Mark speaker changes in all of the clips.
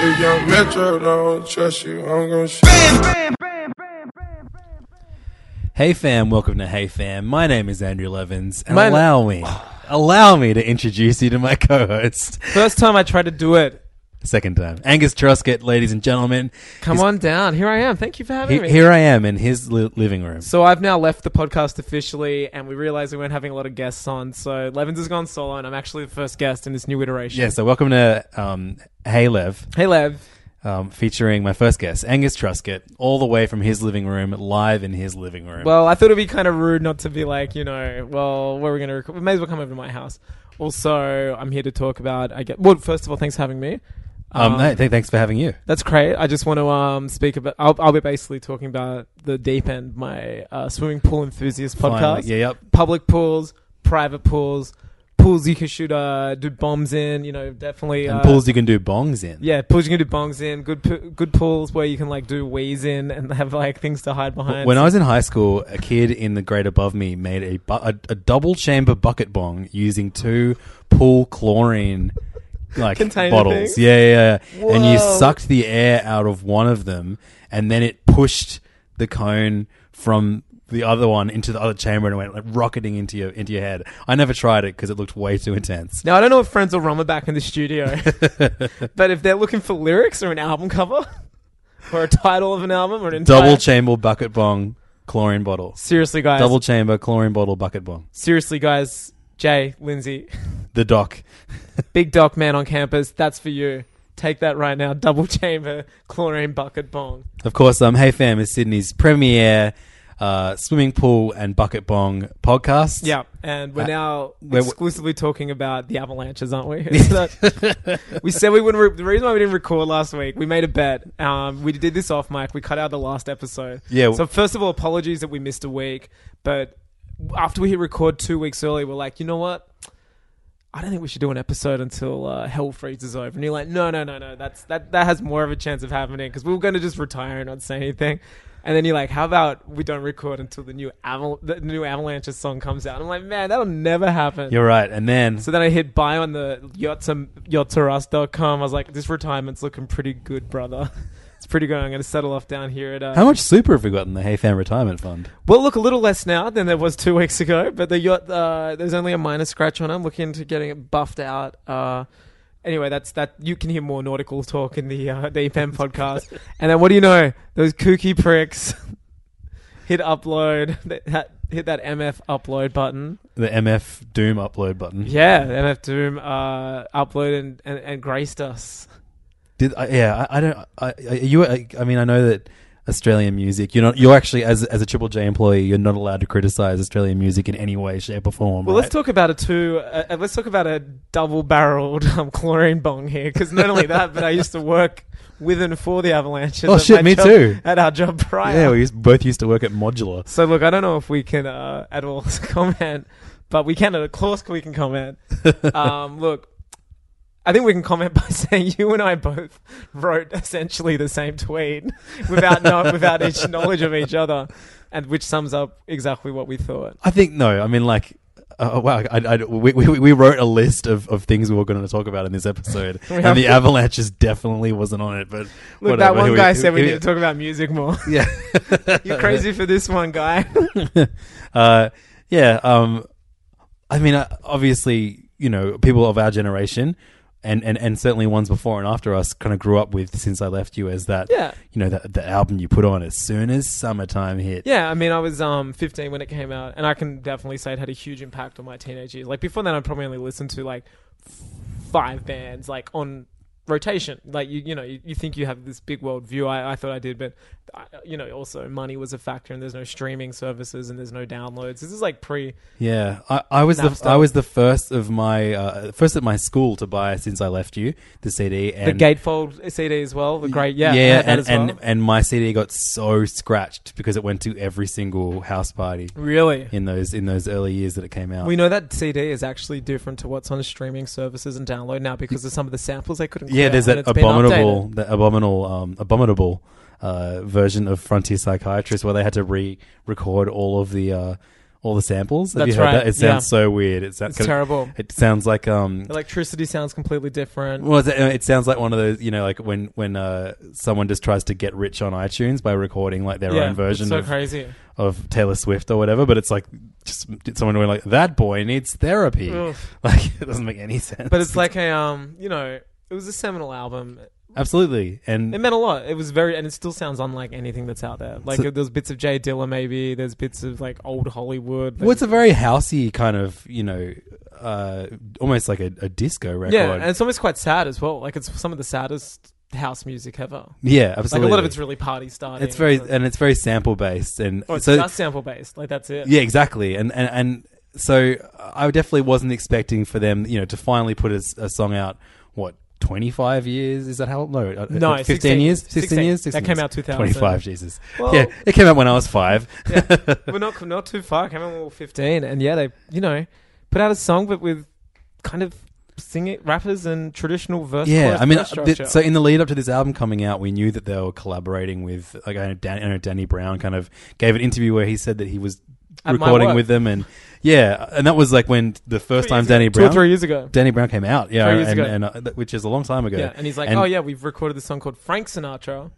Speaker 1: If young Metro don't trust you, I'm gonna shoot.
Speaker 2: Hey fam, welcome to Hey Fam. My name is Andrew Levins, and
Speaker 3: My-
Speaker 2: allow me, allow me to introduce you to my co-host.
Speaker 3: First time I tried to do it.
Speaker 2: Second time, Angus Truscott, ladies and gentlemen.
Speaker 3: Come
Speaker 2: He's-
Speaker 3: on down. Here I am. Thank you for having
Speaker 2: he-
Speaker 3: me.
Speaker 2: here I am in his li- living room.
Speaker 3: So I've now left the podcast officially, and we realized we weren't having a lot of guests on. So Levins has gone solo, and I'm actually the first guest in this new iteration.
Speaker 2: Yeah, so welcome to um, Hey Lev,
Speaker 3: Hey, Lev.
Speaker 2: um, featuring my first guest, Angus Truscott, all the way from his living room, live in his living room.
Speaker 3: Well, I thought it'd be kind of rude not to be like, you know, well, where are we going to record? We may as well come over to my house. Also, I'm here to talk about. I get. Well, first of all, thanks for having me. Oh,
Speaker 2: um, no, th- thanks for having you.
Speaker 3: That's great. I just want to um, speak about. I'll, I'll be basically talking about the deep end, my uh, swimming pool enthusiast podcast.
Speaker 2: Finally. Yeah, yep.
Speaker 3: Public pools, private pools, pools you can shoot, uh, do bombs in. You know, definitely.
Speaker 2: And
Speaker 3: uh,
Speaker 2: pools you can do bongs in.
Speaker 3: Yeah, pools you can do bongs in. Good, po- good pools where you can like do wheeze in and have like things to hide behind.
Speaker 2: When I was in high school, a kid in the grade above me made a, bu- a, a double chamber bucket bong using two pool chlorine like
Speaker 3: Container
Speaker 2: bottles.
Speaker 3: things?
Speaker 2: Yeah, yeah, yeah. And you
Speaker 3: Whoa.
Speaker 2: sucked the air out of one of them, and then it pushed the cone from the other one into the other chamber and it went like rocketing into your into your head. I never tried it because it looked way too intense.
Speaker 3: now I don't know if friends will rumble back in the studio, but if they're looking for lyrics or an album cover or a title of an album or an entire-
Speaker 2: Double chamber bucket bong chlorine bottle.
Speaker 3: seriously, guys,
Speaker 2: Double chamber chlorine bottle bucket bong.
Speaker 3: seriously, guys. Jay, Lindsay,
Speaker 2: The doc.
Speaker 3: Big Doc Man on campus, that's for you. Take that right now. Double chamber chlorine bucket bong.
Speaker 2: Of course, um, Hey Fam is Sydney's premier uh, swimming pool and bucket bong podcast.
Speaker 3: Yeah, and we're
Speaker 2: Uh,
Speaker 3: now
Speaker 2: we're-
Speaker 3: exclusively talking about the avalanches, aren't we? Isn't that- we said we wouldn't. Re- the reason why we didn't record last week, we made a bet. Um, we did this off mic. We cut out the last episode.
Speaker 2: Yeah.
Speaker 3: So first of all, apologies that we missed a week, but after we hit record two weeks early, we're like, you know what? I don't think we should do an episode until uh, hell freezes over. And you're like, no, no, no, no. That's that. That has more of a chance of happening because we were going to just retire and not say anything. And then you're like, how about we don't record until the new Aval- the new Avalanche song comes out? And I'm like, man, that'll never happen.
Speaker 2: You're right. And then,
Speaker 3: so then I hit buy on the yachtsaras.com. I was like, this retirement's looking pretty good, brother. It's pretty good. I'm going to settle off down here at. Uh,
Speaker 2: how much super have we got in the Hey Fam retirement fund?
Speaker 3: well, look a little less now than there was two weeks ago, but the yacht uh, there's only a minor scratch on. it. I'm looking into getting it buffed out. Uh, anyway, that's that. You can hear more nautical talk in the uh, the EPM podcast. and then what do you know? Those kooky pricks hit upload. That, hit that MF upload button.
Speaker 2: The MF Doom upload button.
Speaker 3: Yeah, MF Doom uh, upload and, and, and graced us.
Speaker 2: Did I, yeah? I, I don't. I, I you. I, I mean, I know that Australian music. You're not. You're actually as as a Triple J employee, you're not allowed to criticize Australian music in any way, shape, or form.
Speaker 3: Well,
Speaker 2: right?
Speaker 3: let's talk about a two. Uh, uh, let's talk about a double-barreled um, chlorine bong here, because not only that, but I used to work with and for the Avalanche.
Speaker 2: Oh shit, me too.
Speaker 3: At our job prior.
Speaker 2: Yeah, we used, both used to work at Modular.
Speaker 3: so look, I don't know if we can uh, at all comment, but we can. Of course, we can comment. um, look, I think we can comment by saying you and I both wrote essentially the same tweet without no, without each knowledge of each other, and which sums up exactly what we thought.
Speaker 2: I think no. I mean, like, uh, wow. I, I, we, we, we wrote a list of, of things we were going to talk about in this episode, and the avalanches definitely wasn't on it. But
Speaker 3: Look,
Speaker 2: whatever.
Speaker 3: that one
Speaker 2: Here
Speaker 3: guy said we
Speaker 2: here
Speaker 3: need to talk about music more.
Speaker 2: Yeah.
Speaker 3: You're crazy for this one guy.
Speaker 2: Uh, yeah. Um, I mean, uh, obviously, you know, people of our generation. And, and, and certainly ones before and after us kind of grew up with since I left you as that
Speaker 3: Yeah.
Speaker 2: you know that the album you put on as soon as summertime hit
Speaker 3: Yeah, I mean, I was um 15 when it came out, and I can definitely say it had a huge impact on my teenage years. Like before that, I probably only listened to like f- five bands, like on rotation. Like you, you know, you, you think you have this big world view. I, I thought I did, but I, you know, also money was a factor, and there's no streaming services, and there's no downloads. This is like pre.
Speaker 2: Yeah, I, I was
Speaker 3: Napster.
Speaker 2: the I was the first of my uh, first at my school to buy since I left you the CD and
Speaker 3: The gatefold CD as well. The great, yeah, I had that
Speaker 2: and,
Speaker 3: as well.
Speaker 2: and and my CD got so scratched because it went to every single house party
Speaker 3: really,
Speaker 2: in those in those early years that it came out.
Speaker 3: We know that CD is actually different to what's on streaming services and download now because of some of the samples they couldn't.
Speaker 2: yeah,
Speaker 3: clear,
Speaker 2: there's
Speaker 3: and
Speaker 2: that
Speaker 3: it's been
Speaker 2: abominable that abominable um, abominable uh, version of Frontier Psychiatrist where they had to re-record all of the. Uh, all the samples. Have
Speaker 3: That's
Speaker 2: you heard
Speaker 3: right,
Speaker 2: that? It
Speaker 3: yeah.
Speaker 2: sounds so weird. It sounds
Speaker 3: It's terrible.
Speaker 2: It sounds like um.
Speaker 3: Electricity sounds completely different.
Speaker 2: Well, it- it sounds like one of those, you know, like when when uh, someone just tries to get rich on iTunes by recording like their own version
Speaker 3: It's so
Speaker 2: of,
Speaker 3: crazy.
Speaker 2: of Taylor Swift or whatever. But it's like just someone going like that boy needs therapy.
Speaker 3: Ugh.
Speaker 2: Like it doesn't make any sense.
Speaker 3: But it's like a um, you know, it was a seminal album.
Speaker 2: absolutely, and
Speaker 3: It meant a lot. It was very, and it still sounds unlike anything that's out there. Like
Speaker 2: So-
Speaker 3: there's bits of Jay Dilla, maybe there's bits of like old Hollywood.
Speaker 2: well, it's a very housey kind of, you know, uh, almost like a, a disco record.
Speaker 3: yeah, and it's almost quite sad as well. Like it's some of the saddest house music ever.
Speaker 2: Yeah,
Speaker 3: Like
Speaker 2: absolutely.
Speaker 3: a lot of it's really party starting.
Speaker 2: it's very
Speaker 3: and,
Speaker 2: and it's very sample based and
Speaker 3: or it's
Speaker 2: so
Speaker 3: just sample based. Like that's it.
Speaker 2: Yeah, exactly. And and and so I definitely wasn't expecting for them, you know, to finally put a, s- a song out. What twenty five years? Is that how? No, uh,
Speaker 3: No,
Speaker 2: uh,
Speaker 3: 16.
Speaker 2: fifteen years, 16,
Speaker 3: 16.
Speaker 2: years.
Speaker 3: That
Speaker 2: 16
Speaker 3: came
Speaker 2: years.
Speaker 3: out 2000.
Speaker 2: Twenty five. Jesus.
Speaker 3: Well-
Speaker 2: yeah, it came out when I was five.
Speaker 3: we're not not too far. I came out when we were fifteen, and yeah, they you know put out a song, but with kind of singing rappers and traditional verse.
Speaker 2: yeah,
Speaker 3: chorus,
Speaker 2: I mean,
Speaker 3: verse
Speaker 2: uh, th-
Speaker 3: structure.
Speaker 2: so in the lead up to this album coming out, we knew that they were collaborating with like I know, Dan, I know Danny Brown kind of gave an interview where he said that he was
Speaker 3: At my
Speaker 2: recording
Speaker 3: work.
Speaker 2: with them, and yeah, and that was like when the first
Speaker 3: Two
Speaker 2: time
Speaker 3: years ago.
Speaker 2: Danny
Speaker 3: two or
Speaker 2: Brown
Speaker 3: three years ago.
Speaker 2: Danny Brown came out, yeah,
Speaker 3: Three years
Speaker 2: and,
Speaker 3: ago.
Speaker 2: and, uh, th- which is a long time ago.
Speaker 3: Yeah, and he's like,
Speaker 2: And-
Speaker 3: oh yeah, we've recorded this song called Frank Sinatra,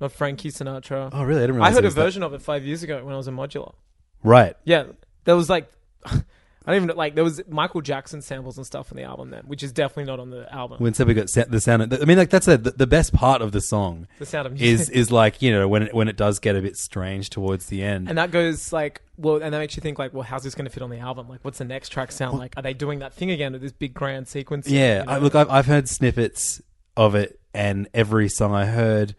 Speaker 3: not Frankie Sinatra.
Speaker 2: Oh, really? I didn't realize
Speaker 3: I heard
Speaker 2: it
Speaker 3: a
Speaker 2: was that-
Speaker 3: version of it five years ago when I was in modular.
Speaker 2: Right.
Speaker 3: Yeah, there was like. I don't even know, like. There was Michael Jackson samples and stuff on the album then, which is definitely not on the album.
Speaker 2: When said we got sa- the sound, I mean, like that's a, the, the best part of the song
Speaker 3: the sound of music.
Speaker 2: is is like you know when it, when it does get a bit strange towards the end.
Speaker 3: And that goes like, well, and that makes you think like, well, how's this going to fit on the album? Like, what's the next track sound like? Are they doing that thing again with this big grand sequence?
Speaker 2: yeah,
Speaker 3: You know?
Speaker 2: I, look, I've, I've heard snippets of it, and every song I heard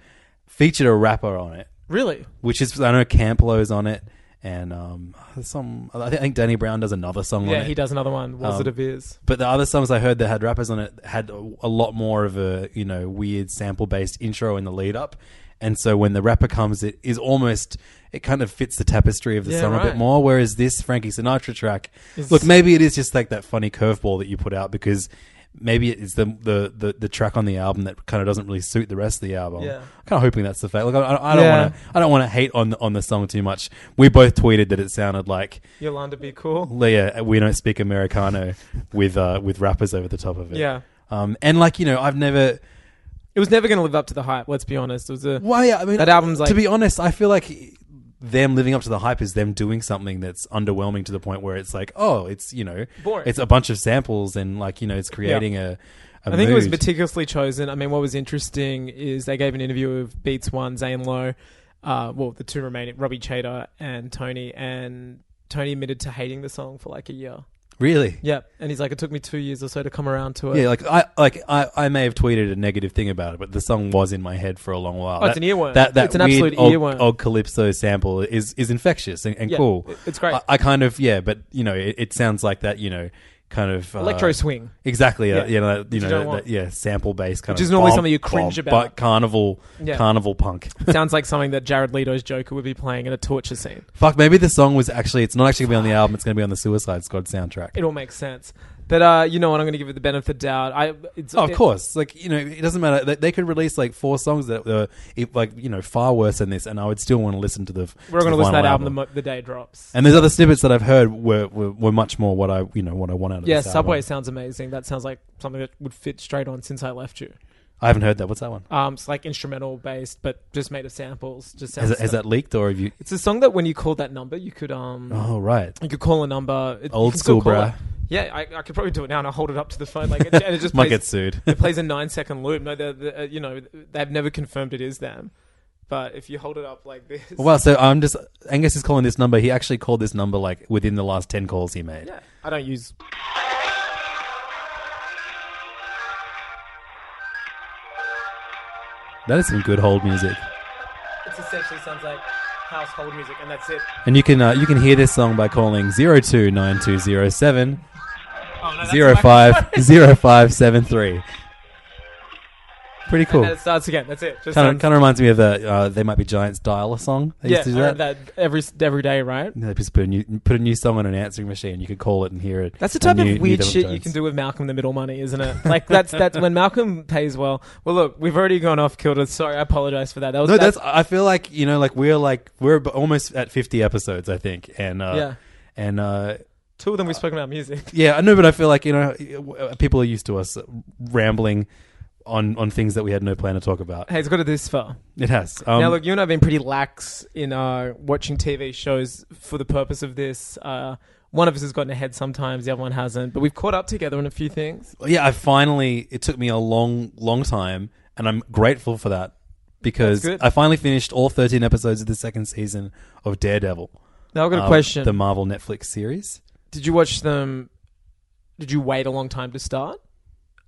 Speaker 2: featured a rapper on it,
Speaker 3: really?
Speaker 2: which is I know Camplo's on it, and um, some I think- I think Danny Brown does another song on
Speaker 3: Yeah,
Speaker 2: it.
Speaker 3: he does another one. Was
Speaker 2: Um,
Speaker 3: it a biz?
Speaker 2: But the other songs I heard that had rappers on it had a a lot more of a you know weird sample based intro in the lead up, and so when the rapper comes, it is almost it kind of fits the tapestry of the
Speaker 3: Yeah,
Speaker 2: song a bit
Speaker 3: right.
Speaker 2: more. Whereas this Frankie Sinatra track,
Speaker 3: It's-
Speaker 2: look, maybe it is just like that funny curveball that you put out because maybe it's the, the the the track on the album that kind of doesn't really suit the rest of the album.
Speaker 3: Yeah.
Speaker 2: I'm kind of hoping that's the fact. Look, I, I I don't
Speaker 3: Yeah.
Speaker 2: want to I don't want to hate on the, on the song too much. We both tweeted that it sounded like
Speaker 3: Yolanda be cool.
Speaker 2: Leah, we don't speak Americano with uh, with rappers over the top of it.
Speaker 3: Yeah,
Speaker 2: Um, and like you know, I've never.
Speaker 3: it was never going to live up to the hype. Let's be honest. It was a
Speaker 2: Well, yeah, I mean,
Speaker 3: That album's like-
Speaker 2: To be honest, I feel like them living up to the hype is them doing something that's underwhelming to the point where it's like, oh, it's you know,
Speaker 3: boring.
Speaker 2: it's a bunch of samples and like you know, it's creating a. a
Speaker 3: I think it was
Speaker 2: mood.
Speaker 3: meticulously chosen. I mean, what was interesting is they gave an interview of Beats One, Zane Lowe, uh, well, the two remaining, Robbie Chater and Tony, and Tony admitted to hating the song for like a year.
Speaker 2: really.
Speaker 3: Yeah, and he's like, it took me two years or so to come around to it.
Speaker 2: Yeah, like I like I, I may have tweeted a negative thing about it, but the song was in my head for a long while.
Speaker 3: Oh, it's an earworm.
Speaker 2: That, that
Speaker 3: it's an
Speaker 2: weird
Speaker 3: absolute
Speaker 2: old,
Speaker 3: earworm.
Speaker 2: old calypso sample is is infectious and, and
Speaker 3: Yeah,
Speaker 2: cool.
Speaker 3: it- It's great.
Speaker 2: I, I kind of yeah, but you know, it, it sounds like that. You know, kind of uh,
Speaker 3: Electro swing.
Speaker 2: Exactly. Yeah.
Speaker 3: Yeah.
Speaker 2: You know. That, you
Speaker 3: Which
Speaker 2: know.
Speaker 3: you
Speaker 2: that-
Speaker 3: don't want.
Speaker 2: that- yeah. Sample based kind
Speaker 3: Which
Speaker 2: of.
Speaker 3: is normally
Speaker 2: bump,
Speaker 3: something you cringe
Speaker 2: bump,
Speaker 3: about.
Speaker 2: But carnival.
Speaker 3: Yeah.
Speaker 2: Carnival punk.
Speaker 3: Sounds like something that Jared Leto's Joker would be playing in a torture scene.
Speaker 2: Fuck. Maybe the song was actually. It's not actually gonna be on the album. It's gonna be on the Suicide Squad soundtrack.
Speaker 3: It all makes sense. But uh, you know what? I'm going to give it the benefit of the doubt. I, it's,
Speaker 2: Oh, of
Speaker 3: it-
Speaker 2: course. Like you know, it doesn't matter. They, they could release like four songs that were it, like you know far worse than this, and I would still want to listen to the.
Speaker 3: We're going
Speaker 2: to the
Speaker 3: to listen to that
Speaker 2: final
Speaker 3: album, the, mo- the day it drops.
Speaker 2: and there's other snippets that I've heard were, were, were much more what I you know what I want out of
Speaker 3: yeah,
Speaker 2: this album.
Speaker 3: Subway sounds amazing. That sounds like something that would fit straight on since I left you.
Speaker 2: I haven't heard that. What's that one?
Speaker 3: Um, it's like instrumental based, but just made of samples. Just sounds.
Speaker 2: Has, it- has that leaked or have you?
Speaker 3: It's a song that when you called that number, you could um,
Speaker 2: Oh right,
Speaker 3: you could call a number. It- you
Speaker 2: old
Speaker 3: can still
Speaker 2: school,
Speaker 3: call
Speaker 2: bruh.
Speaker 3: it. Yeah, I, I could probably do it now, and I hold it up to the phone like, it, and it just
Speaker 2: Might
Speaker 3: plays,
Speaker 2: get sued.
Speaker 3: it plays a nine second loop. No, they're, they're, uh, you know they've never confirmed it is them, but if you hold it up like this,
Speaker 2: Wow, so I'm just Angus is calling this number. He actually called this number like within the last ten calls he made.
Speaker 3: yeah, I don't use.
Speaker 2: That is some good hold music,
Speaker 3: It essentially sounds like household music, and that's it.
Speaker 2: and you can uh, you can hear this song by calling zero two nine two zero seven
Speaker 3: Oh, no, that's
Speaker 2: zero
Speaker 3: my-
Speaker 2: five zero five seven three. Pretty cool.
Speaker 3: And it starts again. That's it. Just
Speaker 2: Kind of
Speaker 3: sounds-
Speaker 2: kind of reminds me of the uh, they might be Giants dialer song. They
Speaker 3: yeah, uh,
Speaker 2: used to do
Speaker 3: I heard
Speaker 2: that.
Speaker 3: that every every day, right?
Speaker 2: They just put a new put a new song on an answering machine. You could call it and hear it.
Speaker 3: That's
Speaker 2: A
Speaker 3: the type
Speaker 2: new-
Speaker 3: of
Speaker 2: new
Speaker 3: weird
Speaker 2: Devil
Speaker 3: shit you
Speaker 2: Jones.
Speaker 3: can do with Malcolm the Middle money, isn't it? Like that's that's when Malcolm pays well. Well, look, we've already gone off kilter. Sorry, I apologize for that. That was
Speaker 2: No,
Speaker 3: that-
Speaker 2: that's. I feel like you know, like we're like we're almost at fifty episodes, I think, and uh,
Speaker 3: yeah.
Speaker 2: and uh,
Speaker 3: Two of them we've spoken about music.
Speaker 2: yeah, I know, but I feel like you know people are used to us rambling on on things that we had no plan to talk about.
Speaker 3: Hey, it's got it this far.
Speaker 2: It has. Um,
Speaker 3: now, look, you and I have been pretty lax in uh, watching TV shows for the purpose of this. Uh, one of us has gotten ahead sometimes, the other one hasn't. But we've caught up together on a few things.
Speaker 2: yeah, I finally. It took me a long, long time, and I'm grateful for that because
Speaker 3: That's good.
Speaker 2: I finally finished all 13 episodes of the second season of Daredevil.
Speaker 3: Now I've got a
Speaker 2: uh,
Speaker 3: question.
Speaker 2: The Marvel Netflix series.
Speaker 3: Did you watch them? Did you wait a long time to start?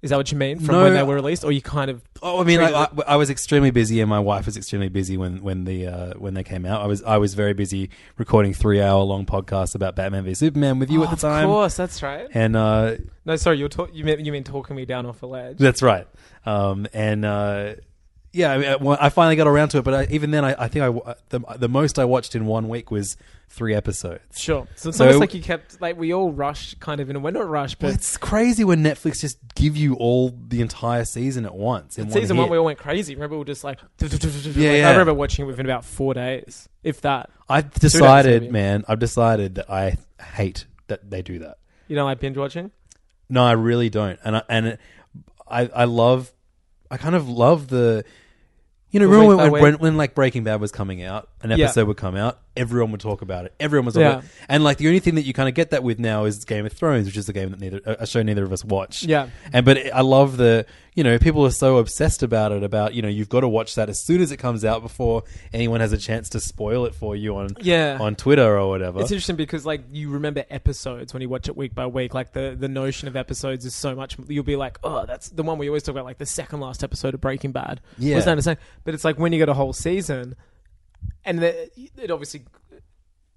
Speaker 3: Is that what you mean from
Speaker 2: No,
Speaker 3: when they were released, or you kind of?
Speaker 2: Oh, I mean, I,
Speaker 3: Treated
Speaker 2: I, I was extremely busy, and my wife was extremely busy when when the uh, when they came out. I was I was very busy recording three hour long podcasts about Batman v Superman with you at
Speaker 3: Oh,
Speaker 2: the time,
Speaker 3: Of course, that's right.
Speaker 2: and uh,
Speaker 3: No, sorry, you're ta- you mean you mean talking me down off a ledge.
Speaker 2: that's right. Um, and uh, yeah, I, mean, I- well, I finally got around to it, but I, even then, I, I think I w- the, the most I watched in one week was three episodes.
Speaker 3: Sure. So it's
Speaker 2: So-
Speaker 3: almost like you kept like we all rush kind of in. We're not rushed, but
Speaker 2: It's crazy when Netflix just give you all the entire season at once. In
Speaker 3: season
Speaker 2: one,
Speaker 3: one
Speaker 2: hit.
Speaker 3: we all went crazy. Remember, we were just like,
Speaker 2: Yeah,
Speaker 3: I
Speaker 2: yeah.
Speaker 3: remember watching it within about four days, if that.
Speaker 2: I've
Speaker 3: episodes,
Speaker 2: decided,
Speaker 3: maybe.
Speaker 2: man, I've decided that I hate that they do that.
Speaker 3: You know, like binge watching.
Speaker 2: No, I really don't. And I, and it, I I love I kind of love the you know
Speaker 3: The
Speaker 2: remember
Speaker 3: week by
Speaker 2: when,
Speaker 3: week?
Speaker 2: when when like Breaking Bad was coming out, an
Speaker 3: Yeah.
Speaker 2: episode would come out, everyone would talk about it. Everyone was talking
Speaker 3: Yeah.
Speaker 2: about it. And like the only thing that you kind of get that with now is Game of Thrones, which is a game that neither a a show neither of us watch.
Speaker 3: Yeah.
Speaker 2: And but it, I love the you know people are so obsessed about it about you know you've got to watch that as soon as it comes out before anyone has a chance to spoil it for you on
Speaker 3: Yeah.
Speaker 2: on Twitter or whatever.
Speaker 3: It's interesting because like you remember episodes when you watch it week by week. Like the the notion of episodes is so much. You'll be like, oh, that's the one we always talk about, like the second last episode of Breaking Bad.
Speaker 2: Yeah.
Speaker 3: was the same? But it's like when you get a whole season, and the, it obviously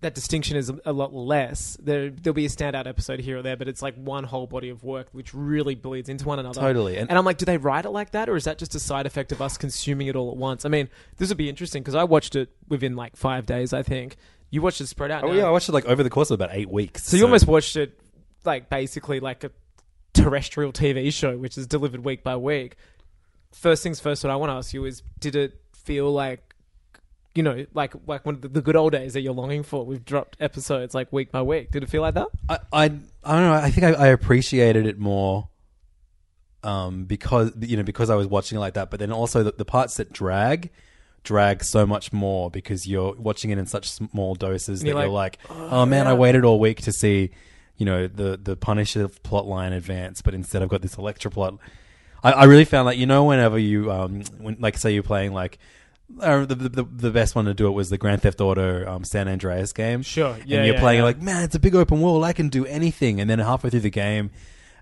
Speaker 3: that distinction is a, a lot less. There there'll be a standout episode here or there, but it's like one whole body of work which really bleeds into one another.
Speaker 2: Totally. And-
Speaker 3: And I'm like, do they write it like that, or is that just a side effect of us consuming it all at once? I mean, this would be interesting because I watched it within like five days. I think you watched it spread out.
Speaker 2: Oh
Speaker 3: now.
Speaker 2: yeah, I watched it like over the course of about eight weeks.
Speaker 3: So you almost watched it like basically like a terrestrial TV show, which is delivered week by week. First things first, what I want to ask you is, did it feel like, you know, like like one of the, the good old days that you're longing for? We've dropped episodes like week by week. Did it feel like that?
Speaker 2: I, I I don't know. I think I, I appreciated it more, um, because you know because I was watching it like that. But then also the, the parts that drag, drag so much more because you're watching it in such small doses
Speaker 3: And
Speaker 2: that
Speaker 3: you're
Speaker 2: you're like, oh, man, I waited all week to see, you know, the the Punisher plot line advance, but instead I've got this Electra plot. I, I really found like you know whenever you um when like say you're playing like. Uh, the, the the best one to do it was the Grand Theft Auto um, San Andreas game.
Speaker 3: Sure. Yeah,
Speaker 2: and you're
Speaker 3: yeah,
Speaker 2: playing
Speaker 3: yeah.
Speaker 2: like like, man, it's a big open world. I can do anything. And then halfway through the game,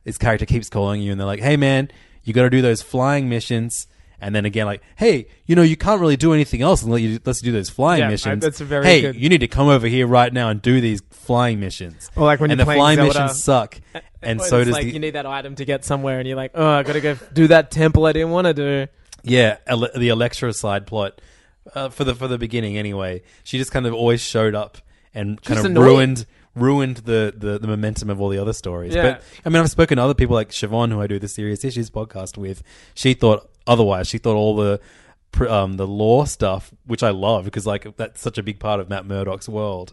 Speaker 2: this character keeps calling you, and they're like, hey, man, you got to do those flying missions. And then again, like, hey, you know, you can't really do anything else unless you, unless you do those flying
Speaker 3: Yeah, I-
Speaker 2: missions.
Speaker 3: that's a very
Speaker 2: hey,
Speaker 3: good-
Speaker 2: you need to come over here right now and do these flying missions.
Speaker 3: Or like when
Speaker 2: and the
Speaker 3: you're playing
Speaker 2: flying
Speaker 3: Zelda.
Speaker 2: missions suck, and
Speaker 3: Or
Speaker 2: so
Speaker 3: it's
Speaker 2: does
Speaker 3: like
Speaker 2: the
Speaker 3: you need that item to get somewhere, and you're like, oh, I gotta go do that temple I didn't want to do.
Speaker 2: Yeah, ele- the Electra side plot uh, for the for the beginning anyway. She just kind of always showed up and kind
Speaker 3: Just
Speaker 2: of
Speaker 3: annoying.
Speaker 2: ruined ruined the, the the momentum of all the other stories.
Speaker 3: Yeah.
Speaker 2: But I mean, I've spoken to other people like Siobhan, who I do the Serious Issues podcast with. She thought otherwise. She thought all the pr- um, the law stuff, which I love, because like that's such a big part of Matt Murdock's world.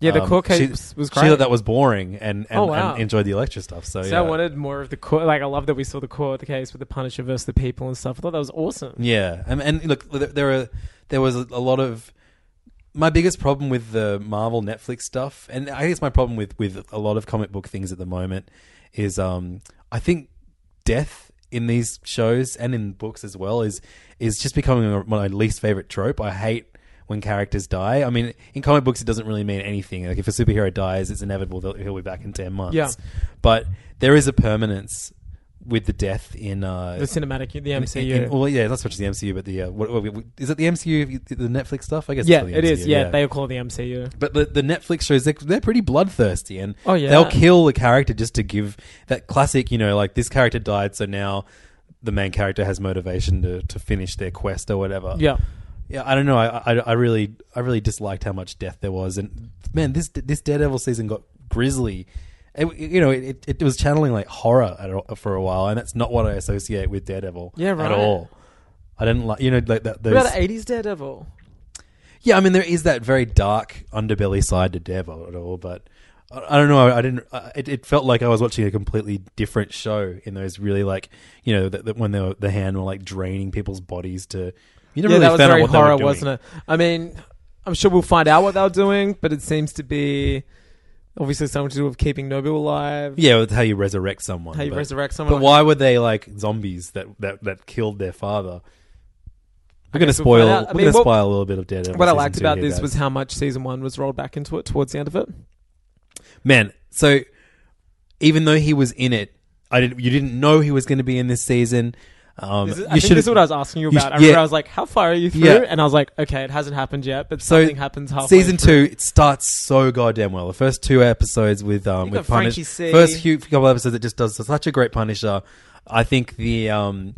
Speaker 3: Yeah, the
Speaker 2: Um,
Speaker 3: court
Speaker 2: she-
Speaker 3: case was
Speaker 2: She
Speaker 3: great.
Speaker 2: thought that was boring and and,
Speaker 3: Oh, wow.
Speaker 2: and enjoyed the Electra stuff. So,
Speaker 3: so
Speaker 2: yeah.
Speaker 3: I wanted more of the court. Like I love that we saw the court case with the Punisher versus the people and stuff. I thought that was awesome.
Speaker 2: Yeah, and, and look, there, there are there was a lot of my biggest problem with the Marvel Netflix stuff, and I guess my problem with with a lot of comic book things at the moment is, um, I think death in these shows and in books as well is is just becoming my least favorite trope. I hate. When characters die, I mean, in comic books, it doesn't really mean anything. Like if a superhero dies, it's inevitable that he'll be back in ten months.
Speaker 3: Yeah.
Speaker 2: but there is a permanence with the death in uh,
Speaker 3: The cinematic, the
Speaker 2: in-
Speaker 3: MCU.
Speaker 2: in- well, yeah, not so much the MCU, but the uh, what, what, what- is it the MCU? The Netflix stuff, I guess.
Speaker 3: Yeah,
Speaker 2: it's the
Speaker 3: it is.
Speaker 2: MCU,
Speaker 3: Yeah, they call it the MCU.
Speaker 2: but the, the Netflix shows they're, they're pretty bloodthirsty, and
Speaker 3: Oh, yeah.
Speaker 2: they'll kill the character just to give that classic. You know, like this character died, so now the main character has motivation to, to finish their quest or whatever.
Speaker 3: Yeah.
Speaker 2: yeah. I don't know. I, I, I really I really disliked how much death there was, and man, this this Daredevil season got grisly. It, you know, it, it was channeling like horror at, a- for a while, and that's not what I associate with Daredevil.
Speaker 3: Yeah, right.
Speaker 2: At all. I didn't like, you know, like that. Those,
Speaker 3: What about the 80s Daredevil?
Speaker 2: yeah, I mean, there is that very dark underbelly side to Dev at all, but I I don't know. I, I didn't. I, it, it felt like I was watching a completely different show in those really like you know that, that when the the hand were like draining people's bodies to. You never
Speaker 3: yeah,
Speaker 2: really
Speaker 3: that was
Speaker 2: found out
Speaker 3: very
Speaker 2: what
Speaker 3: horror,
Speaker 2: they were doing.
Speaker 3: wasn't it? I mean, I'm sure we'll find out what they were doing, but it seems to be obviously something to do with keeping Nobu alive.
Speaker 2: Yeah, with how you resurrect someone.
Speaker 3: How you
Speaker 2: but,
Speaker 3: resurrect someone?
Speaker 2: But why were they like zombies that that, that killed their father? We're gonna
Speaker 3: guess we'll
Speaker 2: spoil.
Speaker 3: find out. I
Speaker 2: we're
Speaker 3: mean,
Speaker 2: gonna
Speaker 3: what-
Speaker 2: spoil a little bit of Daredevil.
Speaker 3: Like, what I
Speaker 2: season
Speaker 3: liked
Speaker 2: two
Speaker 3: about
Speaker 2: here,
Speaker 3: this
Speaker 2: guys.
Speaker 3: was how much season one was rolled back into it towards the end of it.
Speaker 2: man. So even though he was in it, I didn't. You didn't know he was going to be in this season. Um,
Speaker 3: This is, I
Speaker 2: you
Speaker 3: think this
Speaker 2: should.
Speaker 3: is what I was asking you
Speaker 2: you
Speaker 3: about. I
Speaker 2: should- yeah.
Speaker 3: remember I was like, "How far are you through?"
Speaker 2: Yeah.
Speaker 3: And I was like, "Okay, it hasn't happened yet, but
Speaker 2: So,
Speaker 3: something happens halfway."
Speaker 2: Season
Speaker 3: through.
Speaker 2: two, it starts so goddamn well. The first two episodes with um
Speaker 3: You
Speaker 2: with
Speaker 3: got Frankie
Speaker 2: Punish-
Speaker 3: C.
Speaker 2: First few few couple episodes, it just does such a great Punisher. I think the um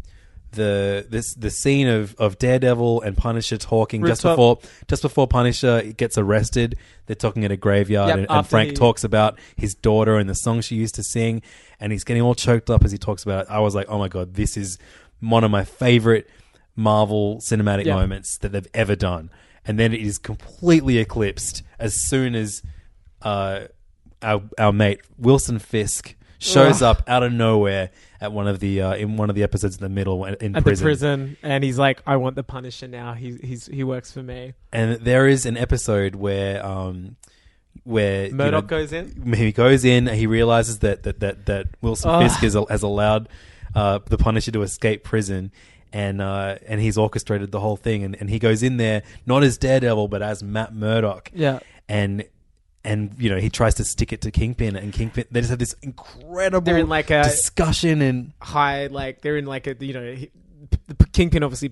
Speaker 2: the this the scene of, of Daredevil and Punisher talking just
Speaker 3: Rooftop.
Speaker 2: before just before Punisher gets arrested. They're talking at a graveyard,
Speaker 3: Yep,
Speaker 2: and, and
Speaker 3: after
Speaker 2: Frank
Speaker 3: he-
Speaker 2: talks about his daughter and the song she used to sing, and he's getting all choked up as he talks about it. I was like, oh my god, this is one of my favorite Marvel cinematic
Speaker 3: Yeah.
Speaker 2: moments that they've ever done. And then it is completely eclipsed as soon as uh, our our mate Wilson Fisk shows up out of nowhere at one of the uh, in one of the episodes in the middle in- in
Speaker 3: at
Speaker 2: prison.
Speaker 3: the prison, and he's like, "I want the Punisher now. He he's he works for me."
Speaker 2: and there is an episode where um where you
Speaker 3: Murdoch
Speaker 2: know,
Speaker 3: goes in.
Speaker 2: he goes in and he realizes that that that, that Wilson
Speaker 3: Ugh.
Speaker 2: Fisk is, has allowed uh, the Punisher to escape prison. And, uh, and he's orchestrated the whole thing, and, and he goes in there not as Daredevil but as Matt Murdock,
Speaker 3: Yeah,
Speaker 2: and and you know he tries to stick it to Kingpin, and Kingpin they just have this incredible
Speaker 3: they're in like a
Speaker 2: discussion, and
Speaker 3: high, like they're in like a you know, he, the p- kingpin obviously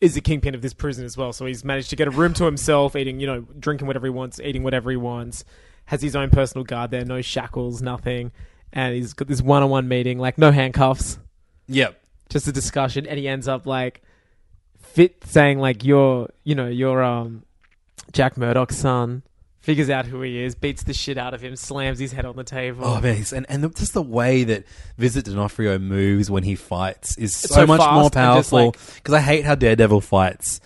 Speaker 3: is the kingpin of this prison as well. So he's managed to get a room to himself, eating you know, drinking whatever he wants, eating whatever he wants. Has his own personal guard there, no shackles, nothing, and he's got this one-on-one meeting, like no handcuffs.
Speaker 2: yeah,
Speaker 3: just a discussion, and he ends up like fit saying like you're you know you're um Jack Murdoch's son. Figures out who he is, beats the shit out of him, slams his head on the table.
Speaker 2: Oh man, he's, and and the, just the way that Visit D'Onofrio moves when he fights is so,
Speaker 3: so
Speaker 2: much
Speaker 3: fast
Speaker 2: more
Speaker 3: and just,
Speaker 2: powerful.
Speaker 3: like-
Speaker 2: Because I hate how Daredevil fights.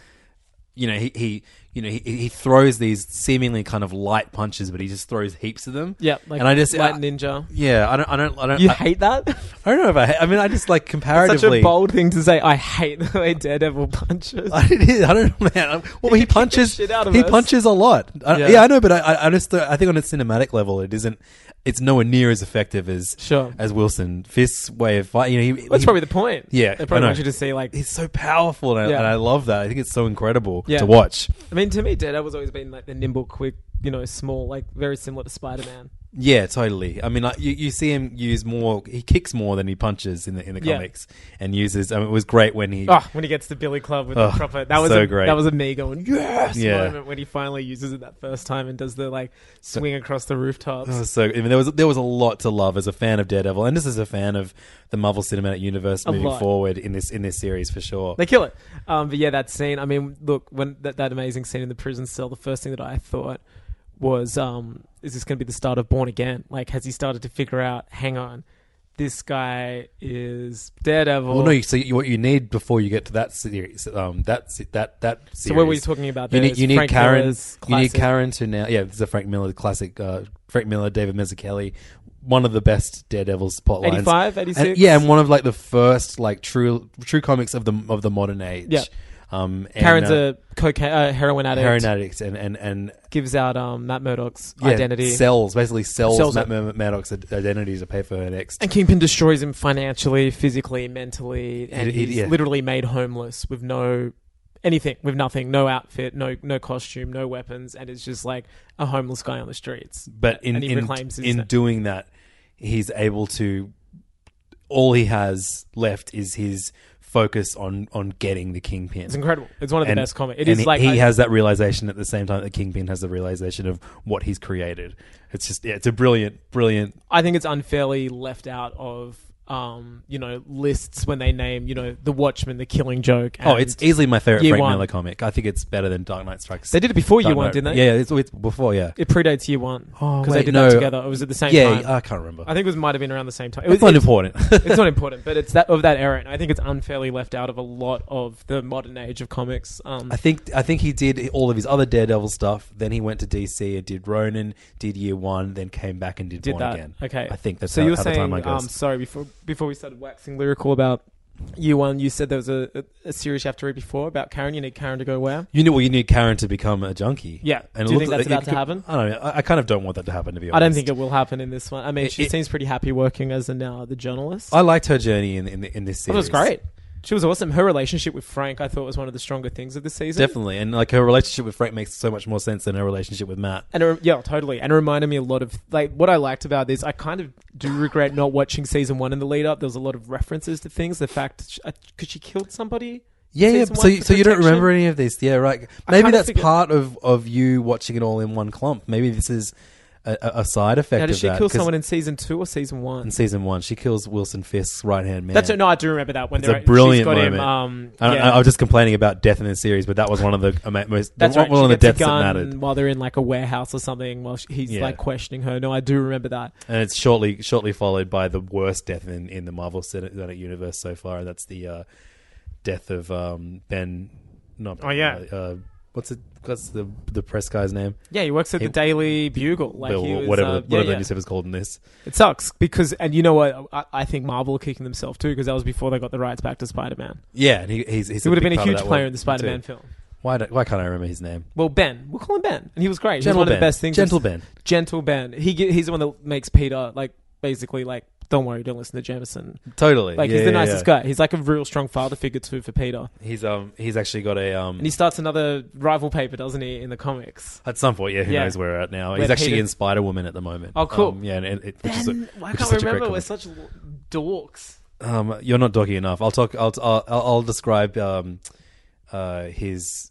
Speaker 2: You know, he, he you know he, he throws these seemingly kind of light punches, but he just throws heaps of them.
Speaker 3: yeah, like
Speaker 2: and I just
Speaker 3: light
Speaker 2: I-
Speaker 3: ninja.
Speaker 2: yeah, I don't I don't I don't
Speaker 3: You
Speaker 2: I,
Speaker 3: hate that?
Speaker 2: I don't know if I hate, I mean I just like comparatively.
Speaker 3: Such a bold thing to say. I hate the way Daredevil punches.
Speaker 2: I didn't. I don't know, man. Well, he
Speaker 3: He kicked the
Speaker 2: punches.
Speaker 3: shit out of
Speaker 2: He
Speaker 3: us.
Speaker 2: punches a lot. I, yeah.
Speaker 3: Yeah.
Speaker 2: I know, but I- I, I just, I think on a cinematic level, it isn't. It's nowhere near as effective as
Speaker 3: Sure.
Speaker 2: as Wilson Fisk's way of fighting. You know, he,
Speaker 3: That's
Speaker 2: he-
Speaker 3: probably the point.
Speaker 2: Yeah,
Speaker 3: They
Speaker 2: I know.
Speaker 3: probably want you to see like
Speaker 2: he's so powerful, and, I,
Speaker 3: Yeah.
Speaker 2: and I love that. I think it's so incredible
Speaker 3: Yeah.
Speaker 2: to watch.
Speaker 3: I mean to me Daredevil's always been like the nimble, quick, you know, small, like very similar to Spider Man.
Speaker 2: Yeah, totally. I mean, like you, you see him use more. He kicks more than he punches in the in the
Speaker 3: Yeah.
Speaker 2: comics, and uses. I mean, it was great when he.
Speaker 3: Oh, when he gets to Billy Club with
Speaker 2: Oh,
Speaker 3: the proper that was
Speaker 2: so
Speaker 3: a,
Speaker 2: great.
Speaker 3: That was a me going yes
Speaker 2: Yeah.
Speaker 3: moment when he finally uses it that first time and does the like swing across the rooftops.
Speaker 2: That was so. I mean, there was there was a lot to love as a fan of Daredevil, and just as a fan of the Marvel Cinematic Universe
Speaker 3: A
Speaker 2: moving
Speaker 3: lot.
Speaker 2: forward in this in this series for sure.
Speaker 3: They kill it. Um, but yeah, that scene. I mean, look when that, that amazing scene in the prison cell. The first thing that I thought was, um, is this going to be the start of Born Again? Like, has he started to figure out? Hang on, this guy is Daredevil.
Speaker 2: well, no. You, so you, what you need before you get to that series, um, that se- that that series.
Speaker 3: so what were you talking about?
Speaker 2: You
Speaker 3: there
Speaker 2: need
Speaker 3: is
Speaker 2: you need
Speaker 3: Frank
Speaker 2: Karen.
Speaker 3: Miller's
Speaker 2: You need
Speaker 3: classic-
Speaker 2: Karen to now. Yeah, this is a Frank Miller classic. Uh, Frank Miller, David Mazzucchelli, one of the best Daredevil plot lines.
Speaker 3: 85, 86?
Speaker 2: And- yeah, and one of like the first like true true comics of the of the modern age.
Speaker 3: Yeah.
Speaker 2: Um, and,
Speaker 3: Karen's
Speaker 2: uh,
Speaker 3: a cocaine, uh, heroin addict.
Speaker 2: heroin addict, and and and
Speaker 3: gives out um, Matt Murdock's
Speaker 2: yeah,
Speaker 3: identity.
Speaker 2: Sells basically sells,
Speaker 3: Sells
Speaker 2: Matt
Speaker 3: it.
Speaker 2: Mur- Murdock's ad- identity to pay for her next.
Speaker 3: And Kingpin destroys him financially, physically, mentally, and
Speaker 2: It- it-
Speaker 3: he's
Speaker 2: yeah.
Speaker 3: literally made homeless with no anything, with nothing, no outfit, no no costume, no weapons, and it's just like a homeless guy on the streets.
Speaker 2: But in
Speaker 3: and he
Speaker 2: in,
Speaker 3: reclaims his
Speaker 2: in doing that, he's able to. All he has left is his focus on on getting the kingpin.
Speaker 3: it's incredible. It's one of the
Speaker 2: And-
Speaker 3: best comics. It
Speaker 2: and
Speaker 3: is
Speaker 2: he,
Speaker 3: like
Speaker 2: he
Speaker 3: I-
Speaker 2: has that realization at the same time that Kingpin has the realization of what he's created. It's just yeah, it's a brilliant, brilliant.
Speaker 3: I think it's unfairly left out of um, you know, lists when they name, you know, the Watchmen, the Killing Joke.
Speaker 2: Oh,
Speaker 3: and-
Speaker 2: it's easily my favorite
Speaker 3: Year
Speaker 2: Frank
Speaker 3: one.
Speaker 2: Miller comic. I think it's better than Dark Knight Strikes.
Speaker 3: they did it before year
Speaker 2: Dark
Speaker 3: one,
Speaker 2: Knight-
Speaker 3: didn't they?
Speaker 2: Yeah, it's, it's before. Yeah,
Speaker 3: It predates year one
Speaker 2: Oh,
Speaker 3: because they
Speaker 2: wait,
Speaker 3: did
Speaker 2: no.
Speaker 3: that together. It was at the same
Speaker 2: yeah, uh,
Speaker 3: time.
Speaker 2: I can't remember.
Speaker 3: I think it was might have been around the same time. It was,
Speaker 2: it's not important.
Speaker 3: it's not important, but it's that of that era, and I think it's unfairly left out of a lot of the modern age of comics. Um,
Speaker 2: I think I think he did all of his other Daredevil stuff. Then he went to DC and did Ronin, did Year One, then came back and did,
Speaker 3: did
Speaker 2: One
Speaker 3: that?
Speaker 2: again.
Speaker 3: Okay,
Speaker 2: I think that's
Speaker 3: so
Speaker 2: how,
Speaker 3: you were
Speaker 2: how the
Speaker 3: saying,
Speaker 2: timeline goes.
Speaker 3: um, sorry, before before we started waxing lyrical about year one, you said there was a, a, a series you have to read before about Karen. You need Karen to go where?
Speaker 2: you know, well, you need Karen to become a junkie.
Speaker 3: Yeah.
Speaker 2: and it
Speaker 3: Do you
Speaker 2: looks
Speaker 3: think that's
Speaker 2: like it
Speaker 3: about to
Speaker 2: could-
Speaker 3: happen?
Speaker 2: I don't know. I, I kind of don't want that to happen. To be honest,
Speaker 3: I don't think it will happen in this one. I mean,
Speaker 2: It-
Speaker 3: she
Speaker 2: it-
Speaker 3: seems pretty happy working as a now the journalist.
Speaker 2: I liked her journey in in, the- in this
Speaker 3: It
Speaker 2: series.
Speaker 3: was great. She was awesome. Her relationship with Frank, I thought, was one of the stronger things of this season.
Speaker 2: Definitely, and like her relationship with Frank makes so much more sense than her relationship with Matt.
Speaker 3: And it, re- yeah, totally. And it reminded me a lot of like what I liked about this. I kind of do regret not watching season one in the lead up. There was a lot of references to things. The fact because she killed somebody.
Speaker 2: Yeah, yeah.
Speaker 3: Season
Speaker 2: So,
Speaker 3: one
Speaker 2: you-
Speaker 3: for
Speaker 2: so you don't
Speaker 3: protection.
Speaker 2: remember any of this? Yeah, right.
Speaker 3: I
Speaker 2: Maybe
Speaker 3: kinda
Speaker 2: that's
Speaker 3: figured-
Speaker 2: part of of you watching it all in one clump. Maybe this is a, a a side effect.
Speaker 3: Now, did
Speaker 2: of
Speaker 3: she
Speaker 2: that,
Speaker 3: kill
Speaker 2: 'cause
Speaker 3: someone in season two or season one?
Speaker 2: in season one? She kills Wilson Fisk's right hand man.
Speaker 3: That's no, I do remember that when
Speaker 2: It's
Speaker 3: they're
Speaker 2: a brilliant
Speaker 3: she's got Him,
Speaker 2: moment.
Speaker 3: um,
Speaker 2: I, don't
Speaker 3: yeah.
Speaker 2: know, I was just complaining about death in the series, but that was one of the ama- most
Speaker 3: That's
Speaker 2: the,
Speaker 3: right.
Speaker 2: one
Speaker 3: she
Speaker 2: of the
Speaker 3: gets
Speaker 2: deaths
Speaker 3: a
Speaker 2: that
Speaker 3: gun
Speaker 2: mattered.
Speaker 3: while they're in like a warehouse or something. While she, he's
Speaker 2: Yeah.
Speaker 3: like questioning her. No, I do remember that.
Speaker 2: And it's shortly shortly followed by the worst death in, in the Marvel Cinematic Universe so far, and that's the uh, death of um, Ben. Not
Speaker 3: Oh, yeah.
Speaker 2: uh, uh, what's it? What's the the press guy's name?
Speaker 3: Yeah, he works at
Speaker 2: He-
Speaker 3: the Daily Bugle. Like
Speaker 2: Bill,
Speaker 3: he was,
Speaker 2: whatever
Speaker 3: uh, yeah,
Speaker 2: whatever
Speaker 3: yeah.
Speaker 2: the newspaper's called in this.
Speaker 3: It sucks because, and you know what? I, I think Marvel are kicking themselves too because that was before they got the rights back to Spider Man.
Speaker 2: Yeah, and he, he's, he's
Speaker 3: He would have
Speaker 2: big
Speaker 3: been a
Speaker 2: part of
Speaker 3: huge
Speaker 2: that
Speaker 3: player
Speaker 2: one,
Speaker 3: in the Spider Man
Speaker 2: too.
Speaker 3: film.
Speaker 2: Why do, why can't I remember his name?
Speaker 3: Well, Ben, we'll call him Ben, and he was great. He was
Speaker 2: Gentle
Speaker 3: one
Speaker 2: Ben.
Speaker 3: of the best things.
Speaker 2: Gentle Ben.
Speaker 3: Gentle Ben. He ge- he's the one that makes Peter like basically like. Don't worry, don't listen to Jameson.
Speaker 2: Totally.
Speaker 3: Like
Speaker 2: yeah,
Speaker 3: he's the
Speaker 2: yeah,
Speaker 3: nicest
Speaker 2: yeah.
Speaker 3: guy. He's like a real strong father figure too for Peter.
Speaker 2: He's um he's actually got a um
Speaker 3: And he starts another rival paper, doesn't he, in the comics?
Speaker 2: at some point yeah who
Speaker 3: Yeah.
Speaker 2: knows where we're at now.
Speaker 3: Where
Speaker 2: he's
Speaker 3: the
Speaker 2: actually
Speaker 3: hated-
Speaker 2: in Spider Woman at the moment.
Speaker 3: Oh, cool.
Speaker 2: Um, yeah, and it, it- which is a-
Speaker 3: Ben, why
Speaker 2: which is
Speaker 3: can't
Speaker 2: such
Speaker 3: we
Speaker 2: a great
Speaker 3: remember? We're
Speaker 2: comic.
Speaker 3: such l- dorks.
Speaker 2: Um, you're not doggy enough. I'll talk. I'll I'll, I'll, I'll describe um, uh, his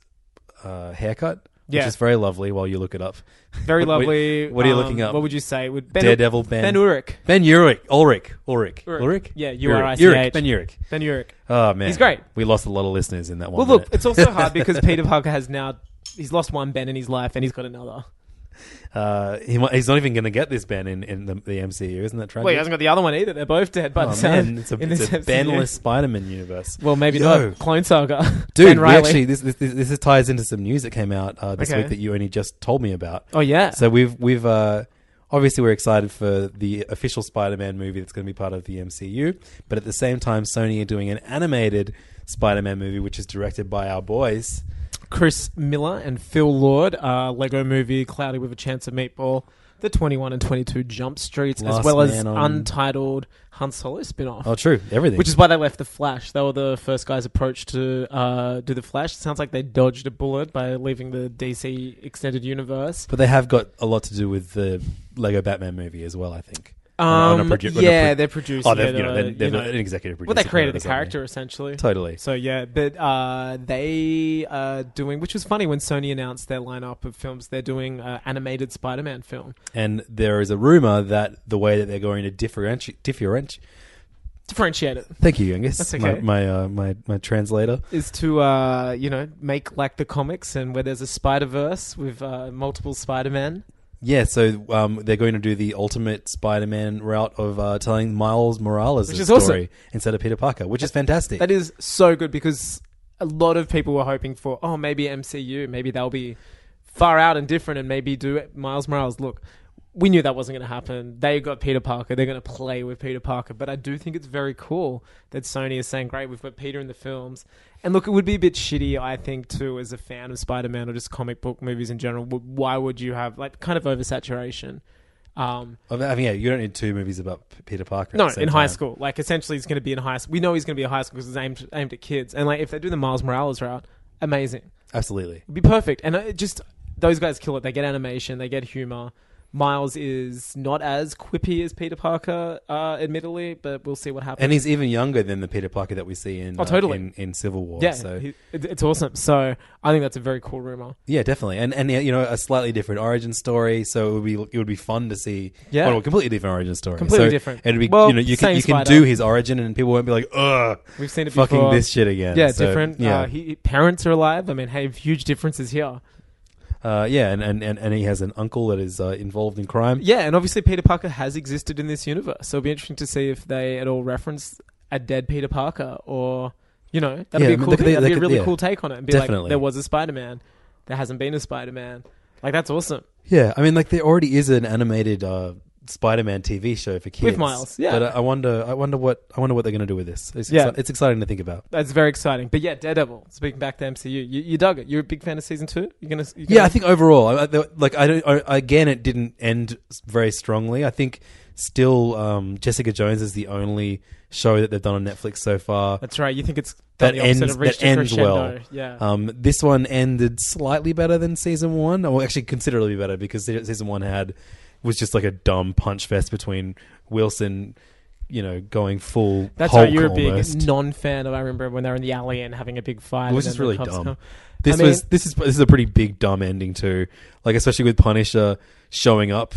Speaker 2: uh, haircut, which
Speaker 3: Yeah.
Speaker 2: is very lovely. While you look it up,
Speaker 3: Very
Speaker 2: What- what-
Speaker 3: lovely.
Speaker 2: what are you
Speaker 3: um,
Speaker 2: looking up?
Speaker 3: What would you say? Would Ben
Speaker 2: Daredevil Ben
Speaker 3: Ben Urich?
Speaker 2: Ben Urich Ulrich Ulrich
Speaker 3: Urich.
Speaker 2: Ulrich.
Speaker 3: Yeah,
Speaker 2: Urich.
Speaker 3: U-R-I-C-H.
Speaker 2: Urich Ben Urich.
Speaker 3: Ben Urich.
Speaker 2: Oh man,
Speaker 3: He's great.
Speaker 2: We lost a lot of listeners in that one.
Speaker 3: Well, look,
Speaker 2: minute.
Speaker 3: it's also hard because Peter Parker has now he's lost one Ben in his life and he's got another.
Speaker 2: uh, he, wa- he's not even going to get this Ben in, in the, the MCU, isn't that tragic?
Speaker 3: Well, he hasn't got the other one either. They're both dead. But
Speaker 2: oh, man, it's a,
Speaker 3: in
Speaker 2: it's a
Speaker 3: this MCU.
Speaker 2: Benless Spider-Man universe.
Speaker 3: well, maybe
Speaker 2: Yo.
Speaker 3: not. Clone Saga.
Speaker 2: Dude,
Speaker 3: ben
Speaker 2: we
Speaker 3: Reilly.
Speaker 2: actually this this, this this ties into some news that came out uh, this
Speaker 3: Okay.
Speaker 2: week that you only just told me about.
Speaker 3: Oh yeah.
Speaker 2: So we've we've uh, obviously we're excited for the official Spider-Man movie that's going to be part of the MCU, but at the same time, Sony are doing an animated Spider-Man movie which is directed by our boys.
Speaker 3: Chris Miller and Phil Lord, uh, Lego Movie, Cloudy with a Chance of Meatball, the Twenty One and Twenty Two Jump Streets,
Speaker 2: Last
Speaker 3: as well as
Speaker 2: Man on-
Speaker 3: Untitled Han Solo spin-off.
Speaker 2: Oh, true, everything.
Speaker 3: Which is why they left the Flash. They were the first guys approached to uh, do the Flash. Sounds like they dodged a bullet by leaving the DC extended universe.
Speaker 2: but they have got a lot to do with the Lego Batman movie as well. I think.
Speaker 3: Um,
Speaker 2: On a- on a Oh, produ- on a
Speaker 3: yeah,
Speaker 2: pro-
Speaker 3: they're producing.
Speaker 2: Oh, they've,
Speaker 3: it,
Speaker 2: you know,
Speaker 3: uh,
Speaker 2: they're,
Speaker 3: you
Speaker 2: they're
Speaker 3: know.
Speaker 2: an executive producer.
Speaker 3: well, they created the
Speaker 2: on it, haven't
Speaker 3: character essentially.
Speaker 2: they? Totally.
Speaker 3: So yeah, but uh, they are doing, which was funny when Sony announced their lineup of films. They're doing uh, animated Spider-Man film.
Speaker 2: And there is a rumor that the way that they're going to differentiate, differentiate.
Speaker 3: Differentiate it
Speaker 2: Thank you, Youngest.
Speaker 3: That's
Speaker 2: My
Speaker 3: okay.
Speaker 2: my, uh, my my translator.
Speaker 3: is to uh, you know make like the comics and where there's a Spider Verse with uh, multiple Spider-Man.
Speaker 2: Yeah, so um, they're going to do the ultimate Spider-Man route of uh, telling Miles Morales'
Speaker 3: Which is
Speaker 2: story
Speaker 3: awesome.
Speaker 2: instead of Peter Parker, which is fantastic.
Speaker 3: That is so good because a lot of people were hoping for, oh, maybe MCU, maybe they'll be far out and different and maybe do it. Miles Morales. Look, we knew that wasn't going to happen. They got Peter Parker. They're going to play with Peter Parker. But I do think it's very cool that Sony is saying, great, we've got Peter in the films. And look, it would be a bit shitty, I think, too, as a fan of Spider Man or just comic book movies in general. W- Why would you have, like, kind of oversaturation? Um,
Speaker 2: I mean, yeah, you don't need two movies about P- Peter Parker. at
Speaker 3: no,
Speaker 2: the same
Speaker 3: in high
Speaker 2: time.
Speaker 3: school. Like essentially, he's going to be in high school. We know he's going to be in high school because it's aimed aimed at kids. And like, if they do the Miles Morales route, amazing,
Speaker 2: Absolutely.
Speaker 3: It'd be perfect. And uh, it just those guys kill it. They get animation, they get humor. Miles is not as quippy as Peter Parker, uh, admittedly, but we'll see what happens.
Speaker 2: And he's even younger than the Peter Parker that we see in
Speaker 3: Oh,
Speaker 2: uh,
Speaker 3: totally.
Speaker 2: in, in Civil War.
Speaker 3: yeah,
Speaker 2: so
Speaker 3: he- it- it's awesome. So I think that's a very cool rumor.
Speaker 2: yeah, definitely. And and you know a slightly different origin story. So it would be it would be fun to see.
Speaker 3: Yeah.
Speaker 2: well, a completely different origin story.
Speaker 3: Completely
Speaker 2: So
Speaker 3: different.
Speaker 2: It'd be
Speaker 3: Well,
Speaker 2: you know you can
Speaker 3: same
Speaker 2: you can
Speaker 3: Spider.
Speaker 2: do his origin and people won't be like ugh
Speaker 3: We've seen it
Speaker 2: fucking
Speaker 3: before.
Speaker 2: this shit again.
Speaker 3: yeah,
Speaker 2: So,
Speaker 3: different.
Speaker 2: Yeah,
Speaker 3: Uh, he, parents are alive. I mean, hey, huge differences here.
Speaker 2: uh, yeah, and, and, and, and he has an uncle that is uh, involved in crime.
Speaker 3: Yeah, and obviously Peter Parker has existed in this universe, so it'll be interesting to see if they at all reference a dead Peter Parker, or you know, that'd
Speaker 2: Yeah,
Speaker 3: be
Speaker 2: I
Speaker 3: a
Speaker 2: mean,
Speaker 3: cool.
Speaker 2: they
Speaker 3: thing.
Speaker 2: could-
Speaker 3: that'd
Speaker 2: they
Speaker 3: be a
Speaker 2: could-
Speaker 3: really
Speaker 2: yeah.
Speaker 3: cool take on it, and be
Speaker 2: Definitely.
Speaker 3: like, there was a Spider Man, there hasn't been a Spider Man. Like that's awesome.
Speaker 2: Yeah, I mean, like there already is an animated uh, Spider-Man TV show for kids
Speaker 3: Miles, yeah.
Speaker 2: but I, I wonder, I wonder what, I wonder what they're going to do with this. It's,
Speaker 3: Yeah.
Speaker 2: exci- it's exciting to think about.
Speaker 3: That's very exciting. But yeah, Daredevil. Speaking back to MCU, you, you dug it. You're a big fan of season two. You're gonna, you're
Speaker 2: Yeah, I
Speaker 3: gonna-
Speaker 2: think overall, I, I, the- like I don't, I, again, it didn't end s- very strongly. I think still, um, Jessica Jones is the only show that they've done on Netflix so far.
Speaker 3: That's right. You think it's
Speaker 2: That
Speaker 3: done the opposite
Speaker 2: ends-
Speaker 3: of reached
Speaker 2: that
Speaker 3: a
Speaker 2: ends
Speaker 3: crescendo.
Speaker 2: well.
Speaker 3: Yeah.
Speaker 2: Um, this one ended slightly better than season one, or actually considerably better because se- season one had was just like a dumb punch fest between Wilson, you know, going full.
Speaker 3: That's
Speaker 2: Hulk
Speaker 3: right. You're a big
Speaker 2: almost.
Speaker 3: non-fan of. I remember when they were in the alley and having a big fight.
Speaker 2: It was
Speaker 3: and
Speaker 2: just
Speaker 3: then
Speaker 2: really
Speaker 3: the cops
Speaker 2: dumb.
Speaker 3: come.
Speaker 2: This
Speaker 3: I mean-
Speaker 2: was this is this is a pretty big dumb ending too. Like especially with Punisher showing up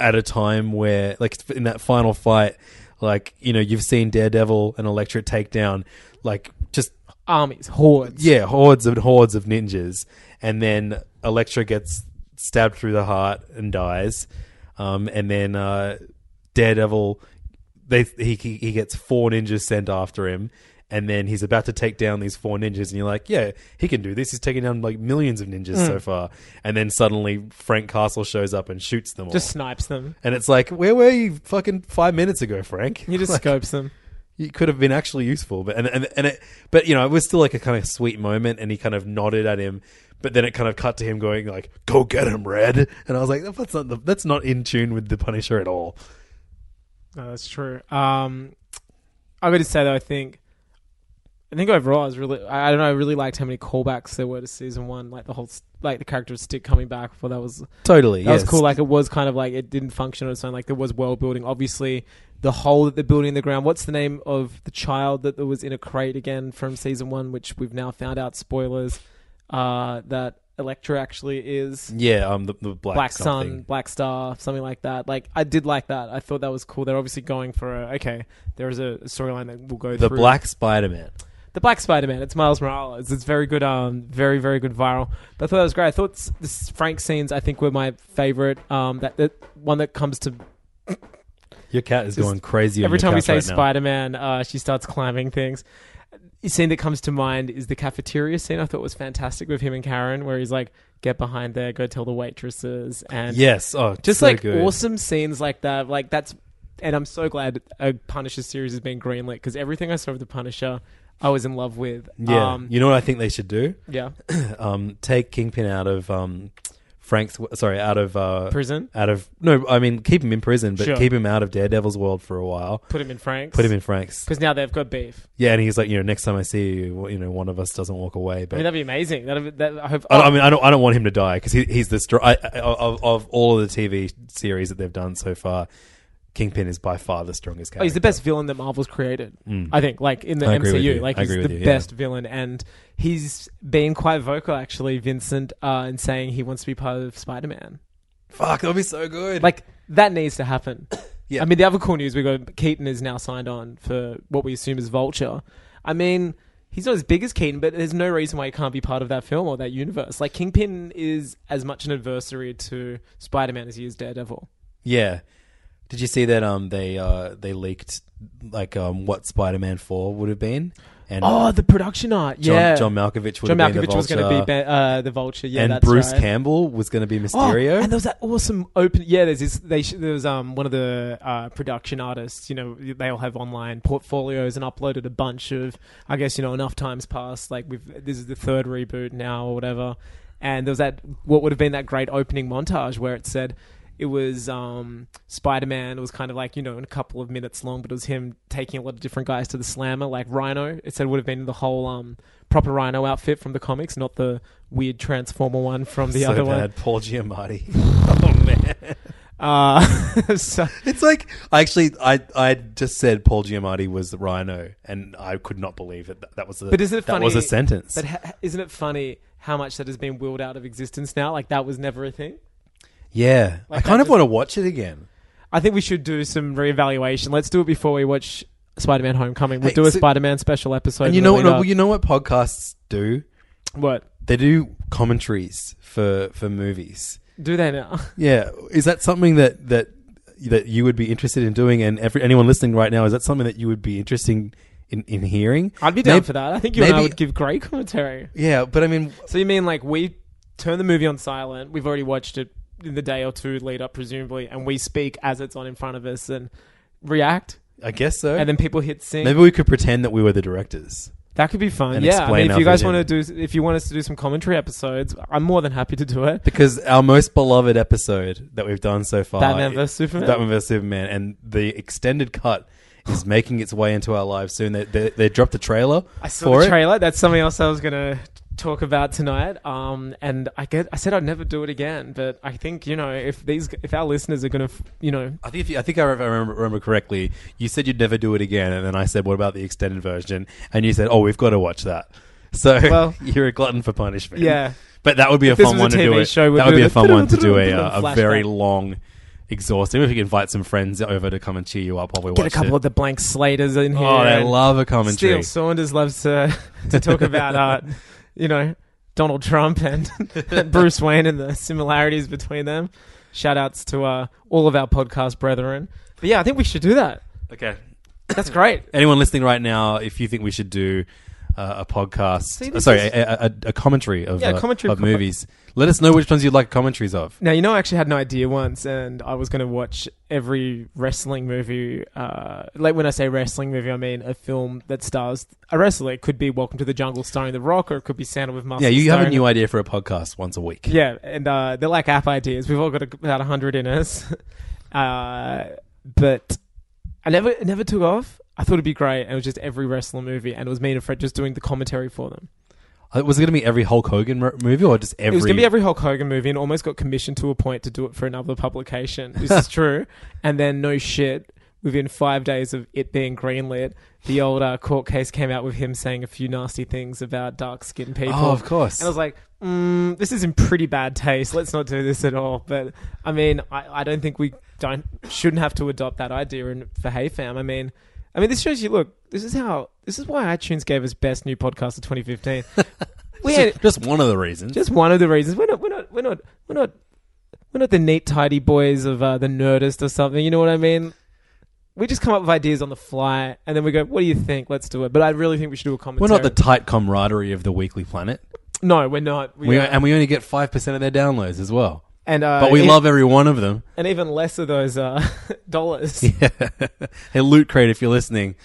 Speaker 2: at a time where like in that final fight, like you know you've seen Daredevil and Elektra take down like just
Speaker 3: Armies, hordes.
Speaker 2: yeah hordes and hordes of ninjas, and then Elektra gets stabbed through the heart and dies, um, and then uh, Daredevil they he he he gets four ninjas sent after him. And then he's about to take down these four ninjas, and you're like, "Yeah, he can do this. He's taken down like millions of ninjas
Speaker 3: Hmm.
Speaker 2: so far." And then suddenly Frank Castle shows up and shoots them all.
Speaker 3: Just snipes them.
Speaker 2: and it's like, "Where were you fucking five minutes ago, Frank?
Speaker 3: He just
Speaker 2: Like,
Speaker 3: scopes them.
Speaker 2: you could have been actually useful." But and and and it, but you know, it was still like a kind of sweet moment, and he kind of nodded at him. But then it kind of cut to him going like, "Go get him, Red," and I was like, "That's not the, that's not in tune with the Punisher at all."
Speaker 3: No, that's true. Um, I got to say though, I think, I think overall, I was really, I, I don't know, I really liked how many callbacks there were to season one, like the whole, s- like the character of Stick coming back. For that was that
Speaker 2: Totally,
Speaker 3: was cool. Like it was kind of like it didn't function on its own. Like there was world building. Obviously, the hole that they're building in the ground. What's the name of the child that was in a crate again from season one, which we've now found out spoilers uh, that Elektra actually is.
Speaker 2: Yeah, um, the, the black,
Speaker 3: Black
Speaker 2: something.
Speaker 3: Sun, Black Star, something like that. Like I did like that. I thought that was cool. They're obviously going for a okay. There is a storyline that will go
Speaker 2: the
Speaker 3: through
Speaker 2: Black Spider Man.
Speaker 3: the Black Spider Man. It's Miles Morales. It's very good. Um, very very good viral. But I thought that was great. I thought s- this Frank scenes. I think were my favorite. Um, that that one that comes to
Speaker 2: Your cat is
Speaker 3: Just-
Speaker 2: going crazy.
Speaker 3: every
Speaker 2: on your
Speaker 3: time we
Speaker 2: couch
Speaker 3: say
Speaker 2: right now.
Speaker 3: Spider Man. Uh, she starts climbing things. The scene that comes to mind is the cafeteria scene. I thought was fantastic with him and Karen, where he's like, "Get behind there, go tell the waitresses," and
Speaker 2: Yes, oh,
Speaker 3: just
Speaker 2: so
Speaker 3: like
Speaker 2: good.
Speaker 3: awesome scenes like that. Like that's, and I'm so glad a Punisher series has been greenlit because everything I saw of the Punisher, I was in love with.
Speaker 2: Yeah,
Speaker 3: um,
Speaker 2: you know what I think they should do?
Speaker 3: yeah.
Speaker 2: Um, take Kingpin out of um, Frank's. Sorry, out of uh,
Speaker 3: Prison.
Speaker 2: out of no. I mean, keep him in prison, but
Speaker 3: Sure.
Speaker 2: keep him out of Daredevil's world for a while.
Speaker 3: Put him in Frank's.
Speaker 2: Put him in Frank's.
Speaker 3: because now they've got beef.
Speaker 2: Yeah, and he's like, you know, next time I see you, you know, one of us doesn't walk away.
Speaker 3: I
Speaker 2: But
Speaker 3: mean, that'd be amazing. That'd be, that I hope. oh,
Speaker 2: I, don't- I mean, I don't, I don't want him to die because he, he's the str- I, I, of, of all of the TV series that they've done so far. Kingpin is by far the strongest character.
Speaker 3: Oh, he's the best villain that Marvel's created.
Speaker 2: Mm.
Speaker 3: I think, like in the
Speaker 2: I agree with
Speaker 3: MCU,
Speaker 2: you.
Speaker 3: like
Speaker 2: I
Speaker 3: he's
Speaker 2: agree with
Speaker 3: the
Speaker 2: you, yeah.
Speaker 3: best villain, and he's been quite vocal actually, Vincent, uh, in saying he wants to be part of Spider-Man.
Speaker 2: Fuck, that'll be so good.
Speaker 3: Like that needs to happen.
Speaker 2: Yeah.
Speaker 3: I mean, the other cool news we got Keaton is now signed on for what we assume is Vulture. I mean, he's not as big as Keaton, but there's no reason why he can't be part of that film or that universe. Like Kingpin is as much an adversary to Spider-Man as he is Daredevil.
Speaker 2: Yeah. Did you see that um they uh they leaked like um what Spider Man four would have been? And
Speaker 3: Oh, the production art.
Speaker 2: John,
Speaker 3: Yeah.
Speaker 2: John Malkovich would
Speaker 3: John
Speaker 2: have been
Speaker 3: Malkovich
Speaker 2: the
Speaker 3: was going to be
Speaker 2: Vulture,
Speaker 3: Ben- uh, the Vulture. Yeah,
Speaker 2: and
Speaker 3: that's
Speaker 2: Bruce
Speaker 3: right.
Speaker 2: Campbell was going to be
Speaker 3: Oh,
Speaker 2: Mysterio.
Speaker 3: and there was that awesome open. Yeah, there's this. They sh- there was um one of the uh, production artists. You know, they all have online portfolios and uploaded a bunch of. I guess you know enough times passed. Like we've this is the third reboot now or whatever. And there was that what would have been that great opening montage where it said it was um, Spider Man. It was kind of like you know in a couple of minutes long, but it was him taking a lot of different guys to the slammer. Like Rhino, it said would have been the whole um proper Rhino outfit from the comics, not the weird Transformer one from the
Speaker 2: so
Speaker 3: other
Speaker 2: bad,
Speaker 3: one.
Speaker 2: Paul Giamatti. oh man,
Speaker 3: Uh, so,
Speaker 2: It's like I actually I I just said Paul Giamatti was the Rhino, and I could not believe it. That, that was the
Speaker 3: But isn't it
Speaker 2: that was a
Speaker 3: funny
Speaker 2: sentence.
Speaker 3: but ha- isn't it funny how much that has been willed out of existence now? Like that was never a thing.
Speaker 2: yeah, I
Speaker 3: Like,
Speaker 2: kind
Speaker 3: I
Speaker 2: of
Speaker 3: just-
Speaker 2: want to watch it again.
Speaker 3: I think we should do some reevaluation. Let's do it before we watch Spider-Man: Homecoming. We'll
Speaker 2: Hey,
Speaker 3: do a
Speaker 2: so-
Speaker 3: Spider-Man special episode.
Speaker 2: And you
Speaker 3: in
Speaker 2: know
Speaker 3: the
Speaker 2: what?
Speaker 3: lead up.
Speaker 2: you know what podcasts do?
Speaker 3: what?
Speaker 2: They do commentaries for for movies.
Speaker 3: Do they now?
Speaker 2: Yeah, is that something that that that you would be interested in doing? And every anyone listening right now, is that something that you would be interesting in in hearing?
Speaker 3: I'd be down
Speaker 2: Maybe-
Speaker 3: for that. I think you and I
Speaker 2: maybe-
Speaker 3: would give great commentary.
Speaker 2: Yeah, but I mean,
Speaker 3: So you mean like we turn the movie on silent? We've already watched it in the day or two lead up, presumably, and we speak as it's on in front of us and react,
Speaker 2: I guess so.
Speaker 3: and then people hit sync.
Speaker 2: Maybe we could pretend that we were the directors.
Speaker 3: that could be fun.
Speaker 2: And
Speaker 3: Yeah, I
Speaker 2: explain
Speaker 3: mean, if
Speaker 2: our
Speaker 3: you guys
Speaker 2: vision.
Speaker 3: want to do, if you want us to do some commentary episodes, I'm more than happy to do it.
Speaker 2: Because our most beloved episode that we've done so far,
Speaker 3: Batman vs Superman.
Speaker 2: Batman vs Superman, and the extended cut is making its way into our lives soon. They they, they dropped a trailer.
Speaker 3: I saw
Speaker 2: for
Speaker 3: the
Speaker 2: it.
Speaker 3: trailer. That's something else I was gonna talk about tonight. Um, and I get, I said I'd never do it again, but I think you know if these, if our listeners are gonna, f- you know,
Speaker 2: I think if you, I think I remember, remember correctly, you said you'd never do it again, and then I said, "What about the extended version?" And you said, "Oh, we've got to watch that." So
Speaker 3: Well-
Speaker 2: you're a glutton for punishment.
Speaker 3: yeah,
Speaker 2: but that would be a
Speaker 3: this
Speaker 2: fun
Speaker 3: was a
Speaker 2: one to do.
Speaker 3: TV
Speaker 2: It.
Speaker 3: show, we'd
Speaker 2: that would
Speaker 3: do
Speaker 2: be a
Speaker 3: the
Speaker 2: fun one to do a, uh, a
Speaker 3: flashback.
Speaker 2: very long, exhaustive. If you can invite some friends over to come and cheer you up while we
Speaker 3: get a
Speaker 2: watch
Speaker 3: couple
Speaker 2: it.
Speaker 3: of the blank slaters in here.
Speaker 2: oh, they
Speaker 3: and-
Speaker 2: love a commentary.
Speaker 3: Steele Saunders loves to to talk about, uh, you know, Donald Trump and, Bruce Wayne and the similarities between them. Shout outs to uh, all of our podcast brethren. But yeah, I think we should do that.
Speaker 2: Okay,
Speaker 3: That's great.
Speaker 2: anyone listening right now, if you think we should do uh, a podcast,
Speaker 3: See,
Speaker 2: uh,
Speaker 3: this
Speaker 2: sorry,
Speaker 3: is-
Speaker 2: a, a, a- a commentary of
Speaker 3: Yeah,
Speaker 2: uh,
Speaker 3: commentary
Speaker 2: of
Speaker 3: of com-
Speaker 2: movies, let us know which ones you'd like commentaries of.
Speaker 3: Now, you know, I actually had an idea once, and I was going to watch every wrestling movie. Uh, like, when I say wrestling movie, I mean a film that stars a wrestler. It could be Welcome to the Jungle starring The Rock, or it could be Santa with Muscle.
Speaker 2: Yeah, you have a
Speaker 3: starring-
Speaker 2: new idea for a podcast once a week.
Speaker 3: Oh, Yeah, and uh, they're like app ideas. We've all got about hundred in us, uh, but I never it never took off. I thought it'd be great, and it was just every wrestler movie, and it was me and Fred just doing the commentary for them.
Speaker 2: Uh, Was it going to be every Hulk Hogan mo- movie or just every?
Speaker 3: It was gonna be every Hulk Hogan movie, and almost got commissioned to a point to do it for another publication. This is true, and then no shit. Within five days of it being greenlit, the old uh, court case came out with him saying a few nasty things about dark skinned people.
Speaker 2: Oh, of course.
Speaker 3: And I was like, mm, this is in pretty bad taste. Let's not do this at all. But I mean, I, I don't think we don't shouldn't have to adopt that idea in, for Hey Fam. I mean, I mean, this shows you. Look, this is how this is why iTunes gave us best new podcast of 2015. we had,
Speaker 2: just, just one of the reasons.
Speaker 3: just one of the reasons we're not we're not we're not we're not we're not the neat tidy boys of uh, the Nerdist or something. You know what I mean? We just come up with ideas on the fly, and then we go, "What do you think? Let's do it." But I really think we should do a
Speaker 2: We're
Speaker 3: commentary.
Speaker 2: not the tight camaraderie of the Weekly Planet,
Speaker 3: no, we're not.
Speaker 2: we,
Speaker 3: are-
Speaker 2: and we only get five percent of their downloads as well.
Speaker 3: and uh,
Speaker 2: But we
Speaker 3: if-
Speaker 2: love every one of them.
Speaker 3: and even less of those uh, dollars.
Speaker 2: Yeah. hey, Loot Crate, if you're listening,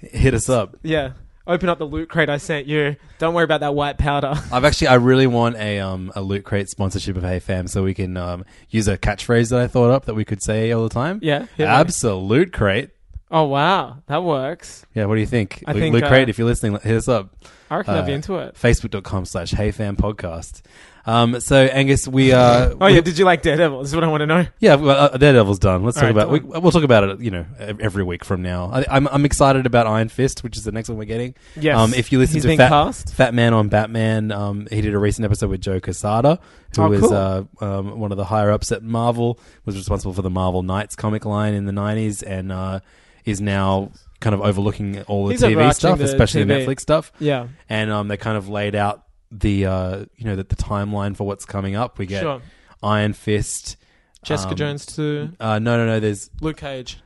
Speaker 2: hit us up.
Speaker 3: Yeah. Open up the loot crate I sent you. Don't worry about that white powder.
Speaker 2: I've actually, I really want a um a Loot Crate sponsorship of Hey Fam, so we can um use a catchphrase that I thought up that we could say all the time.
Speaker 3: Yeah. hit me.
Speaker 2: Absolute crate.
Speaker 3: Oh wow, that works.
Speaker 2: Yeah, what do you think?
Speaker 3: I
Speaker 2: Loot-
Speaker 3: think,
Speaker 2: Loot
Speaker 3: uh,
Speaker 2: Crate, if you're listening, hit us up.
Speaker 3: I reckon I'd be
Speaker 2: Uh,
Speaker 3: into it.
Speaker 2: Facebook.com slash Hey Fam Podcast. Um, so Angus, we uh,
Speaker 3: Oh
Speaker 2: we-
Speaker 3: yeah, did you like Daredevil? This is what I want to know.
Speaker 2: yeah, well, uh, Daredevil's done. Let's
Speaker 3: All
Speaker 2: talk
Speaker 3: right,
Speaker 2: about we,
Speaker 3: go
Speaker 2: we'll talk about it. You know, ev- every week from now. I, I'm I'm excited about Iron Fist, which is the next one we're getting.
Speaker 3: Yes.
Speaker 2: Um, if you listen
Speaker 3: He's
Speaker 2: to
Speaker 3: been
Speaker 2: Fat,
Speaker 3: cast?
Speaker 2: Fat Man on Batman, um, he did a recent episode with Joe Quesada, who
Speaker 3: Oh,
Speaker 2: was
Speaker 3: cool.
Speaker 2: uh, um, one of the higher ups at Marvel, was responsible for the Marvel Knights comic line in the '90s, and uh, is now kind of overlooking all the
Speaker 3: He's
Speaker 2: TV
Speaker 3: overarching
Speaker 2: stuff,
Speaker 3: the
Speaker 2: especially the
Speaker 3: TV.
Speaker 2: Netflix stuff.
Speaker 3: Yeah.
Speaker 2: And um, they kind of laid out the uh, you know the, the timeline for what's coming up. We get
Speaker 3: Sure.
Speaker 2: Iron Fist.
Speaker 3: Jessica
Speaker 2: um,
Speaker 3: Jones to
Speaker 2: Uh, no, no, no. There's
Speaker 3: Luke Cage.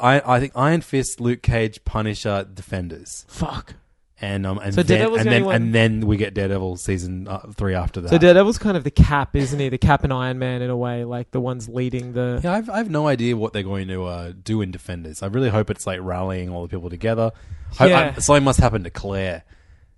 Speaker 2: I, I think Iron Fist, Luke Cage, Punisher, Defenders,
Speaker 3: Fuck.
Speaker 2: and um, and
Speaker 3: So
Speaker 2: then
Speaker 3: Daredevil's
Speaker 2: and
Speaker 3: the
Speaker 2: then
Speaker 3: only one-
Speaker 2: and then we get Daredevil season uh, three after that.
Speaker 3: So Daredevil's kind of the cap, isn't he? The cap and Iron Man in a way, like the ones leading the.
Speaker 2: yeah, I've I've no idea what they're going to uh, do in Defenders. I really hope it's like rallying all the people together. Ho-
Speaker 3: Yeah.
Speaker 2: I, something must happen to Claire.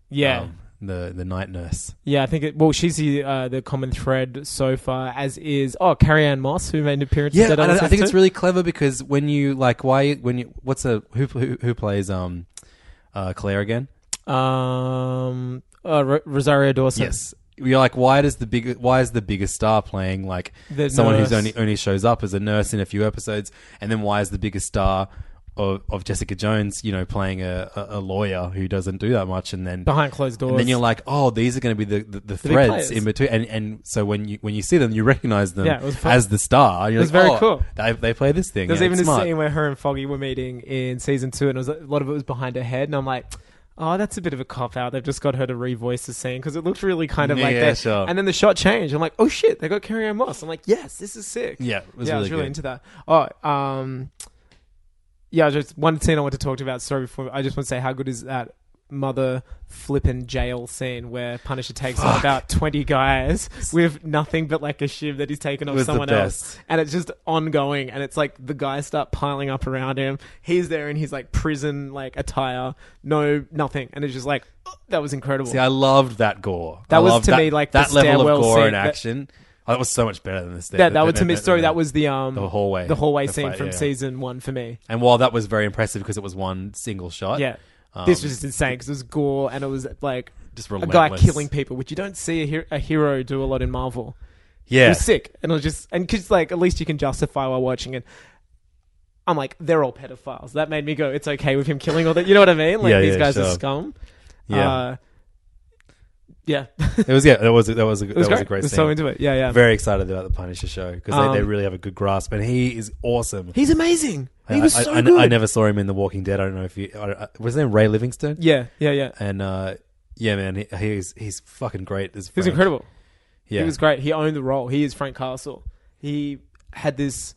Speaker 3: Yeah.
Speaker 2: um, the the night nurse.
Speaker 3: Yeah, I think it. Well, she's the uh, the common thread so far, as is oh Carrie Ann Moss, who made an appearance.
Speaker 2: Yeah,
Speaker 3: in
Speaker 2: and
Speaker 3: Daredevil
Speaker 2: I, I think
Speaker 3: season
Speaker 2: it's
Speaker 3: two.
Speaker 2: really clever because when you like why when you what's a who who, who plays um uh, Claire again?
Speaker 3: Um, uh, oh, Ro- Rosario Dawson.
Speaker 2: Yes. you're like, why does the big why is the biggest star playing like
Speaker 3: The
Speaker 2: someone who's
Speaker 3: nurse.
Speaker 2: only only shows up as a nurse in a few episodes, and then why is the biggest star of, of Jessica Jones, you know, playing a, a, a lawyer who doesn't do that much, and then
Speaker 3: behind closed doors.
Speaker 2: and then you're like, oh, these are going to be the, the, the
Speaker 3: big
Speaker 2: threads
Speaker 3: players.
Speaker 2: in between. And, and so when you when you see them, you recognize them
Speaker 3: Yeah, it was fun.
Speaker 2: as the star. And You're
Speaker 3: It was
Speaker 2: like,
Speaker 3: very
Speaker 2: oh,
Speaker 3: cool.
Speaker 2: They, they play this thing.
Speaker 3: There's
Speaker 2: yeah,
Speaker 3: even
Speaker 2: it's
Speaker 3: a
Speaker 2: smart.
Speaker 3: scene where her and Foggy were meeting in season two, and it was a lot of it was behind her head, and I'm like. Oh, that's a bit of a cop out. They've just got her to revoice the scene because it looked really kind of like
Speaker 2: Yeah,
Speaker 3: that.
Speaker 2: sure.
Speaker 3: And then the shot changed. I'm like, oh shit, they got Carrie Ann Moss. I'm like, yes, this is sick.
Speaker 2: Yeah, it was
Speaker 3: yeah, I
Speaker 2: really
Speaker 3: was really
Speaker 2: good.
Speaker 3: into that. Oh, um, yeah, just one scene I want to talk to about. Sorry, before I just want to say how good is that mother flippin' jail scene where Punisher takes on about twenty guys with nothing but like a shiv that he's taken
Speaker 2: It
Speaker 3: off
Speaker 2: was the
Speaker 3: someone else,
Speaker 2: best.
Speaker 3: and it's just ongoing. And it's like the guys start piling up around him. He's there in his like prison like attire, no nothing, and it's just like oh, that was incredible.
Speaker 2: See, I loved that gore.
Speaker 3: That
Speaker 2: I
Speaker 3: was,
Speaker 2: loved
Speaker 3: to me, like, the
Speaker 2: that level of
Speaker 3: stairwell
Speaker 2: gore
Speaker 3: scene
Speaker 2: in
Speaker 3: that-
Speaker 2: action. oh, that was so much better than this.
Speaker 3: that that was to me. Sorry, that was the um
Speaker 2: the hallway,
Speaker 3: the hallway
Speaker 2: the
Speaker 3: scene
Speaker 2: fight,
Speaker 3: from
Speaker 2: yeah.
Speaker 3: season one for me.
Speaker 2: And while that was very impressive because it was one single shot,
Speaker 3: Yeah.
Speaker 2: um,
Speaker 3: this was just insane because it was gore and it was like
Speaker 2: just
Speaker 3: a
Speaker 2: relentless.
Speaker 3: guy killing people, which you don't see a, her- a hero do a lot in Marvel. It
Speaker 2: Yeah,
Speaker 3: was sick, and it was just and because like at least you can justify while watching it. I'm like, they're all pedophiles. That made me go, it's okay with him killing all that. You know what I mean? Like
Speaker 2: Yeah,
Speaker 3: these
Speaker 2: yeah,
Speaker 3: guys are
Speaker 2: sure.
Speaker 3: scum.
Speaker 2: yeah.
Speaker 3: uh, yeah.
Speaker 2: it was. Yeah, that was. That was. A, that
Speaker 3: It was
Speaker 2: was a
Speaker 3: great.
Speaker 2: great
Speaker 3: I was
Speaker 2: scene.
Speaker 3: so into it. Yeah, yeah.
Speaker 2: very excited about the Punisher show because
Speaker 3: Um,
Speaker 2: they, they really have a good grasp, and he is awesome.
Speaker 3: He's amazing. He was
Speaker 2: I,
Speaker 3: so
Speaker 2: I- I-
Speaker 3: good.
Speaker 2: I never saw him in The Walking Dead. I don't know if you. I, I, was his name Ray Livingston?
Speaker 3: Yeah, yeah, yeah.
Speaker 2: And uh, yeah, man, he, he's he's fucking great. As
Speaker 3: He was
Speaker 2: Frank.
Speaker 3: incredible.
Speaker 2: Yeah,
Speaker 3: He was great. He owned the role. He is Frank Castle. He had this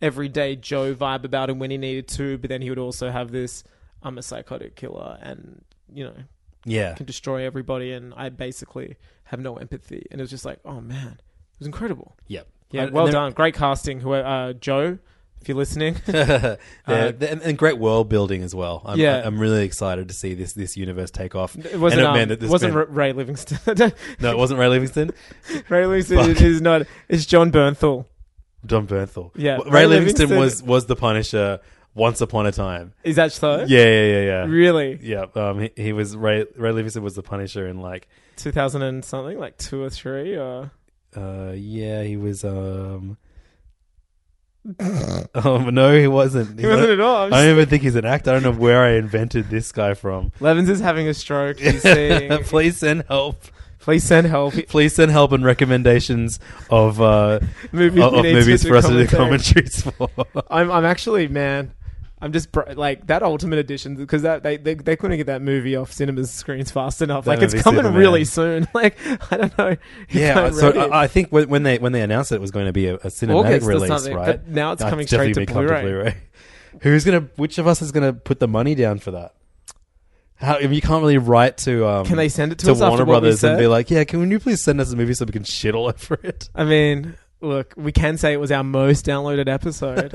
Speaker 3: everyday Joe vibe about him when he needed to, but then he would also have this I'm a psychotic killer and, you know,
Speaker 2: yeah,
Speaker 3: can destroy everybody and I basically have no empathy. And it was just like, oh man, it was incredible.
Speaker 2: yep.
Speaker 3: Yeah,
Speaker 2: And-
Speaker 3: well
Speaker 2: and
Speaker 3: done. Great casting. Who uh, Joe, if you're listening.
Speaker 2: they're-
Speaker 3: Uh,
Speaker 2: they're- and, and great world building as well. I'm,
Speaker 3: Yeah.
Speaker 2: I'm really excited to see this this universe take off.
Speaker 3: It wasn't,
Speaker 2: And, uh,
Speaker 3: um,
Speaker 2: man, that
Speaker 3: it
Speaker 2: this
Speaker 3: wasn't
Speaker 2: man-
Speaker 3: R- Ray Livingston.
Speaker 2: No, it wasn't Ray Livingston.
Speaker 3: Ray Livingston
Speaker 2: Fuck.
Speaker 3: is, is not. It's John Bernthal.
Speaker 2: John Bernthal.
Speaker 3: Yeah,
Speaker 2: Ray,
Speaker 3: Ray
Speaker 2: Livingston,
Speaker 3: Livingston-
Speaker 2: was was the Punisher once upon a time.
Speaker 3: Is that so?
Speaker 2: Yeah, yeah, yeah, yeah.
Speaker 3: Really?
Speaker 2: Yeah, um, he, he was Ray. Ray Livingston was the Punisher in like,
Speaker 3: 2000 and something, like two or three? or...
Speaker 2: uh, yeah, he was. Um, um, no, he wasn't.
Speaker 3: He wasn't at all. I'm
Speaker 2: I
Speaker 3: just-
Speaker 2: don't even think he's an actor. I don't know where I invented this guy from.
Speaker 3: Levins is having a stroke. He's saying,
Speaker 2: Please send help.
Speaker 3: please send help.
Speaker 2: Please send help and recommendations of uh,
Speaker 3: Movies,
Speaker 2: of
Speaker 3: we need
Speaker 2: movies for us to do
Speaker 3: commentate.
Speaker 2: commentaries for.
Speaker 3: I'm, I'm actually, man, I'm just br- like that Ultimate Edition because that they, they they couldn't get that movie off cinemas screens fast enough.
Speaker 2: That
Speaker 3: like it's
Speaker 2: movie's
Speaker 3: coming
Speaker 2: Superman.
Speaker 3: really soon. Like I don't know. It's
Speaker 2: yeah,
Speaker 3: kind of
Speaker 2: so
Speaker 3: ready.
Speaker 2: I, I think when, when they when they announced that it was going to be a, a cinematic
Speaker 3: August or
Speaker 2: release,
Speaker 3: something,
Speaker 2: right?
Speaker 3: but now it's
Speaker 2: Uh,
Speaker 3: coming
Speaker 2: definitely
Speaker 3: straight to
Speaker 2: be come
Speaker 3: Blu-ray.
Speaker 2: Who's gonna? Which of us is gonna put the money down for that? How I mean, you can't really write to um,
Speaker 3: Can they send it to,
Speaker 2: to
Speaker 3: us after
Speaker 2: Warner
Speaker 3: what we
Speaker 2: Brothers
Speaker 3: said?
Speaker 2: and be like, yeah, can you please send us a movie so we can shit all over it?
Speaker 3: I mean, look, we can say it was our most downloaded episode.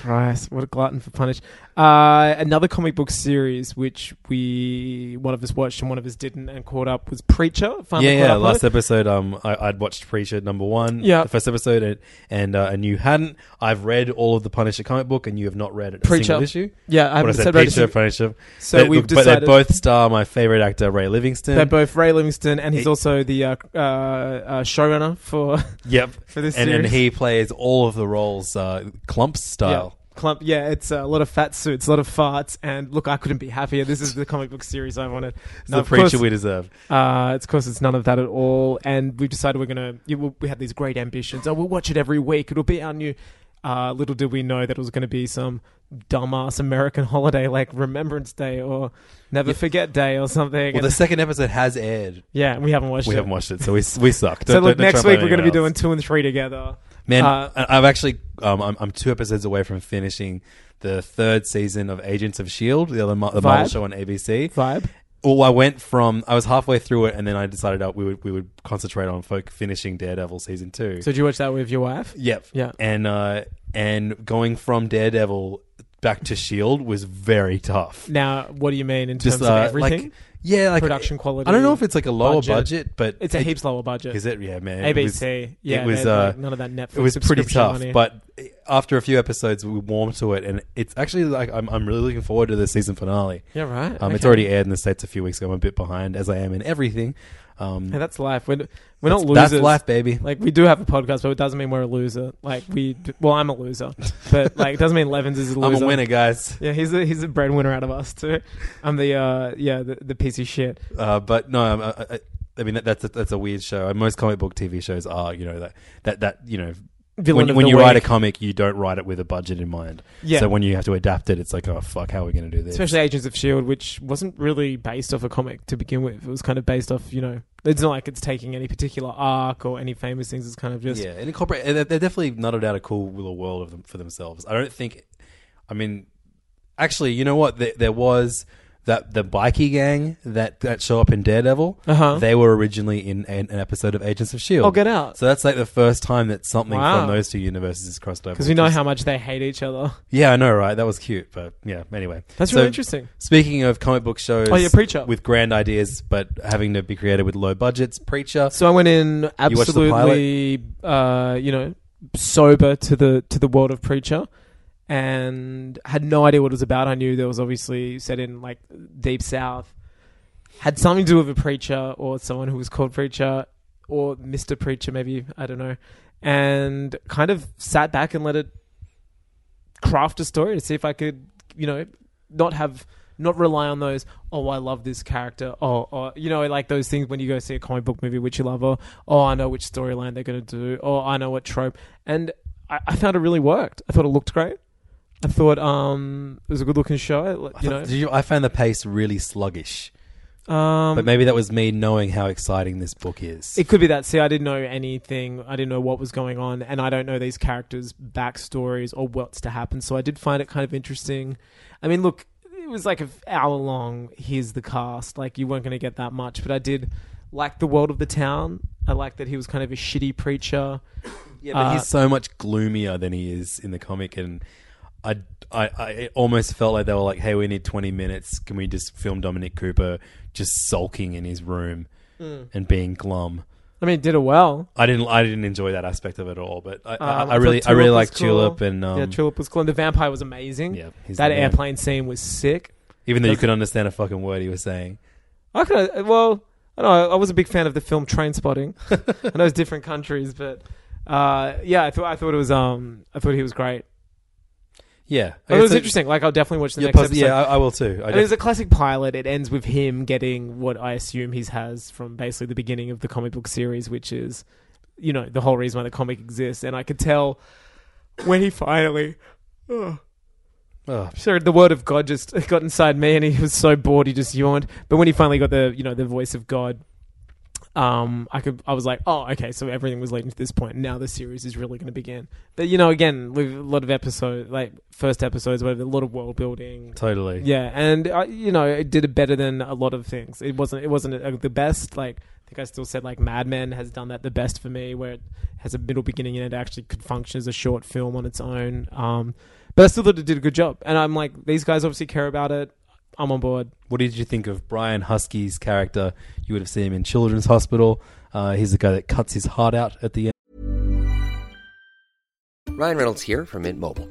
Speaker 3: Christ, what a glutton for punish. Uh, another comic book series which we one of us watched and one of us didn't and caught up was Preacher. Finally
Speaker 2: yeah,
Speaker 3: caught
Speaker 2: yeah.
Speaker 3: up on
Speaker 2: Last
Speaker 3: it.
Speaker 2: episode, um, I, I'd watched Preacher number one,
Speaker 3: Yeah.
Speaker 2: the first episode, and and, uh, and you hadn't. I've read all of the Punisher comic book, and you have not read a
Speaker 3: Preacher.
Speaker 2: single issue.
Speaker 3: yeah, I
Speaker 2: What I
Speaker 3: haven't
Speaker 2: said,
Speaker 3: said about it
Speaker 2: Preacher,
Speaker 3: since-
Speaker 2: Punisher.
Speaker 3: So
Speaker 2: They-
Speaker 3: we've
Speaker 2: but
Speaker 3: decided
Speaker 2: they both star my favorite actor, Ray Livingston.
Speaker 3: they're both Ray Livingston and he's
Speaker 2: He-
Speaker 3: also the uh, uh, uh, showrunner for
Speaker 2: yep,
Speaker 3: for this
Speaker 2: and and
Speaker 3: series.
Speaker 2: he plays all of the roles, uh, clump style.
Speaker 3: Yeah. Clump, yeah, it's a lot of fat suits, a lot of farts, and look, I couldn't be happier. This is the comic book series I wanted.
Speaker 2: It's
Speaker 3: Now,
Speaker 2: the
Speaker 3: of course-
Speaker 2: preacher we deserve.
Speaker 3: Uh, it's, of course, it's none of that at all. And we've decided we're going to, we had these great ambitions. Oh, we'll watch it every week. It'll be our new. Uh, little did we know that it was going to be some dumbass American holiday like Remembrance Day or Never
Speaker 2: Yeah.
Speaker 3: Forget Day or something.
Speaker 2: Well,
Speaker 3: And-
Speaker 2: the second episode has aired.
Speaker 3: yeah, we haven't watched
Speaker 2: We
Speaker 3: it.
Speaker 2: haven't watched it, so we we suck.
Speaker 3: so,
Speaker 2: Don't- don't-
Speaker 3: look,
Speaker 2: don't
Speaker 3: next
Speaker 2: try
Speaker 3: week
Speaker 2: blame
Speaker 3: we're going to be
Speaker 2: anyone
Speaker 3: doing
Speaker 2: else.
Speaker 3: two and three together.
Speaker 2: Man,
Speaker 3: uh,
Speaker 2: I- I've actually um, I'm, I'm two episodes away from finishing the third season of Agents of Shield, E the other Mar- the Marvel
Speaker 3: Vibe?
Speaker 2: show on ABC.
Speaker 3: Vibe.
Speaker 2: Well, I went from I was halfway through it, and then I decided uh, we would we would concentrate on folk finishing Daredevil season two.
Speaker 3: So, did you watch that with your wife?
Speaker 2: yep,
Speaker 3: Yeah.
Speaker 2: and uh, and going from Daredevil back to Shield E was very tough.
Speaker 3: Now, what do you mean in terms
Speaker 2: Just
Speaker 3: of
Speaker 2: uh,
Speaker 3: everything?
Speaker 2: like yeah, like
Speaker 3: production quality.
Speaker 2: I don't know if it's like a lower budget, but
Speaker 3: it's a
Speaker 2: it-
Speaker 3: heaps lower budget.
Speaker 2: Is it? Yeah, man. it was-
Speaker 3: ABC. yeah,
Speaker 2: it was,
Speaker 3: they- like,
Speaker 2: uh,
Speaker 3: none of that Netflix.
Speaker 2: it was pretty
Speaker 3: subscription
Speaker 2: tough,
Speaker 3: money.
Speaker 2: but after a few episodes, we warmed to it, and it's actually like I'm, I'm really looking forward to the season finale.
Speaker 3: yeah, right.
Speaker 2: Um, It's
Speaker 3: Okay.
Speaker 2: already aired in the states a few weeks ago. I'm a bit behind, as I am in everything. Um,
Speaker 3: Hey, that's life. We're, we're
Speaker 2: that's-
Speaker 3: not losers.
Speaker 2: That's life, baby.
Speaker 3: Like we do have a podcast, but it doesn't mean we're a loser. Like we, well, I'm a loser, but like it doesn't mean Levins is a
Speaker 2: I'm
Speaker 3: loser.
Speaker 2: a winner, guys.
Speaker 3: Yeah, he's a, he's a breadwinner out of us too. I'm the uh yeah the, the piece of shit.
Speaker 2: Uh, but no, I'm, I, I- I mean that, that's a, that's a weird show. And most comic book TV shows are, you know, that that, that you know,
Speaker 3: Villain
Speaker 2: when,
Speaker 3: of
Speaker 2: when
Speaker 3: the
Speaker 2: you write a
Speaker 3: week.
Speaker 2: comic, you don't write it with a budget in mind.
Speaker 3: yeah,
Speaker 2: So when you have to adapt it, it's like, oh fuck, how are we going to do this?
Speaker 3: especially Agents of Shield, E which wasn't really based off a comic to begin with. It was kind of based off you know it's not like it's taking any particular arc or any famous things. It's kind of just
Speaker 2: yeah, and incorporate. and They they definitely nutted out a cool little world of them for themselves. I don't think. I mean, actually, you know what? There, there was that the bikie gang that that show up in Daredevil.
Speaker 3: uh huh.
Speaker 2: They were originally in an, an episode of Agents of Shield.
Speaker 3: Oh, get out.
Speaker 2: E So that's like the first time that something
Speaker 3: Wow.
Speaker 2: from those two universes is crossed over.
Speaker 3: Because we know
Speaker 2: which is-
Speaker 3: how much they hate each other.
Speaker 2: Yeah, I know, right? That was cute, but yeah. Anyway,
Speaker 3: That's
Speaker 2: So-
Speaker 3: really interesting.
Speaker 2: speaking of comic book shows,
Speaker 3: Oh, yeah, Preacher.
Speaker 2: with grand ideas but having to be created with low budgets. Preacher.
Speaker 3: So I went in
Speaker 2: You watched the pilot?
Speaker 3: absolutely, uh, you know, sober to the to the world of preacher, and had no idea what it was about. I knew there was obviously set in like deep south, had something to do with a preacher or someone who was called preacher or Mister Preacher, maybe I don't know, and kind of sat back and let it craft a story to see if I could, you know, not have not rely on those. Oh, I love this character. Oh, or, you know, like those things when you go see a comic book movie, which you love. Or oh, I know which storyline they're going to do. Or I know what trope. And I, I found it really worked. I thought it looked great. I thought um, it was a good looking show.
Speaker 2: I
Speaker 3: You
Speaker 2: thought-
Speaker 3: know,
Speaker 2: did you- I found the pace really sluggish.
Speaker 3: um,
Speaker 2: But maybe that was me knowing how exciting this book is.
Speaker 3: It could be that. See, I didn't know anything. I didn't know what was going on, and I don't know these characters' backstories or what's to happen. So I did find it kind of interesting. I mean, look, it was like an hour long. Here's the cast. Like you weren't going to get that much, but I did like the world of the town. I liked that he was kind of a shitty preacher.
Speaker 2: yeah,
Speaker 3: but
Speaker 2: but
Speaker 3: he's
Speaker 2: he's so much gloomier than he is in the comic, and I, I, I it almost felt like they were like, "Hey, we need twenty minutes. Can we just film Dominic Cooper just sulking in his room and being glum?"
Speaker 3: Uh, I mean, did it well.
Speaker 2: I didn't, I didn't enjoy that aspect of it all. But I, I,
Speaker 3: Um,
Speaker 2: I really,
Speaker 3: thought
Speaker 2: I really
Speaker 3: Tulip
Speaker 2: like
Speaker 3: was cool.
Speaker 2: Tulip, and um,
Speaker 3: yeah,
Speaker 2: yeah,
Speaker 3: Tulip was cool. And the vampire was amazing.
Speaker 2: he's
Speaker 3: that
Speaker 2: the man.
Speaker 3: airplane scene was sick.
Speaker 2: Even though you
Speaker 3: that's-
Speaker 2: could understand a fucking word he was saying,
Speaker 3: I could well, I don't know. I was a big fan of the film Train Spotting. I know it's different countries, but uh, yeah, I thought I thought it was um, I thought he was great.
Speaker 2: yeah,
Speaker 3: I thought it was
Speaker 2: guess
Speaker 3: interesting. Like I'll definitely watch the
Speaker 2: you're
Speaker 3: next
Speaker 2: pos-
Speaker 3: episode.
Speaker 2: yeah, I, I will too. I
Speaker 3: And it was a classic pilot. It ends with him getting what I assume he has from basically the beginning of the comic book series, which is, you know, the whole reason why the comic exists. And I could tell when he finally. Ugh.
Speaker 2: oh,
Speaker 3: Sure, the word of God just got inside me, and he was so bored he just yawned. But when he finally got the you know the voice of God, um, I could I was like, oh, okay, so everything was leading to this point. Now the series is really going to begin. But you know, again, with a lot of episodes, like first episodes, whatever, a lot of world building.
Speaker 2: totally.
Speaker 3: Yeah, and I, you know, it did it better than a lot of things. It wasn't it wasn't uh, the best. Like I think I still said like Mad Men has done that the best for me, where it has a middle beginning and it actually could function as a short film on its own. Um, but I still thought it did a good job, and I'm like, these guys obviously care about it. I'm on board.
Speaker 2: What did you think of Brian Husky's character? You would have seen him in Children's Hospital. Uh, he's the guy that cuts his heart out at the end.
Speaker 4: Ryan Reynolds here from Mint Mobile.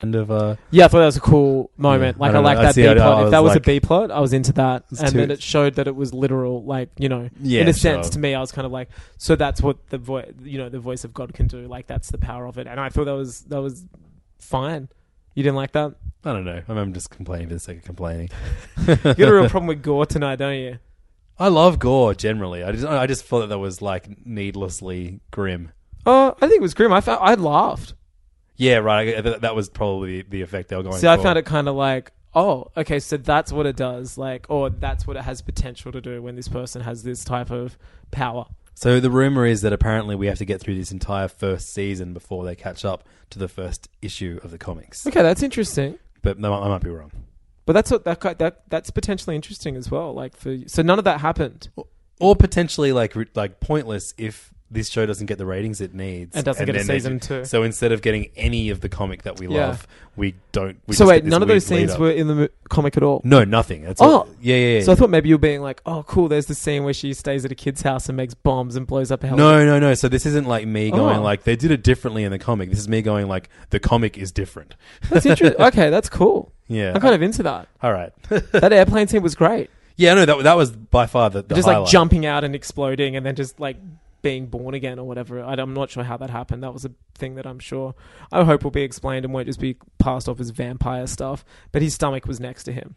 Speaker 2: Kind of uh,
Speaker 3: Yeah, I thought that was a cool moment.
Speaker 2: Yeah, I
Speaker 3: like I,
Speaker 2: don't know.
Speaker 3: like
Speaker 2: I
Speaker 3: that
Speaker 2: see,
Speaker 3: B
Speaker 2: I know.
Speaker 3: plot.
Speaker 2: I
Speaker 3: If that
Speaker 2: was
Speaker 3: was a
Speaker 2: like-
Speaker 3: B plot, I was into that.
Speaker 2: was
Speaker 3: And
Speaker 2: too-
Speaker 3: then it showed that it was literal, like you know,
Speaker 2: Yeah,
Speaker 3: in a sense
Speaker 2: sure.
Speaker 3: to me, I was kind of like, so that's what the voice, you know, the voice of God can do. Like that's the power of it. And I thought that was that was fine. You didn't like that?
Speaker 2: I don't know. I'm just complaining for the sake of complaining.
Speaker 3: You got a real problem with gore tonight, don't you?
Speaker 2: I love gore generally. I just I just felt that that was like needlessly grim.
Speaker 3: Oh, I think it was grim. I found, I laughed.
Speaker 2: Yeah, right. I- That that was probably the effect they were going.
Speaker 3: See, I
Speaker 2: for.
Speaker 3: found it kind of like, oh, okay, so that's what it does, like, or that's what it has potential to do when this person has this type of power.
Speaker 2: So the rumor is that apparently we have to get through this entire first season before they catch up to the first issue of the comics.
Speaker 3: Okay, that's interesting.
Speaker 2: But no, I might be wrong.
Speaker 3: But that's what that ki- that that's potentially interesting as well. Like for so none of that happened.
Speaker 2: Or potentially like re- like pointless if this show doesn't get the ratings it needs
Speaker 3: And doesn't get a
Speaker 2: then they
Speaker 3: season
Speaker 2: do-
Speaker 3: two.
Speaker 2: So instead of getting any of the comic that we
Speaker 3: Yeah.
Speaker 2: love, we don't. We
Speaker 3: so
Speaker 2: just
Speaker 3: wait,
Speaker 2: get this
Speaker 3: none of
Speaker 2: weird
Speaker 3: those scenes
Speaker 2: lead-up.
Speaker 3: were in the mo- comic at all.
Speaker 2: No, nothing. That's
Speaker 3: Oh.
Speaker 2: all. Yeah, yeah. yeah.
Speaker 3: So I thought maybe you were being like, oh, cool. There's the scene where she stays at a kid's house and makes bombs and blows up a house.
Speaker 2: No, no, no. So this isn't like me going
Speaker 3: Oh.
Speaker 2: like they did it differently in the comic. This is me going like the comic is different.
Speaker 3: that's interesting. okay, that's cool.
Speaker 2: Yeah.
Speaker 3: I'm kind of into that.
Speaker 2: All right.
Speaker 3: That airplane scene was great.
Speaker 2: yeah, no, that that was by far the, the
Speaker 3: just
Speaker 2: highlight.
Speaker 3: like jumping out and exploding and then just like being born again or whatever. I, am not sure how that happened. That was a thing that I'm sure I hope will be explained and won't just be passed off as vampire stuff. But his stomach was next to him.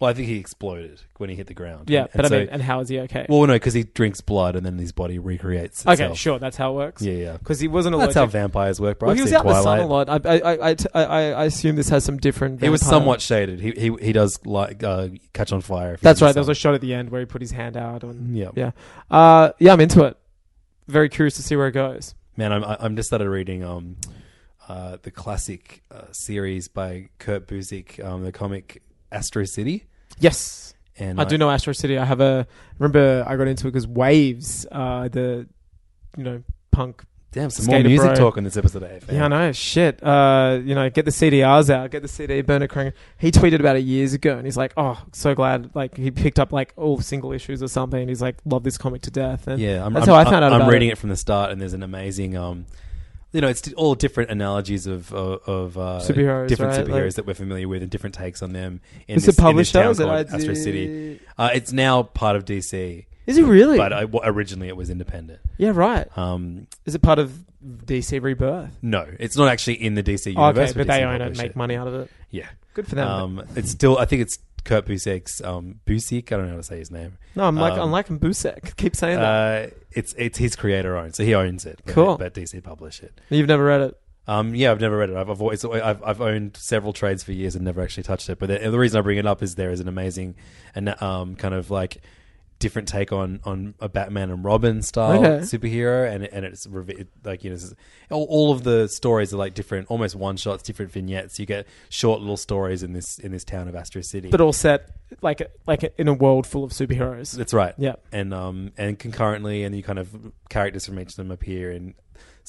Speaker 2: Well, I think he exploded when he hit the ground.
Speaker 3: Yeah,
Speaker 2: And-
Speaker 3: but
Speaker 2: and
Speaker 3: I
Speaker 2: so-
Speaker 3: mean, and how is he okay?
Speaker 2: well, no, because he drinks blood and then his body recreates. Itself.
Speaker 3: okay, sure, that's how it works.
Speaker 2: Yeah, yeah.
Speaker 3: because he wasn't allergic.
Speaker 2: That's how vampires work, bro.
Speaker 3: well,
Speaker 2: I've
Speaker 3: he was
Speaker 2: seen
Speaker 3: out in the sun a
Speaker 2: Twilight.
Speaker 3: lot. I, I, I- I t- I- I- I assume this has some different.
Speaker 2: He was
Speaker 3: vampire-
Speaker 2: somewhat shaded. He he, he does like uh, catch on fire. if he's
Speaker 3: That's
Speaker 2: in
Speaker 3: right.
Speaker 2: the
Speaker 3: There was a
Speaker 2: sun.
Speaker 3: shot at the end where he put his hand out. And,
Speaker 2: Yeah.
Speaker 3: yeah, uh, yeah. I'm into it. Very curious to see where it goes.
Speaker 2: man. I'm I- I'm just started reading um, uh, the classic uh, series by Kurt Busiek, um, the comic Astro City,
Speaker 3: Yes,
Speaker 2: and
Speaker 3: I do know Astro City. I have a remember I got into it because Waves, uh, the you know punk.
Speaker 2: Damn, some more
Speaker 3: Skater
Speaker 2: music
Speaker 3: Bro.
Speaker 2: talk in this episode, Dave.
Speaker 3: Yeah, I know shit. Uh, you know, get the CDRs out, get the CD burner crank. He tweeted about it years ago, and he's like, "Oh, so glad!" Like he picked up like all single issues or something. He's like, "Love this comic to death." And
Speaker 2: Yeah, I'm,
Speaker 3: that's
Speaker 2: I'm-
Speaker 3: how I found out.
Speaker 2: I'm
Speaker 3: about
Speaker 2: reading it. from the start, and there's an amazing, um, you know, it's all different analogies of of, of uh,
Speaker 3: Superheroes,
Speaker 2: different
Speaker 3: right?
Speaker 2: superheroes
Speaker 3: Like-
Speaker 2: that we're familiar with, and different takes on them. In
Speaker 3: It's
Speaker 2: this,
Speaker 3: a
Speaker 2: in this
Speaker 3: publisher
Speaker 2: town
Speaker 3: that I
Speaker 2: called Astro City.
Speaker 3: did-
Speaker 2: Uh, it's now part of DC,
Speaker 3: Is it really?
Speaker 2: but uh, I, w- originally it was independent.
Speaker 3: yeah, right.
Speaker 2: Um,
Speaker 3: Is it part of DC Rebirth?
Speaker 2: no, it's not actually in the DC
Speaker 3: Oh,
Speaker 2: universe.
Speaker 3: okay, but
Speaker 2: DC
Speaker 3: they own it, and
Speaker 2: published
Speaker 3: make money out of it.
Speaker 2: Yeah,
Speaker 3: Good for them.
Speaker 2: um, it's still. I think it's Kurt Busiek's um, Busiek. I don't know how to say his name.
Speaker 3: no, I'm like
Speaker 2: um,
Speaker 3: I'm liking Busek. Keep saying that.
Speaker 2: Uh, it's it's his creator owns, so he owns it. but-
Speaker 3: Cool.
Speaker 2: but DC publish it.
Speaker 3: You've never read it.
Speaker 2: Um, yeah, I've never read it. I've avoided, I've, I've owned several trades for years and never actually touched it. But the, the reason I bring it up is there is an amazing and um, kind of like different take on on a Batman and Robin style
Speaker 3: Okay.
Speaker 2: superhero, and and it's revi- it, like you know it's- all, all of the stories are like different, almost one shots, different vignettes. You get short little stories in this in this town of Astro City.
Speaker 3: but all set like like in a world full of superheroes.
Speaker 2: That's right.
Speaker 3: Yeah.
Speaker 2: and um and concurrently, and you kind of characters from each of them appear in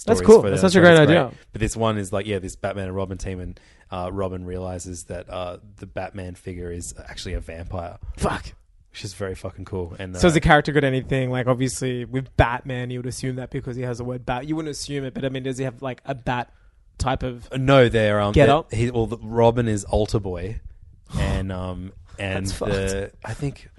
Speaker 3: That's
Speaker 2: stories.
Speaker 3: cool.
Speaker 2: for
Speaker 3: That's
Speaker 2: them.
Speaker 3: such a
Speaker 2: So it's
Speaker 3: great idea.
Speaker 2: But this one is like yeah, this Batman and Robin team, and uh, Robin realizes that uh, the Batman figure is actually a vampire,
Speaker 3: Fuck.
Speaker 2: which is very fucking cool. And uh,
Speaker 3: So has the character got anything like obviously with Batman you would assume that because he has the word bat you wouldn't assume it, but I mean does he have like a bat type of
Speaker 2: no, they're um
Speaker 3: Get
Speaker 2: they're-
Speaker 3: up.
Speaker 2: He, well, the, Robin is Alter Boy, and um and
Speaker 3: That's
Speaker 2: the I think.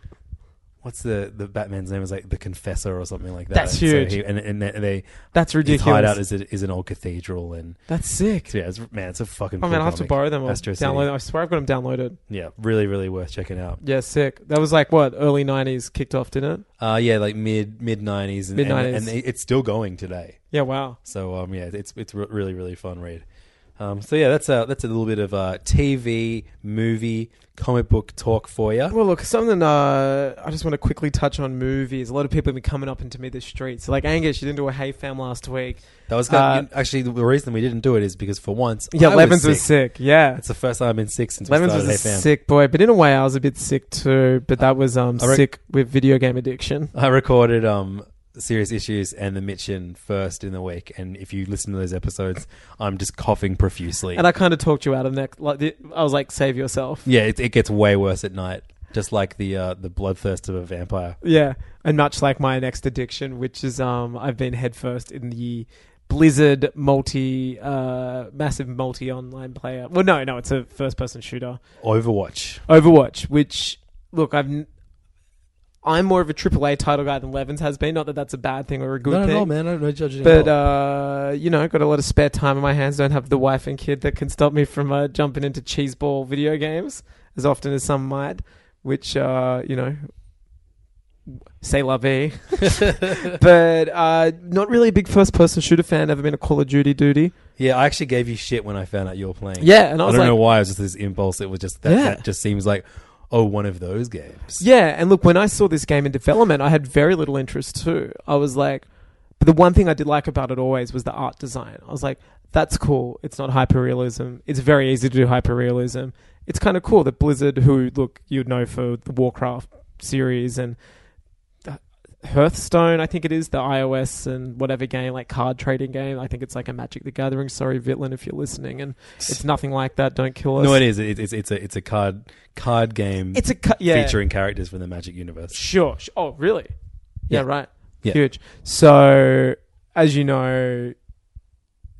Speaker 2: What's the, the Batman's name? Is like the Confessor or something like that.
Speaker 3: That's
Speaker 2: And so
Speaker 3: huge.
Speaker 2: he- and and they, they
Speaker 3: That's
Speaker 2: his hideout
Speaker 3: ridiculous.
Speaker 2: is, a, is an old cathedral, and
Speaker 3: That's sick.
Speaker 2: So yeah, it's, man, it's a fucking.
Speaker 3: Oh
Speaker 2: cool
Speaker 3: man, I have to
Speaker 2: comic.
Speaker 3: borrow them or
Speaker 2: Astro City.
Speaker 3: download them. I swear I've got them downloaded.
Speaker 2: Yeah, really, really worth checking out.
Speaker 3: Yeah, sick. That was like what, early nineties kicked off, didn't it?
Speaker 2: Uh, yeah, like mid mid nineties, and, and,
Speaker 3: Mid-nineties.
Speaker 2: and it- it's still going today.
Speaker 3: Yeah, wow.
Speaker 2: So um, yeah, it's it's re- really really fun read. Um, so yeah, that's a that's a little bit of uh, TV, movie, comic book talk for you.
Speaker 3: Well, look, something uh, I just want to quickly touch on movies. A lot of people have been coming up into me the streets. Like Angus, you didn't do a hay fam last week.
Speaker 2: That was kind
Speaker 3: Uh,
Speaker 2: of, actually the reason we didn't do it is because for once,
Speaker 3: Yeah,
Speaker 2: I
Speaker 3: Levens was sick. Yeah,
Speaker 2: It's the first time I've been sick since
Speaker 3: Lemons
Speaker 2: we
Speaker 3: was
Speaker 2: started
Speaker 3: a
Speaker 2: Hey Fam.
Speaker 3: sick boy, but in a way, I was a bit sick too. But that was um
Speaker 2: I rec-
Speaker 3: sick with video game addiction.
Speaker 2: I recorded um serious issues and the Mitchin first in the week, and if you listen to those episodes, I'm just coughing profusely.
Speaker 3: And I kind of talked you out of next. Like the, I was like, save yourself.
Speaker 2: yeah, it, it gets way worse at night, just like the uh, the bloodthirst of a vampire.
Speaker 3: Yeah, and much like my next addiction, which is um I've been headfirst in the Blizzard multi uh massive multi online player. Well, no, no, it's a first person shooter.
Speaker 2: Overwatch.
Speaker 3: Overwatch, which look, I've n- I'm more of a AAA title guy than Levens has been. Not that that's a bad thing or a good
Speaker 2: no,
Speaker 3: thing.
Speaker 2: no, no, man. I don't know judging. at
Speaker 3: But
Speaker 2: all.
Speaker 3: uh, you know, got a lot of spare time on my hands. Don't have the wife and kid that can stop me from uh, jumping into cheeseball video games as often as some might. Which uh, you know, say la vie. but uh, not really a big first-person shooter fan. Ever been a Call of Duty duty?
Speaker 2: yeah, I actually gave you shit when I found out you were playing.
Speaker 3: Yeah, and I
Speaker 2: I,
Speaker 3: was
Speaker 2: don't
Speaker 3: like,
Speaker 2: know why. It was just this impulse. It was just that,
Speaker 3: Yeah.
Speaker 2: that just seems like oh, one of those games.
Speaker 3: Yeah, and look, when I saw this game in development, I had very little interest too. I was like, but the one thing I did like about it always was the art design. I was like, that's cool. It's not hyperrealism. It's very easy to do hyperrealism. It's kind of cool that Blizzard, who look you'd know for the Warcraft series and the Hearthstone, I think it is the iOS and whatever game, like card trading game. I think it's like a Magic the Gathering. Sorry, Vitlin, if you're listening, and it's nothing like that. Don't kill us.
Speaker 2: No, it is. It, it's it's a it's a card card game
Speaker 3: It's a cu- yeah.
Speaker 2: featuring characters from the Magic universe.
Speaker 3: Sure. sh- Oh, really?
Speaker 2: Yeah.
Speaker 3: Yeah, right.
Speaker 2: Yeah.
Speaker 3: Huge. So, as you know,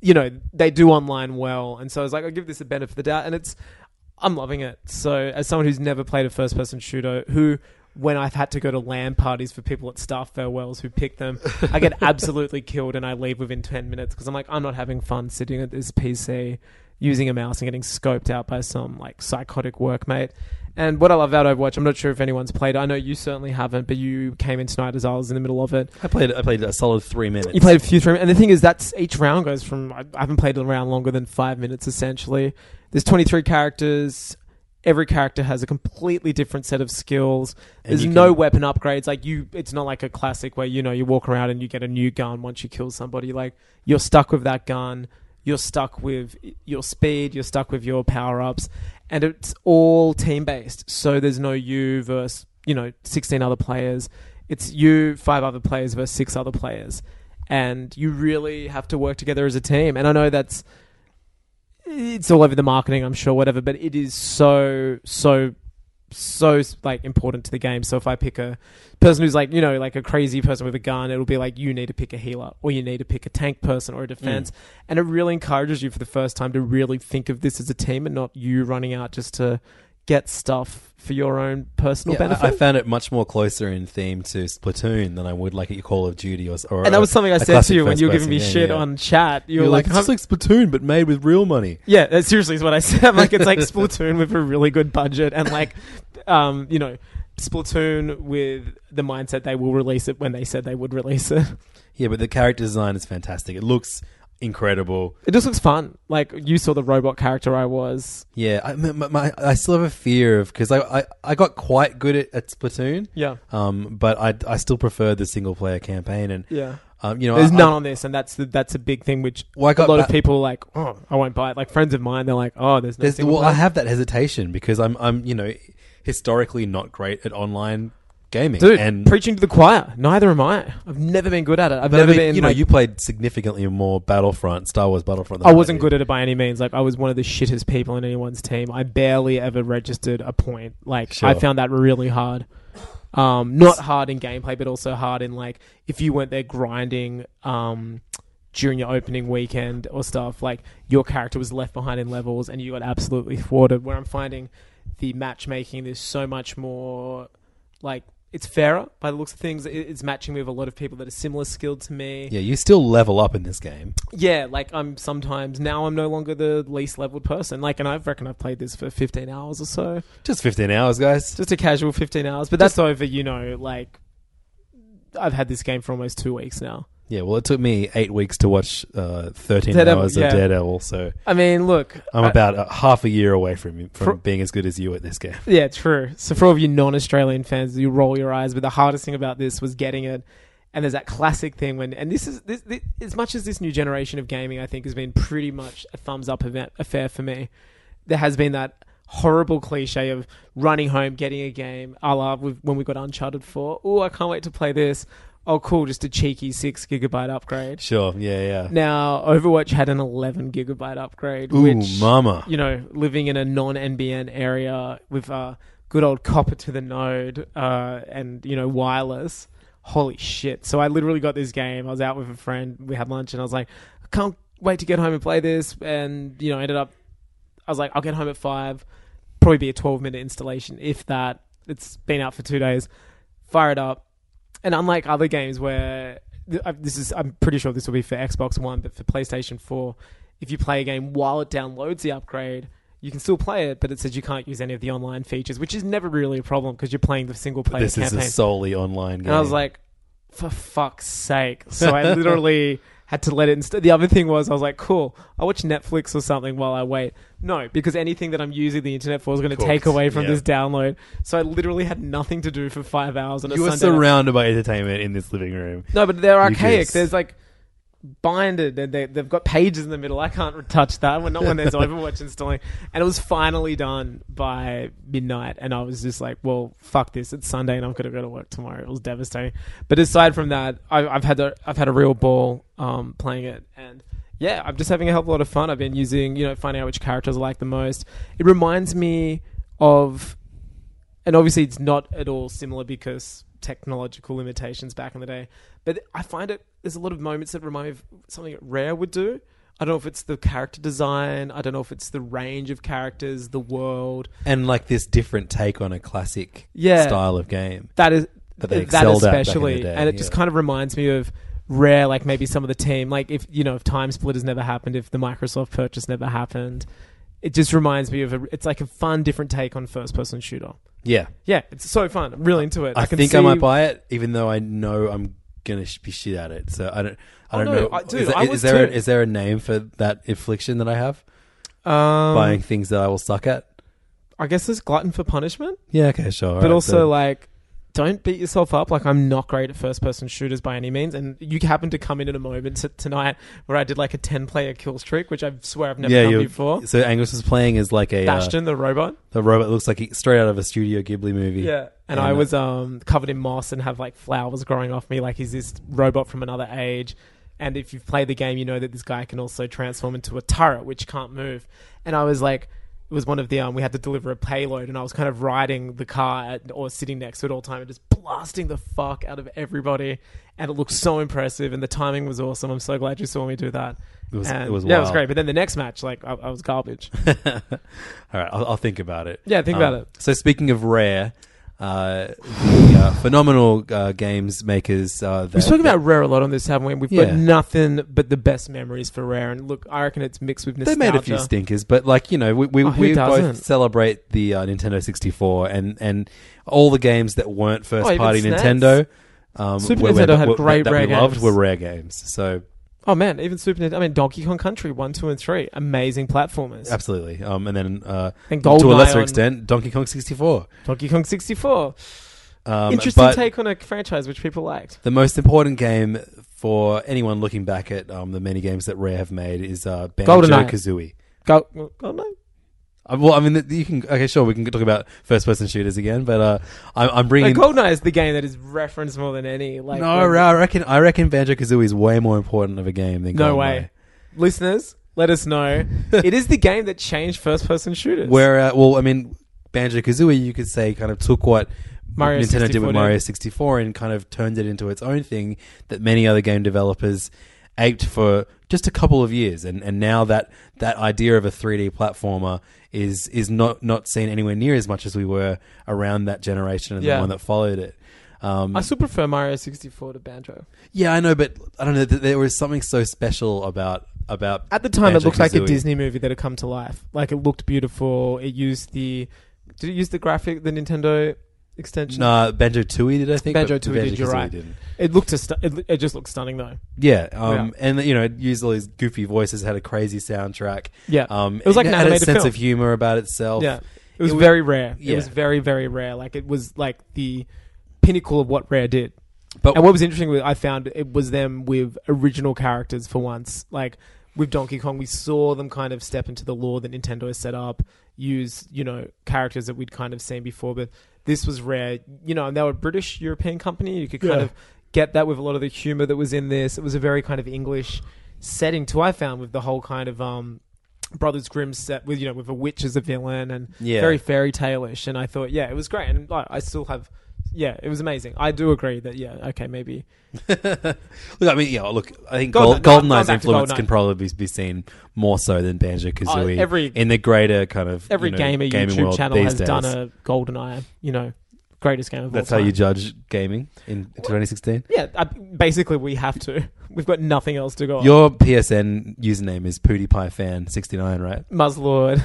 Speaker 3: you know, they do online well. And so I was like, I'll give this a benefit of the doubt. And it's, I'm loving it. So, as someone who's never played a first person shooter, who, when I've had to go to LAN parties for people at staff farewells who pick them, I get absolutely killed and I leave within 10 minutes because I'm like, I'm not having fun sitting at this PC using a mouse and getting scoped out by some like psychotic workmate. And what I love about Overwatch, I'm not sure if anyone's played. it. I know you certainly haven't, but you came in tonight as I was in the middle of it.
Speaker 2: I played I played a solid three minutes.
Speaker 3: You played a few three, and the thing is, that's each round goes from. I I haven't played a round longer than five minutes. Essentially, there's 23 characters. Every character has a completely different set of skills.
Speaker 2: And
Speaker 3: There's
Speaker 2: you
Speaker 3: no
Speaker 2: can-
Speaker 3: weapon upgrades. Like you, it's not like a classic where you know you walk around and you get a new gun once you kill somebody. Like you're stuck with that gun. You're stuck with your speed. You're stuck with your power ups, and it's all team based. So there's no you versus you know 16 other players. It's you five other players versus six other players, and you really have to work together as a team. And I know that's it's all over the marketing, I'm sure, whatever. But it is so so so like important to the game. So if I pick a person who's like you know like a crazy person with a gun, it'll be like you need to pick a healer or you need to pick a tank person or a defense,
Speaker 2: Mm.
Speaker 3: and it really encourages you for the first time to really think of this as a team and not you running out just to get stuff for your own personal
Speaker 2: Yeah, I-
Speaker 3: benefit.
Speaker 2: I, found it much more closer in theme to Splatoon than I would like at Call of Duty or. or
Speaker 3: and that was something I
Speaker 2: a
Speaker 3: said to
Speaker 2: classic
Speaker 3: you when you were giving
Speaker 2: first-person
Speaker 3: me
Speaker 2: game,
Speaker 3: shit
Speaker 2: yeah.
Speaker 3: on chat. You
Speaker 2: You're,
Speaker 3: were
Speaker 2: like,
Speaker 3: like,
Speaker 2: it's
Speaker 3: "Huh?"
Speaker 2: like Splatoon but made with real money.
Speaker 3: Yeah, that seriously is what I said. I'm like, it's like Splatoon with a really good budget and like, um, you know, Splatoon with the mindset they will release it when they said they would release it.
Speaker 2: Yeah, but the character design is fantastic. It looks incredible.
Speaker 3: It just looks fun. Like you saw the robot character I was.
Speaker 2: Yeah, I, my, my- my, I still have a fear of because I, I, I got quite good at, at Splatoon.
Speaker 3: Yeah.
Speaker 2: Um, but I, I still prefer the single player campaign and
Speaker 3: Yeah.
Speaker 2: um, you know,
Speaker 3: There's
Speaker 2: I-
Speaker 3: none on this, and that's the, that's a big thing. Which
Speaker 2: Well, I
Speaker 3: a
Speaker 2: got
Speaker 3: lot of
Speaker 2: ba-
Speaker 3: people are like, oh, I won't buy it. Like friends of mine, they're like, oh, there's no.
Speaker 2: There's,
Speaker 3: single
Speaker 2: well, I
Speaker 3: player."
Speaker 2: have that hesitation because I'm, I'm, you know, historically not great at online gaming.
Speaker 3: dude
Speaker 2: and
Speaker 3: preaching to the choir. Neither am I. I've never been good at it. I've
Speaker 2: but I
Speaker 3: never
Speaker 2: mean,
Speaker 3: been.
Speaker 2: you know,
Speaker 3: like-
Speaker 2: you played significantly more Battlefront, Star Wars Battlefront. Than
Speaker 3: I wasn't
Speaker 2: did.
Speaker 3: good at it by any means. Like I was one of the shittest people in anyone's team. I barely ever registered a point. Like I
Speaker 2: Sure.
Speaker 3: found that really hard. Um, not hard in gameplay, but also hard in like if you weren't there grinding um, during your opening weekend or stuff. Like your character was left behind in levels, and you got absolutely thwarted. Where I'm finding the matchmaking is so much more like it's fairer by the looks of things. It- It's matching me with a lot of people that are similar skilled to me.
Speaker 2: Yeah, you still level up in this game.
Speaker 3: Yeah, like I'm sometimes now I'm no longer the least leveled person. Like, and I reckon I've played this for 15 hours or so,
Speaker 2: Just 15 hours, guys.
Speaker 3: just a casual 15 hours. But that's over, you know. Like, I've had this game for almost two weeks now.
Speaker 2: Yeah, well, it took me eight weeks to watch uh, 13
Speaker 3: Daredevil,
Speaker 2: hours
Speaker 3: yeah. Uh,
Speaker 2: of Daredevil, so
Speaker 3: I mean, look,
Speaker 2: I'm
Speaker 3: I-
Speaker 2: about a half a year away from from
Speaker 3: For-
Speaker 2: being as good as you at this game.
Speaker 3: Yeah, true. So for all of you non-Australian fans, you roll your eyes. But the hardest thing about this was getting it. And there's that classic thing when, and this is this, this as much as this new generation of gaming, I think, has been pretty much a thumbs up event affair for me. There has been that horrible cliche of running home, getting a game, a la with- when we got Uncharted Four. Oh, I can't wait to play this. Oh, cool, just a cheeky six gigabyte upgrade.
Speaker 2: Sure, yeah, yeah.
Speaker 3: Now, Overwatch had an 11 gigabyte upgrade,
Speaker 2: Ooh,
Speaker 3: which,
Speaker 2: mama.
Speaker 3: you know, living in a non NBN area with uh, good old copper to the node uh, and, you know, wireless. Holy shit. So I literally got this game. I was out with a friend. We had lunch and I was like, I can't wait to get home and play this. And, you know, ended up, I was like, I'll get home at five. Probably be a 12 minute installation, if that. It's been out for two days. Fire it up. And unlike other games where th- I- this is, I'm pretty sure this will be for Xbox One, but for PlayStation 4, if you play a game while it downloads the upgrade, you can still play it, but it says you can't use any of the online features, which is never really a problem because you're playing the single player
Speaker 2: This is
Speaker 3: campaign.
Speaker 2: a solely online game.
Speaker 3: And I was like, for fuck's sake. So I literally had to let it instead. The other thing was, I was like, cool, I'll watch Netflix or something while I wait. No, because anything that I'm using the internet for is going to
Speaker 2: Cooked.
Speaker 3: take away from
Speaker 2: Yeah.
Speaker 3: this download. So I literally had nothing to do for five hours on a
Speaker 2: you were
Speaker 3: Sunday. night.
Speaker 2: surrounded by entertainment in this living room.
Speaker 3: No, but they're
Speaker 2: You
Speaker 3: archaic.
Speaker 2: just-
Speaker 3: There's like binded and they, they've got pages in the middle. I can't touch that. When not when there's Overwatch installing. And it was finally done by midnight. And I was just like, well, fuck this. It's Sunday and I've got to go to work tomorrow. It was devastating. But aside from that, I, I've had a, I've had a real ball um, playing it. And yeah, I'm just having a hell of a lot of fun. I've been using, you know, finding out which characters I like the most. It reminds me of and obviously it's not at all similar because technological limitations back in the day. But I find it there's a lot of moments that remind me of something that Rare would do. I don't know if it's the character design. I don't know if it's the range of characters, the world.
Speaker 2: And like this different take on a classic
Speaker 3: Yeah.
Speaker 2: style of game.
Speaker 3: That is
Speaker 2: That they
Speaker 3: that
Speaker 2: excelled at back in the
Speaker 3: especially,
Speaker 2: day,
Speaker 3: and it just
Speaker 2: yeah.
Speaker 3: kind of reminds me of Rare, like maybe some of the team, like if you know if Time Splitters never happened, if the Microsoft purchase never happened, it just reminds me of a, it's like a fun, different take on first person shooter.
Speaker 2: Yeah.
Speaker 3: Yeah, it's so fun. I'm really into it.
Speaker 2: I,
Speaker 3: can
Speaker 2: think I
Speaker 3: see-
Speaker 2: might buy it, even though I know I'm gonna sh- be shit at it. So I don't. I
Speaker 3: Oh,
Speaker 2: don't
Speaker 3: no,
Speaker 2: know.
Speaker 3: I- dude,
Speaker 2: is, there-
Speaker 3: I
Speaker 2: is
Speaker 3: was
Speaker 2: there a,
Speaker 3: too.
Speaker 2: is there a name for that affliction that I have?
Speaker 3: Um,
Speaker 2: Buying things that I will suck at.
Speaker 3: I guess there's glutton for punishment,
Speaker 2: Yeah. Okay. Sure.
Speaker 3: but also like, don't beat yourself up. Like, I'm not great at first person shooters by any means, and you happened to come in at a moment t- tonight where I did like a ten player kill streak, which I swear I've never
Speaker 2: yeah.
Speaker 3: done
Speaker 2: you're-
Speaker 3: before.
Speaker 2: So Angus was playing as like a uh,
Speaker 3: Bastion, the robot.
Speaker 2: the robot that looks like he, straight out of a Studio Ghibli movie.
Speaker 3: Yeah, and I was um covered in moss and have like flowers growing off me. Like, he's this robot from another age. And if you've played the game, you know that this guy can also transform into a turret, which can't move. And I was like. It was one of the um. We had to deliver a payload, and I was kind of riding the car at, or sitting next to it all the time, and just blasting the fuck out of everybody. And it looked so impressive, and the timing was awesome. I'm so glad you saw me do that. It
Speaker 2: was-
Speaker 3: and,
Speaker 2: it was
Speaker 3: yeah, it was
Speaker 2: wild.
Speaker 3: great. But then the next match, like I, I was garbage.
Speaker 2: All right, I'll, I'll think about it.
Speaker 3: Yeah, think
Speaker 2: Um,
Speaker 3: about it.
Speaker 2: So speaking of rare, uh, the, uh, phenomenal uh, games makers. Uh, that,
Speaker 3: We've spoken about Rare a lot on this, haven't we? And We've
Speaker 2: Yeah.
Speaker 3: got nothing but the best memories for Rare. And look, I reckon it's mixed with
Speaker 2: they
Speaker 3: nostalgia.
Speaker 2: made a few stinkers, but like you know, we we,
Speaker 3: Oh, who
Speaker 2: we both
Speaker 3: doesn't?
Speaker 2: celebrate the uh, Nintendo sixty four and and all the games that weren't first
Speaker 3: Oh, even
Speaker 2: party
Speaker 3: SNES.
Speaker 2: Nintendo. Um,
Speaker 3: Super
Speaker 2: were- were-
Speaker 3: Nintendo had
Speaker 2: were-
Speaker 3: great
Speaker 2: that
Speaker 3: rare
Speaker 2: we loved
Speaker 3: games.
Speaker 2: were rare games. So
Speaker 3: Oh, man. Even Super Nintendo. I mean, Donkey Kong Country 1, 2, and 3. Amazing platformers.
Speaker 2: absolutely. Um, and then uh,
Speaker 3: And
Speaker 2: to a
Speaker 3: GoldenEye
Speaker 2: lesser
Speaker 3: on-
Speaker 2: extent, Donkey Kong sixty four.
Speaker 3: Donkey Kong 64.
Speaker 2: Um,
Speaker 3: Interesting
Speaker 2: but-
Speaker 3: take on a franchise which people liked.
Speaker 2: The most important game for anyone looking back at um, the many games that Rare have made is uh, Banjo
Speaker 3: GoldenEye.
Speaker 2: Kazooie.
Speaker 3: Go, oh, no.
Speaker 2: Uh, well, I mean, th- you can okay, sure, we can talk about first-person shooters again, but uh, I'm, I'm
Speaker 3: Like,
Speaker 2: bringing.
Speaker 3: GoldenEye is the game that is referenced more than any. Like,
Speaker 2: no,
Speaker 3: when-
Speaker 2: I reckon I reckon Banjo Kazooie is way more important of a game than
Speaker 3: No
Speaker 2: GoldenEye.
Speaker 3: way. Listeners, let us know. it is the game that changed first person shooters.
Speaker 2: Where uh, well, I mean, Banjo Kazooie, you could say, kind of took what
Speaker 3: Mario
Speaker 2: Nintendo did
Speaker 3: 64
Speaker 2: with
Speaker 3: did.
Speaker 2: Mario 64 and kind of turned it into its own thing that many other game developers aped for just a couple of years, and and now that that idea of a 3D platformer is is not not seen anywhere near as much as we were around that generation and
Speaker 3: Yeah.
Speaker 2: the one that followed it. Um,
Speaker 3: I still prefer Mario 64 to Banjo.
Speaker 2: yeah, I know, but I don't know. th- There was something so special about about
Speaker 3: At the time, it looked like a
Speaker 2: Banjo-Kazooie.
Speaker 3: Disney movie that had come to life. Like it looked beautiful. It used the did it use the graphic the Nintendo extension.
Speaker 2: No, Banjo Tooie did I think? but
Speaker 3: Banjo Tooie did. You're
Speaker 2: Kazooie
Speaker 3: right.
Speaker 2: didn't.
Speaker 3: It looked a stu- it, it just looked stunning though.
Speaker 2: Yeah, um,
Speaker 3: Yeah.
Speaker 2: and you know, it used all these goofy voices, had a crazy soundtrack.
Speaker 3: Yeah.
Speaker 2: um,
Speaker 3: It was like an
Speaker 2: had a
Speaker 3: animated
Speaker 2: sense
Speaker 3: film.
Speaker 2: of humor about itself.
Speaker 3: Yeah, it was
Speaker 2: It was-
Speaker 3: very rare. It
Speaker 2: yeah.
Speaker 3: was very very rare. Like it was like the pinnacle of what Rare did.
Speaker 2: But-
Speaker 3: and what was interesting, was I found it was them with original characters for once. Like with Donkey Kong, we saw them kind of step into the lore that Nintendo has set up, use you know characters that we'd kind of seen before. But this was Rare, you know, and they were a British European company. You could kind of get that with a lot of the humor that was in this. It was a very kind of English setting too. I found with the whole kind of um, Brothers Grimm set with you know with a witch as a villain and
Speaker 2: Yeah.
Speaker 3: very fairy tale-ish and I thought yeah it was great and like, I still have yeah it was amazing I do agree that yeah okay maybe
Speaker 2: Look, I mean, yeah, look, I think
Speaker 3: Golden-
Speaker 2: Gold,
Speaker 3: no, I'm
Speaker 2: GoldenEye's
Speaker 3: back to
Speaker 2: influence
Speaker 3: GoldenEye.
Speaker 2: can probably be seen more so than Banjo Kazooie
Speaker 3: Oh, every-
Speaker 2: in the greater kind of
Speaker 3: every
Speaker 2: you know,
Speaker 3: gamer
Speaker 2: gaming
Speaker 3: YouTube
Speaker 2: world
Speaker 3: channel
Speaker 2: these
Speaker 3: has
Speaker 2: days.
Speaker 3: done a golden eye you know greatest game of
Speaker 2: That's
Speaker 3: all
Speaker 2: how
Speaker 3: time.
Speaker 2: you judge gaming in 2016.
Speaker 3: yeah I, basically we have to we've got nothing else to go on.
Speaker 2: Your PSN username is PewDiePieFan69, right?
Speaker 3: Muzzlord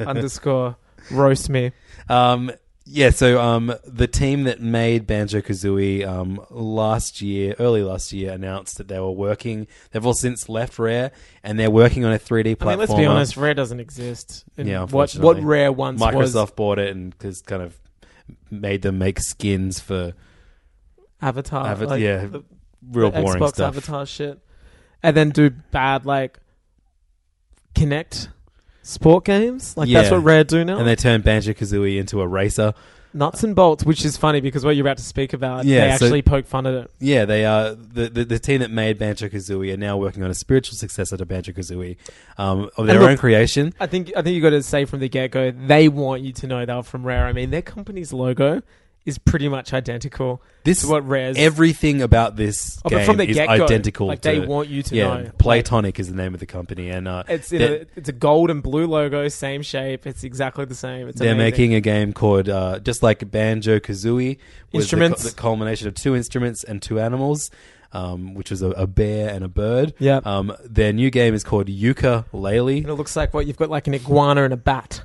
Speaker 3: underscore roast me
Speaker 2: Um, yeah, so um, the team that made Banjo Kazooie um, last year, early last year, announced that they were working. They've all since left Rare, and they're working on a 3D platform.
Speaker 3: I mean let's be honest Rare doesn't exist And
Speaker 2: Yeah,
Speaker 3: what
Speaker 2: unfortunately.
Speaker 3: what Rare once
Speaker 2: Microsoft
Speaker 3: was
Speaker 2: bought it and just kind of made them make skins for
Speaker 3: Avatar
Speaker 2: Ava-
Speaker 3: like,
Speaker 2: yeah,
Speaker 3: the-
Speaker 2: real
Speaker 3: the
Speaker 2: boring
Speaker 3: Xbox
Speaker 2: stuff.
Speaker 3: Avatar shit, and then do bad like Connect sport games. Like that's
Speaker 2: Yeah.
Speaker 3: what Rare do now.
Speaker 2: And they turned Banjo Kazooie into a racer.
Speaker 3: Nuts and bolts, which is funny because what you're about to speak about, they
Speaker 2: Yeah, so-
Speaker 3: actually poke fun at it.
Speaker 2: Yeah, they are the, the, the team that made Banjo Kazooie are now working on a spiritual successor to Banjo Kazooie um, of their
Speaker 3: look-
Speaker 2: own creation.
Speaker 3: I think I think you got to say from the get go, they want you to know they were from Rare. I mean, their company's logo is pretty much identical
Speaker 2: This
Speaker 3: to what Rare's.
Speaker 2: everything about this
Speaker 3: Oh, but
Speaker 2: game
Speaker 3: from the
Speaker 2: is
Speaker 3: get-go,
Speaker 2: identical.
Speaker 3: like,
Speaker 2: to,
Speaker 3: they want you to
Speaker 2: yeah,
Speaker 3: know.
Speaker 2: Playtonic is the name of the company, and uh,
Speaker 3: it's in
Speaker 2: they're,
Speaker 3: a, it's a gold and blue logo, same shape. It's exactly the same. It's
Speaker 2: they're
Speaker 3: amazing.
Speaker 2: making a game called uh, just like Banjo Kazooie.
Speaker 3: Instruments.
Speaker 2: the, cu- the culmination of two instruments and two animals, um, which was a, a bear and a bird.
Speaker 3: Yep.
Speaker 2: Um, their new game is called Yuka Lele.
Speaker 3: and it looks like what you've got like an iguana and a bat.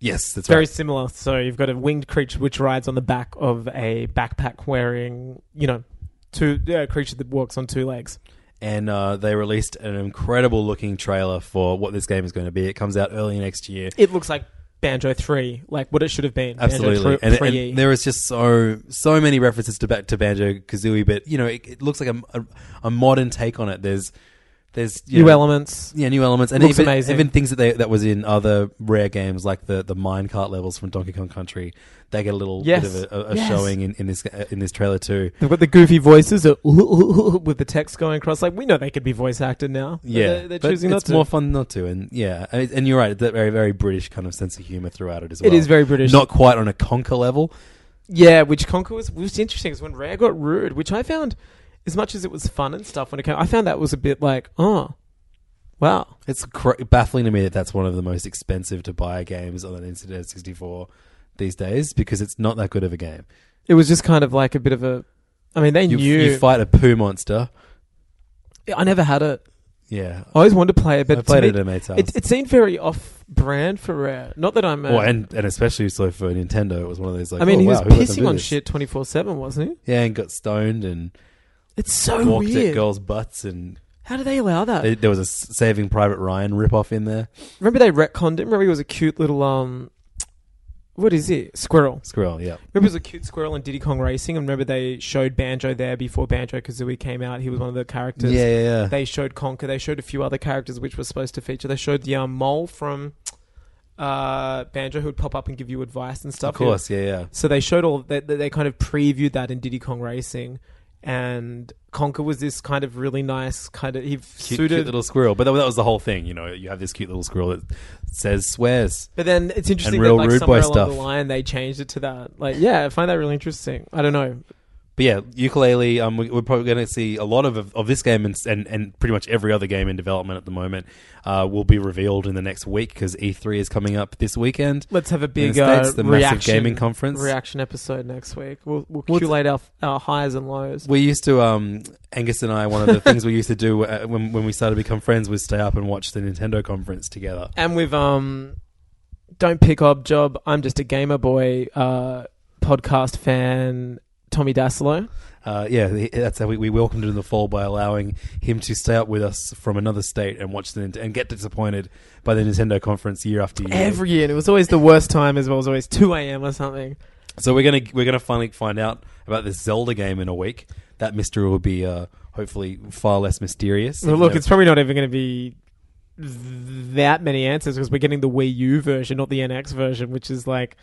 Speaker 2: Yes, that's
Speaker 3: very
Speaker 2: right.
Speaker 3: similar. So you've got a winged creature which rides on the back of a backpack wearing, you know, two yeah, a creature that walks on two legs.
Speaker 2: and uh, they released an incredible looking trailer for what this game is going to be. It comes out early next year.
Speaker 3: It looks like Banjo Three, like what it should have been.
Speaker 2: Absolutely,
Speaker 3: Banjo E.
Speaker 2: and,
Speaker 3: 3,
Speaker 2: and there is just so so many references to back to Banjo Kazooie, but you know it, it looks like a, a, a modern take on it. There's there's you
Speaker 3: new
Speaker 2: know,
Speaker 3: elements.
Speaker 2: yeah, new elements, and
Speaker 3: Looks
Speaker 2: even,
Speaker 3: amazing.
Speaker 2: even things that they, that was in other rare games like the the minecart levels from Donkey Kong Country. They get a little
Speaker 3: Yes.
Speaker 2: bit of a, a, a
Speaker 3: Yes.
Speaker 2: showing in, in this in this trailer too.
Speaker 3: They've got the goofy voices uh, with the text going across. Like we know they could be voice acted now. but
Speaker 2: Yeah,
Speaker 3: they're, they're
Speaker 2: but
Speaker 3: choosing not
Speaker 2: it's
Speaker 3: to.
Speaker 2: more fun not to, and yeah, and and you're right. It's a very very British kind of sense of humor throughout it as well.
Speaker 3: It is very British.
Speaker 2: not quite on a conquer level.
Speaker 3: Yeah, which Conquer was, was interesting is when Rare got rude, which I found, as much as it was fun and stuff when it came, I found that was a bit like, oh, wow.
Speaker 2: It's cr- baffling to me that that's one of the most expensive to buy games on an Nintendo 64 these days because it's not that good of a game.
Speaker 3: It was just kind of like a bit of a. I mean, they
Speaker 2: You,
Speaker 3: knew.
Speaker 2: you fight a poo monster.
Speaker 3: I never had it.
Speaker 2: Yeah.
Speaker 3: I always wanted to play it, but
Speaker 2: I played
Speaker 3: to
Speaker 2: it
Speaker 3: me,
Speaker 2: at a mate's house.
Speaker 3: it, it seemed very off-brand for Rare. Not that I'm. A,
Speaker 2: well, and, and especially so for Nintendo, it was one of those like.
Speaker 3: I mean,
Speaker 2: oh,
Speaker 3: he
Speaker 2: wow,
Speaker 3: was
Speaker 2: who let them
Speaker 3: pissing
Speaker 2: do
Speaker 3: on
Speaker 2: this?
Speaker 3: shit twenty-four-seven, wasn't he?
Speaker 2: Yeah, and got stoned and
Speaker 3: It's so
Speaker 2: walked at
Speaker 3: weird.
Speaker 2: girls' butts, and
Speaker 3: How do they allow that?
Speaker 2: they, there was a S- Saving Private Ryan ripoff in there.
Speaker 3: Remember they retconned him. Remember he was a cute little um. What is it? Squirrel.
Speaker 2: Squirrel, yeah.
Speaker 3: Remember it was a cute squirrel in Diddy Kong Racing, and remember they showed Banjo there before Banjo Kazooie came out. He was one of the characters.
Speaker 2: yeah, yeah, yeah.
Speaker 3: They showed Conker. They showed a few other characters which were supposed to feature. They showed the um, mole from uh, Banjo who'd pop up and give you advice and stuff.
Speaker 2: of course, yeah, yeah.
Speaker 3: So they showed all they, they they kind of previewed that in Diddy Kong Racing, and Conker was this kind of really nice kind of he
Speaker 2: Cute,
Speaker 3: suited.
Speaker 2: cute little squirrel, but that, that was the whole thing. You know, you have this cute little squirrel that says swears.
Speaker 3: but then it's interesting
Speaker 2: real
Speaker 3: that like
Speaker 2: rude boy
Speaker 3: somewhere along
Speaker 2: stuff.
Speaker 3: the line they changed it to that. Like yeah, I find that really interesting. I don't know.
Speaker 2: But yeah, ukulele. Um, we, we're probably going to see a lot of of this game and, and and pretty much every other game in development at the moment uh, will be revealed in the next week because E3 is coming up this weekend.
Speaker 3: Let's have a
Speaker 2: the
Speaker 3: big uh,
Speaker 2: States, the massive
Speaker 3: reaction
Speaker 2: gaming conference.
Speaker 3: reaction episode next week. We'll we'll
Speaker 2: What's-
Speaker 3: collate our, our highs and lows.
Speaker 2: We used to, um, Angus and I, one of the things we used to do uh, when when we started to become friends was stay up and watch the Nintendo conference together.
Speaker 3: and with um, don't pick up job. I'm just a gamer boy. Uh, podcast fan Tommy Dasilo.
Speaker 2: Uh, yeah, he- that's how we, we welcomed him to the fall by allowing him to stay up with us from another state and watch the Nint- and get disappointed by the Nintendo conference year after year.
Speaker 3: Every year, and it was always the worst time as well. It was always two a.m. or something.
Speaker 2: so we're gonna we're gonna finally find out about this Zelda game in a week. That mystery will be uh, hopefully far less mysterious.
Speaker 3: Well, look,
Speaker 2: Even
Speaker 3: it's probably not even going to be th- that many answers because we're getting the Wii U version, not the NX version, which is like,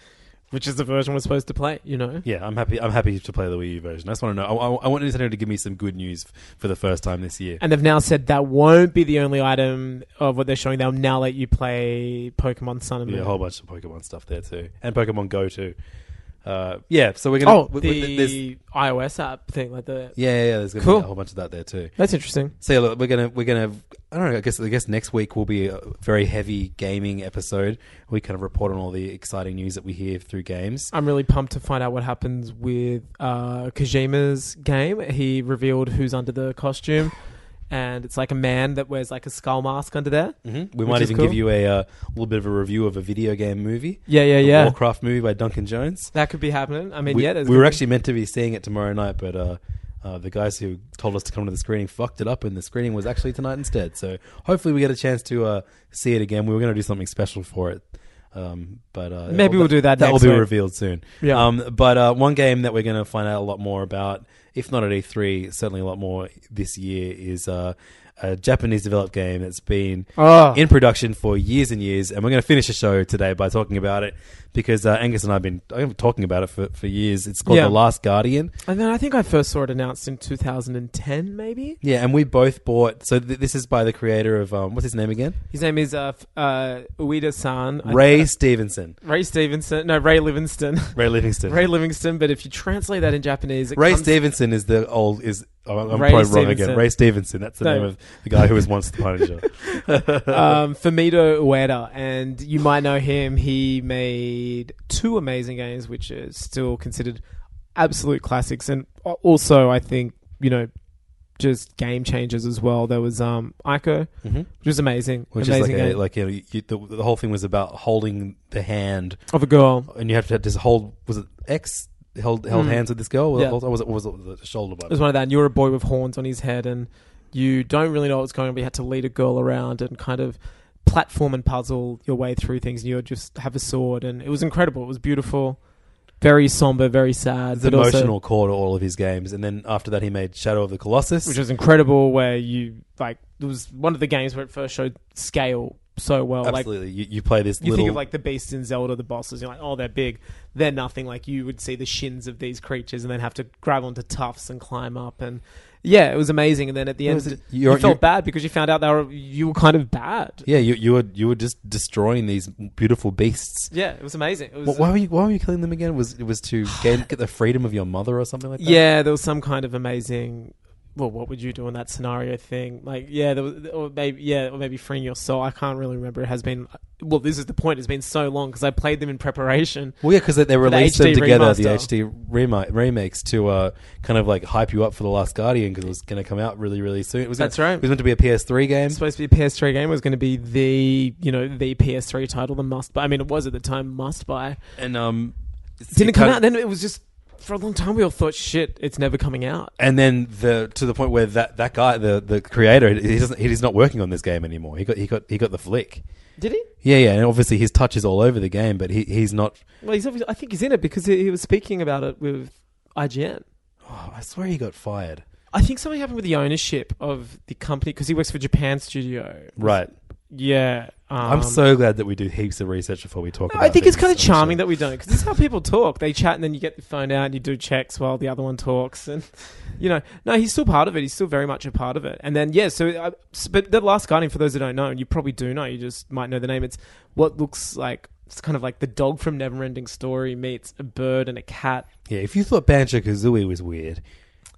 Speaker 3: which is the version we're supposed to play. You know,
Speaker 2: Yeah, I'm happy. I'm happy to play the Wii U version. I just want to know. I, I, I want Nintendo to give me some good news f- for the first time this year.
Speaker 3: and they've now said that won't be the only item of what they're showing. They'll now let you play Pokemon Sun and
Speaker 2: Yeah,
Speaker 3: Moon.
Speaker 2: a whole bunch of Pokemon stuff there too, and Pokemon Go too. Uh, yeah, so we're gonna.
Speaker 3: oh,
Speaker 2: we- we-
Speaker 3: the
Speaker 2: there's-
Speaker 3: iOS app thing, like the
Speaker 2: yeah, yeah, yeah, there's gonna
Speaker 3: Cool.
Speaker 2: be a whole bunch of that there too.
Speaker 3: that's interesting.
Speaker 2: So yeah, look, we're gonna we're gonna. I don't know. I guess I guess next week will be a very heavy gaming episode. We kind of report on all the exciting news that we hear through games.
Speaker 3: I'm really pumped to find out what happens with uh, Kojima's game. He revealed who's under the costume, and it's like a man that wears like a skull mask under there.
Speaker 2: Mm-hmm. We
Speaker 3: Which
Speaker 2: might
Speaker 3: is
Speaker 2: even
Speaker 3: cool.
Speaker 2: give you a uh, little bit of a review of a video game movie.
Speaker 3: Yeah, yeah,
Speaker 2: The
Speaker 3: yeah.
Speaker 2: Warcraft movie by Duncan Jones.
Speaker 3: That could be happening. I mean,
Speaker 2: we,
Speaker 3: yeah, there's
Speaker 2: we were
Speaker 3: gonna be-
Speaker 2: actually meant to be seeing it tomorrow night, but uh, uh, the guys who told us to come to the screening fucked it up, and the screening was actually tonight instead. So hopefully, we get a chance to uh, see it again. We were going to do something special for it, um, but uh,
Speaker 3: Maybe we'll do that
Speaker 2: That
Speaker 3: next
Speaker 2: will be
Speaker 3: week.
Speaker 2: revealed soon.
Speaker 3: Yeah.
Speaker 2: Um, but uh, one game that we're going to find out a lot more about, if not at E3, certainly a lot more this year, is uh, a Japanese developed game that's been
Speaker 3: Ah.
Speaker 2: in production for years and years, and we're going to finish the show today by talking about it because uh, Angus and I have been, I've been talking about it for, for years. It's called
Speaker 3: Yeah.
Speaker 2: The Last Guardian.
Speaker 3: And then I think I first saw it announced in 2010, maybe.
Speaker 2: Yeah, and we both bought. So th- this is by the creator of um, what's his name again?
Speaker 3: His name is uh, f- uh, Ueda San.
Speaker 2: Ray Stevenson,
Speaker 3: Ray Stevenson. No, Ray Livingston.
Speaker 2: Ray Livingston.
Speaker 3: Ray Livingston, but if you translate that in Japanese, it
Speaker 2: Ray
Speaker 3: comes-
Speaker 2: Stevenson is the old is. Oh, I'm probably
Speaker 3: Ray
Speaker 2: wrong
Speaker 3: Stevenson.
Speaker 2: again. Ray Stevenson. That's the
Speaker 3: No.
Speaker 2: name of the guy who was once the Punisher.
Speaker 3: um, Fumito Ueda, and you might know him. He made two amazing games, which are still considered absolute classics, and a- also I think you know just game changers as well. There was um, Ico, which was amazing,
Speaker 2: Mm-hmm. Which is
Speaker 3: amazing
Speaker 2: like, a,
Speaker 3: game
Speaker 2: like you know, you, the, the whole thing was about holding the hand,
Speaker 3: of a girl.
Speaker 2: and you have to have this hold. Was it X held held hands with this girl?
Speaker 3: Hmm. Yeah.
Speaker 2: Or was it or was it the shoulder
Speaker 3: It
Speaker 2: button?
Speaker 3: was one of that, and you were a boy with horns on his head, and you don't really know what's going on, but you had to lead a girl around and kind of platform and puzzle your way through things, and you would just have a sword, and it was incredible. It was beauutful. Very somber, very sad.
Speaker 2: It's an
Speaker 3: but also-
Speaker 2: emotional core to all of his games, and then after that, he made Shadow of the Colossus.
Speaker 3: which was incredible. Where you like it was one of the games where it first showed scale so well. uh, Like
Speaker 2: Absolutely, you, you play this
Speaker 3: you
Speaker 2: little
Speaker 3: think of like the beasts in Zelda, the bosses. You're like, oh, they're big. They're nothing. Like you would see the shins of these creatures and then have to grab onto tufts and climb up. And yeah, it was amazing. And then at the
Speaker 2: What
Speaker 3: end,
Speaker 2: was it?
Speaker 3: you
Speaker 2: You're-
Speaker 3: felt
Speaker 2: you're-
Speaker 3: bad because you found out they were you were kind of bad.
Speaker 2: yeah. You you were you were just destroying these beautiful beasts.
Speaker 3: Yeah, it was amazing. It was,
Speaker 2: Wh- why were you why were you killing them again? Was it was to gain, get the freedom of your mother or something like that?
Speaker 3: Yeah, there was some kind of amazing. Well, what would you do in that scenario thing? Like, yeah, there was, or maybe, yeah, or maybe freeing your soul. I can't really remember. It has been. Well, this is the point. It's been so long because I played them in preparation.
Speaker 2: Well, yeah, because they, they
Speaker 3: the
Speaker 2: released them
Speaker 3: HD
Speaker 2: together, the
Speaker 3: remaster.
Speaker 2: HD remi- remakes, to uh, kind of like hype you up for The Last Guardian because it was going to come out really, really soon. It was
Speaker 3: That's
Speaker 2: gonna,
Speaker 3: right.
Speaker 2: It was meant to be a PS3 game.
Speaker 3: It's supposed to be a PS3 game. It was going to be the, you know, the PS3 title, the must buy. I mean, it was at the time must buy.
Speaker 2: And um, it's-
Speaker 3: Didn't
Speaker 2: it
Speaker 3: come
Speaker 2: kinda-
Speaker 3: out. Then it was just for a long time. We all thought, shit, it's never coming out.
Speaker 2: And then the to the point where that, that guy, the, the creator, he doesn't, he's not working on this game anymore. He got he got he got the flick.
Speaker 3: Did he?
Speaker 2: Yeah, yeah, and obviously his touch is all over the game, but he, he's not.
Speaker 3: Well, he's. Obviously, I think he's in it because he, he was speaking about it with IGN.
Speaker 2: Oh, I swear he got fired.
Speaker 3: I think something happened with the ownership of the company because he works for Japan Studio.
Speaker 2: Right.
Speaker 3: Yeah. Um,
Speaker 2: I'm so glad that we do heaps of research before we talk. about
Speaker 3: I think it's
Speaker 2: things.
Speaker 3: kind of charming that we don't because this is how people talk. They chat and then you get the phone out and you do checks while the other one talks. And, you know, no, he's still part of it. He's still very much a part of it. And then, yeah, so, uh, s- but The Last Guardian, for those that don't know, and you probably do know, you just might know the name, it's what looks like, it's kind of like the dog from Neverending Story meets a bird and a cat.
Speaker 2: Yeah, if you thought Banjo Kazooie was weird,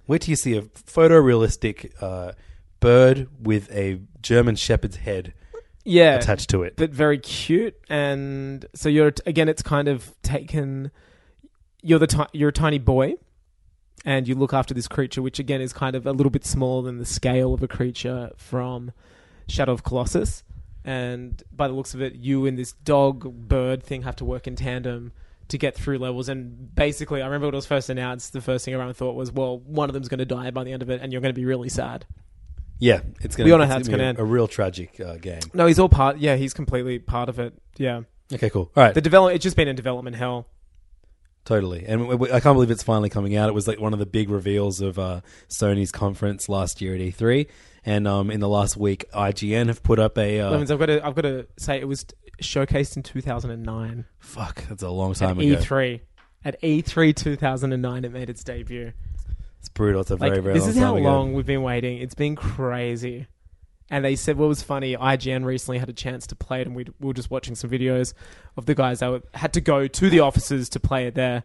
Speaker 2: wait till you see a photorealistic uh, bird with a German Shepherd's head
Speaker 3: Yeah.
Speaker 2: attached to it.
Speaker 3: but very cute. And so you're again, it's kind of taken. You're the ti- you're a tiny boy, and you look after this creature, which again is kind of a little bit smaller than the scale of a creature from Shadow of Colossus. And by the looks of it, you and this dog bird thing have to work in tandem to get through levels. And basically, I remember when it was first announced, the first thing everyone thought was, well, one of them's going to die by the end of it, and you're going to be really sad.
Speaker 2: Yeah, it's gonna.
Speaker 3: We all know how it's
Speaker 2: gonna be
Speaker 3: gonna end.
Speaker 2: a, a real tragic uh, game.
Speaker 3: No, he's all part. Yeah, he's completely part of it. Yeah.
Speaker 2: Okay, cool. All right,
Speaker 3: The development, it's just been in development hell.
Speaker 2: totally. And w- w- I can't believe it's finally coming out. It was like one of the big reveals of uh, Sony's conference last year at E3, and um, in the last week, IGN have put up a uh,
Speaker 3: Lemons, I've got to, I've got to say, it was showcased in 2009
Speaker 2: fuck. That's a long
Speaker 3: at E
Speaker 2: time ago.
Speaker 3: E3. At E E3 2009, it made its debut.
Speaker 2: It's brutal. It's a
Speaker 3: Like
Speaker 2: very very.
Speaker 3: this
Speaker 2: long
Speaker 3: is how
Speaker 2: time ago.
Speaker 3: long we've been waiting. It's been crazy. And they said what was funny. IGN recently had a chance to play it, and we we were just watching some videos of the guys that were, had to go to the offices to play it there.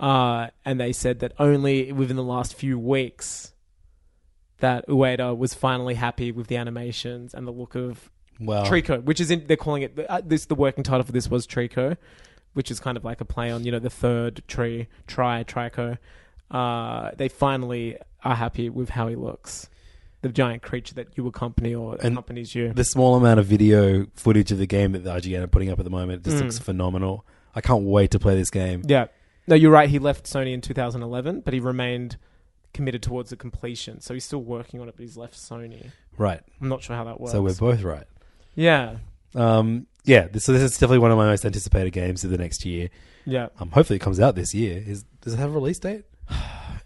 Speaker 3: Uh, and they said that only within the last few weeks that Ueda was finally happy with the animations and the look of
Speaker 2: Wow.
Speaker 3: Trico, which is in, they're calling it uh, this. The working title for this was Trico, which is kind of like a play on you know the third tree, try Trico. Uh, they finally are happy with how he looks, the giant creature that you accompany or
Speaker 2: And
Speaker 3: accompanies you.
Speaker 2: the small amount of video footage of the game that the IGN are putting up at the moment
Speaker 3: Hmm.
Speaker 2: just looks phenomenal. I can't wait to play this game.
Speaker 3: yeah, no, you're right. He left Sony in 2011, but he remained committed towards the completion. So he's still working on it, but he's left Sony.
Speaker 2: Right.
Speaker 3: I'm not sure how that works.
Speaker 2: So we're both right.
Speaker 3: yeah,
Speaker 2: Um, yeah. This, so this is definitely one of my most anticipated games of the next year.
Speaker 3: yeah.
Speaker 2: Um, hopefully it comes out this year. Is does it have a release date?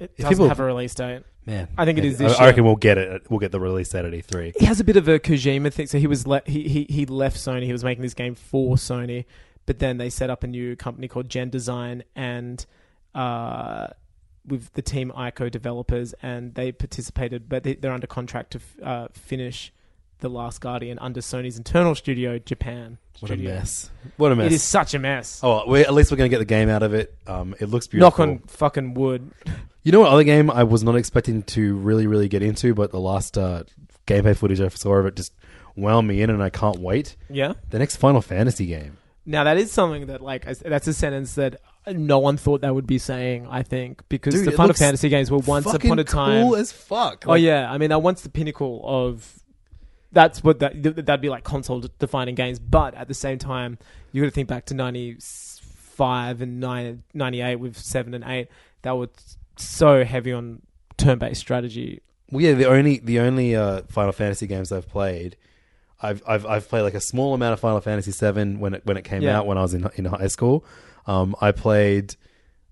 Speaker 3: It
Speaker 2: If
Speaker 3: doesn't
Speaker 2: people-
Speaker 3: have a release date.
Speaker 2: Man,
Speaker 3: I think it is this
Speaker 2: I,
Speaker 3: year.
Speaker 2: reckon we'll get it. We'll get the release date at E E3.
Speaker 3: he has a bit of a Kojima thing. So he was le- he, he he left Sony. He was making this game for Sony, but then they set up a new company called Gen Design, and uh, with the team Ico developers, and they participated, but they, they're under contract to f- uh, finish the Last Guardian under Sony's internal studio, Japan.
Speaker 2: What a
Speaker 3: studio.
Speaker 2: mess! What a mess!
Speaker 3: It is such a mess.
Speaker 2: oh, we at least we're going to get the game out of it. Um, it looks
Speaker 3: Knock
Speaker 2: beautiful.
Speaker 3: on fucking wood.
Speaker 2: You know what other game I was not expecting to really, really get into, but the last uh, gameplay footage I saw of it just wound me in, and I can't wait.
Speaker 3: Yeah.
Speaker 2: The next Final Fantasy game.
Speaker 3: Now that is something that like as- that's a sentence that no one thought they would be saying. I think because
Speaker 2: Dude,
Speaker 3: the
Speaker 2: it
Speaker 3: Final
Speaker 2: looks
Speaker 3: Fantasy games were once
Speaker 2: Fucking
Speaker 3: upon a time.
Speaker 2: cool as fuck.
Speaker 3: oh yeah, I mean that once the pinnacle of that's what that th- that'd be like console d- defining games. But at the same time, you got to think back to ninety five and 9, 98 with seven and eight. That was so heavy on turn based strategy.
Speaker 2: Well, yeah. The only the only uh, Final Fantasy games I've played, I've, I've I've played like a small amount of Final Fantasy Seven when it when it came
Speaker 3: Yeah.
Speaker 2: out when I was in in high school. Um, I played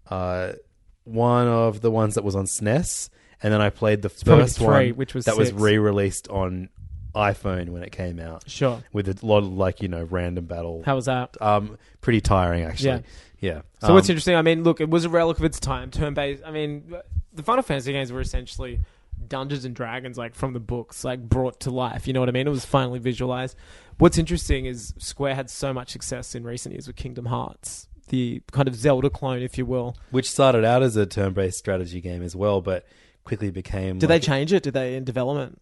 Speaker 2: uh, one of the ones that was on SNES, and then I played the
Speaker 3: probably
Speaker 2: first
Speaker 3: three,
Speaker 2: one
Speaker 3: which was
Speaker 2: that was
Speaker 3: six.
Speaker 2: re released on iPhone when it came out.
Speaker 3: Sure.
Speaker 2: with a lot of like you know random battle.
Speaker 3: How was that?
Speaker 2: um, pretty tiring actually. Yeah.
Speaker 3: So
Speaker 2: Um,
Speaker 3: what's interesting? I mean, look, it was a relic of its time. Turn based. I mean, the Final Fantasy games were essentially Dungeons and Dragons, like from the books, like brought to life. You know what I mean? It was finally visualized. What's interesting is Square had so much success in recent years with Kingdom Hearts, the kind of Zelda clone, if you will.
Speaker 2: which started out as a turn based strategy game as well, but quickly became.
Speaker 3: Did
Speaker 2: like-
Speaker 3: they change it? Did they in development?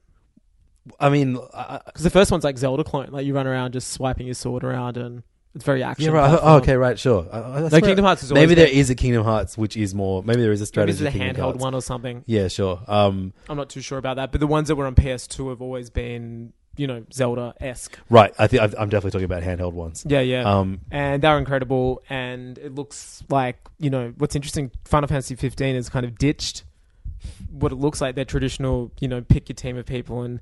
Speaker 2: I mean, I,
Speaker 3: Because the first one's like Zelda clone, like you run around just swiping your sword around, and it's very action.
Speaker 2: Yeah, right.
Speaker 3: platform.
Speaker 2: Oh, okay, right, sure. I, I swear-
Speaker 3: Kingdom Hearts has always
Speaker 2: maybe there is
Speaker 3: been-
Speaker 2: a Kingdom Hearts which is more. Maybe there is a
Speaker 3: Maybe
Speaker 2: strategy.
Speaker 3: this is a
Speaker 2: Kingdom
Speaker 3: handheld
Speaker 2: Hearts.
Speaker 3: one or something.
Speaker 2: Yeah, sure. Um,
Speaker 3: I'm not too sure about that, but the ones that were on PS2 have always been, you know, Zelda esque.
Speaker 2: right. I think I've- I'm definitely talking about handheld ones.
Speaker 3: Yeah, yeah.
Speaker 2: Um,
Speaker 3: and they're incredible. And it looks like you know what's interesting. Final Fantasy 15 has kind of ditched what it looks like their traditional, you know, pick your team of people and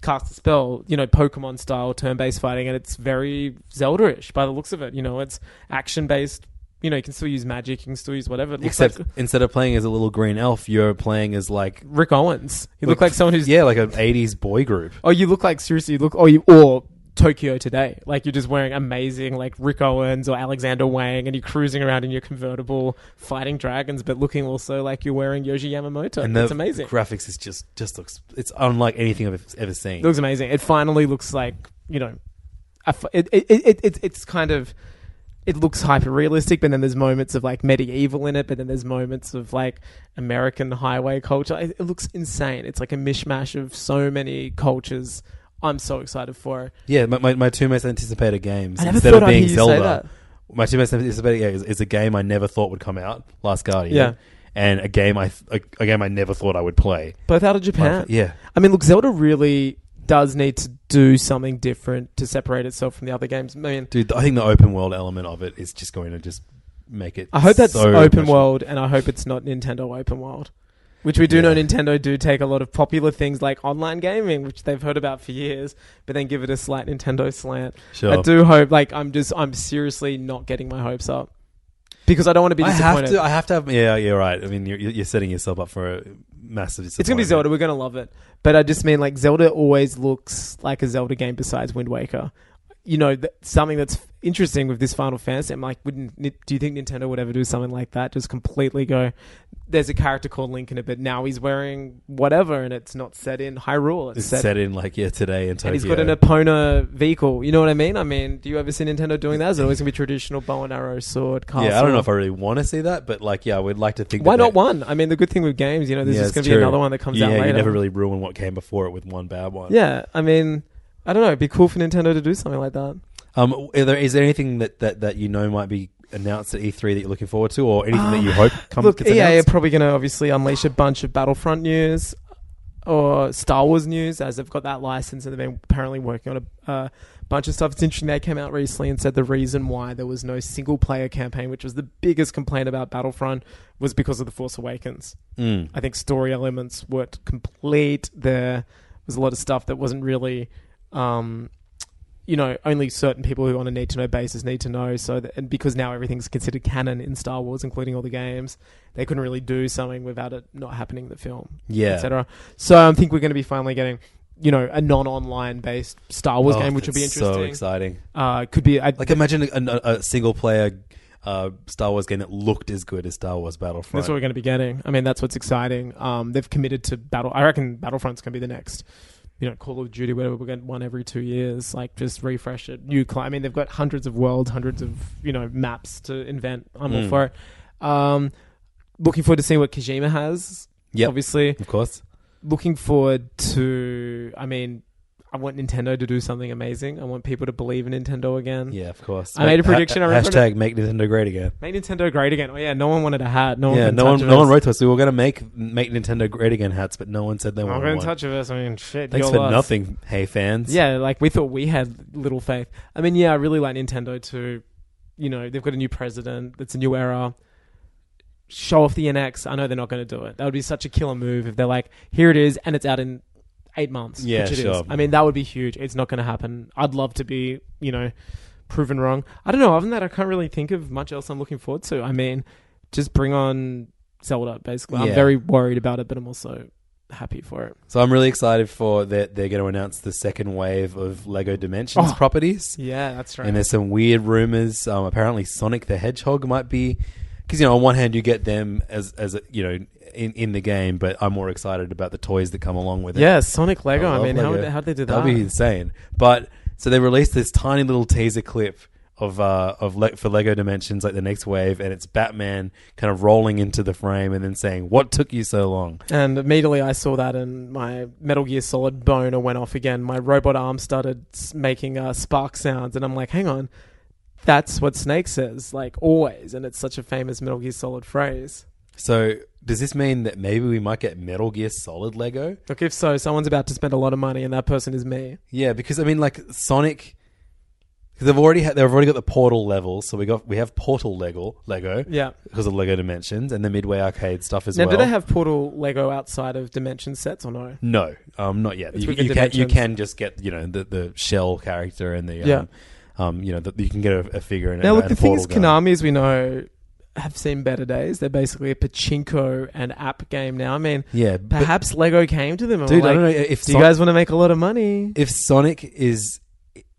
Speaker 3: cast a spell, you know, Pokemon style turn-based fighting, and it's very Zelda-ish by the looks of it. You know, it's action-based. You know, you can still use magic, you can still use whatever. It looks
Speaker 2: Except
Speaker 3: like
Speaker 2: instead of playing as a little green elf, you're playing as like
Speaker 3: Rick Owens. He looked like someone who's
Speaker 2: yeah, like an '80s boy group.
Speaker 3: Oh, you look like seriously. You look or you or Tokyo today. Like you're just wearing amazing like Rick Owens or Alexander Wang, and you're cruising around in your convertible, fighting dragons, but looking also like you're wearing Yoji Yamamoto.
Speaker 2: And
Speaker 3: it's
Speaker 2: the
Speaker 3: amazing.
Speaker 2: graphics is just just looks. It's unlike anything I've ever seen.
Speaker 3: it looks amazing. It finally looks like you know, a f- it, it, it, it it's kind of. It looks hyper realistic, but then there's moments of like medieval in it, but then there's moments of like American highway culture. It, it looks insane. It's like a mishmash of so many cultures. I'm so excited for it.
Speaker 2: Yeah, my, my, my two most anticipated games
Speaker 3: I never
Speaker 2: instead of
Speaker 3: thought I'd
Speaker 2: being
Speaker 3: hear you say
Speaker 2: Zelda,
Speaker 3: that.
Speaker 2: my two most anticipated games is a game I never thought would come out, Last Guardian,
Speaker 3: Yeah.
Speaker 2: and a game I th- a, a game I never thought I would play.
Speaker 3: Both out of Japan.
Speaker 2: Yeah.
Speaker 3: I mean, look, Zelda really does need to do something different to separate itself from the other games. I mean,
Speaker 2: Dude, I think the open world element of it is just going to just make it.
Speaker 3: I hope that's
Speaker 2: so
Speaker 3: open
Speaker 2: much-
Speaker 3: world, and I hope it's not Nintendo open world, which we do know Nintendo do take a lot of popular things like online gaming, which they've heard about for years, but then give it a slight Nintendo slant.
Speaker 2: Sure.
Speaker 3: I do hope, like, I'm just, I'm seriously not getting my hopes up because I don't want to be
Speaker 2: I have
Speaker 3: disappointed.
Speaker 2: to. I have to have. Yeah, you're right. I mean, you're, you're setting yourself up for a massive.
Speaker 3: it's gonna be Zelda. We're gonna love it, but I just mean like Zelda always looks like a Zelda game besides Wind Waker. You know, th- something that's interesting with this Final Fantasy. I'm like, wouldn't Ni- do you think Nintendo would ever do something like that? Just completely go. There's a character called Link in it, but now he's wearing whatever, and it's not set in Hyrule. It's,
Speaker 2: It's
Speaker 3: set,
Speaker 2: set, in like yeah today in Tokyo.
Speaker 3: and he's got an Epona vehicle. You know what I mean? I mean, do you ever see Nintendo doing that? Is it always gonna be traditional bow and arrow, sword, castle?
Speaker 2: yeah, I don't know if I really want to see that, but like yeah, we'd like to think.
Speaker 3: Why
Speaker 2: that
Speaker 3: not
Speaker 2: that-
Speaker 3: one? I mean, the good thing with games, you know, there's
Speaker 2: Yeah,
Speaker 3: just
Speaker 2: it's
Speaker 3: going to be
Speaker 2: true.
Speaker 3: another one that comes
Speaker 2: yeah,
Speaker 3: out later.
Speaker 2: you never really ruin what came before it with one bad one.
Speaker 3: Yeah, I mean, I don't know. It'd be cool for Nintendo to do something like that.
Speaker 2: Um, are there, is there anything that, that, that you know might be announced at E3 that you're looking forward to, or anything that you hope comes?
Speaker 3: Ah, Look, E
Speaker 2: gets
Speaker 3: EA are
Speaker 2: announced?
Speaker 3: probably going to obviously unleash a bunch of Battlefront news or Star Wars news, as they've got that license and they've been apparently working on a uh, bunch of stuff. It's interesting they came out recently and said the reason why there was no single player campaign, which was the biggest complaint about Battlefront, was because of the Force Awakens.
Speaker 2: Mm.
Speaker 3: I think story elements weren't complete. There was a lot of stuff that wasn't really, um, you know, only certain people who on a need to know basis need to know. So, that, and because now everything's considered canon in Star Wars, including all the games, they couldn't really do something without it not happening in the film,
Speaker 2: Yeah.
Speaker 3: etc. So, I think we're going to be finally getting, you know, a non-online based Star Wars
Speaker 2: Oh,
Speaker 3: game, which will be
Speaker 2: that's
Speaker 3: interesting.
Speaker 2: So exciting!
Speaker 3: Uh, could be, I,
Speaker 2: Like imagine a, a, a single player uh, Star Wars game that looked as good as Star Wars Battlefront.
Speaker 3: That's what we're going to be getting. I mean, that's what's exciting. Um, they've committed to battle. I reckon Battlefront's going to be the next, you know, Call of Duty, whatever. We're going to one every two years. Like, just refresh it. New climb. I mean, they've got hundreds of worlds, hundreds of you know maps to invent. I'm
Speaker 2: Hmm.
Speaker 3: all for it. Um, looking forward to seeing what Kojima has.
Speaker 2: Yep.
Speaker 3: obviously.
Speaker 2: of course.
Speaker 3: Looking forward to. I mean, I want Nintendo to do something amazing. I want people to believe in Nintendo again.
Speaker 2: Yeah, of course.
Speaker 3: Hmm? I made a
Speaker 2: Ha-
Speaker 3: prediction, I
Speaker 2: ha-
Speaker 3: remember
Speaker 2: hashtag make Nintendo great again.
Speaker 3: Make Nintendo great again. Oh yeah, no one wanted a hat. No one.
Speaker 2: yeah,
Speaker 3: could
Speaker 2: no one,
Speaker 3: touch
Speaker 2: no one
Speaker 3: us.
Speaker 2: wrote to us. We were going to make make Nintendo great again hats, but no one said they
Speaker 3: I'm
Speaker 2: wanted
Speaker 3: in
Speaker 2: one.
Speaker 3: touch with us. I mean, shit.
Speaker 2: Thanks
Speaker 3: you're
Speaker 2: for
Speaker 3: lost.
Speaker 2: nothing, hey fans.
Speaker 3: Yeah, like we thought we had little faith. I mean, yeah, I really like Nintendo too. You know, they've got a new president. It's a new era. Show off the NX. I know they're not going to do it. That would be such a killer move if they're like, here it is, and it's out in eight months.
Speaker 2: Yeah,
Speaker 3: which it is.
Speaker 2: sure.
Speaker 3: I mean, that would be huge. It's not going to happen. I'd love to be, you know, proven wrong. I don't know. Other than that, I can't really think of much else I'm looking forward to. I mean, just bring on Zelda. Basically,
Speaker 2: Yeah.
Speaker 3: I'm very worried about it, but I'm also happy for it.
Speaker 2: So I'm really excited for that. They're going to announce the second wave of Lego Dimensions
Speaker 3: Oh.
Speaker 2: properties.
Speaker 3: Yeah, that's right.
Speaker 2: And there's some weird rumors. Um, apparently, Sonic the Hedgehog might be because you know on one hand you get them as as a, you know in in the game, but I'm more excited about the toys that come along with it. Oh,
Speaker 3: Yeah, Sonic Lego. I,
Speaker 2: love
Speaker 3: mean, how
Speaker 2: Lego.
Speaker 3: would they, how'd they do that?
Speaker 2: That'd be insane. But so they released this tiny little teaser clip of uh of Le- for Lego Dimensions, like the next wave, and it's Batman kind of rolling into the frame and then saying, "What took you so long?"
Speaker 3: and immediately I saw that, and my Metal Gear Solid boner went off again. My robot arm started s- making uh, spark sounds, and I'm like, hang on, that's what Snake says, like always. And it's such a famous Metal Gear Solid phrase.
Speaker 2: So does this mean that maybe we might get Metal Gear Solid Lego?
Speaker 3: Look, if so, someone's about to spend a lot of money, and that person is me.
Speaker 2: Yeah, because I mean, like Sonic, because they've already had, they've already got the Portal levels, so we got we have Portal Lego Lego,
Speaker 3: Yeah.
Speaker 2: because of Lego Dimensions and the Midway Arcade stuff as
Speaker 3: Now,
Speaker 2: well.
Speaker 3: do they have Portal Lego outside of Dimension sets or no?
Speaker 2: No, um, not yet.
Speaker 3: It's
Speaker 2: You,
Speaker 3: with the
Speaker 2: you can you
Speaker 3: dimensions.
Speaker 2: can just get you know the, the shell character and the um,
Speaker 3: Yeah.
Speaker 2: um you know the, you can get a, a figure in it.
Speaker 3: Now, look,
Speaker 2: and
Speaker 3: the
Speaker 2: a
Speaker 3: thing is,
Speaker 2: portal gun.
Speaker 3: Konami, as we know, have seen better days. They're basically a pachinko and app game now. I mean,
Speaker 2: Yeah, but-
Speaker 3: perhaps Lego came to them and
Speaker 2: Dude,
Speaker 3: were
Speaker 2: I don't know
Speaker 3: like,
Speaker 2: if
Speaker 3: do you
Speaker 2: Son-
Speaker 3: guys want to make a lot of money?
Speaker 2: if Sonic is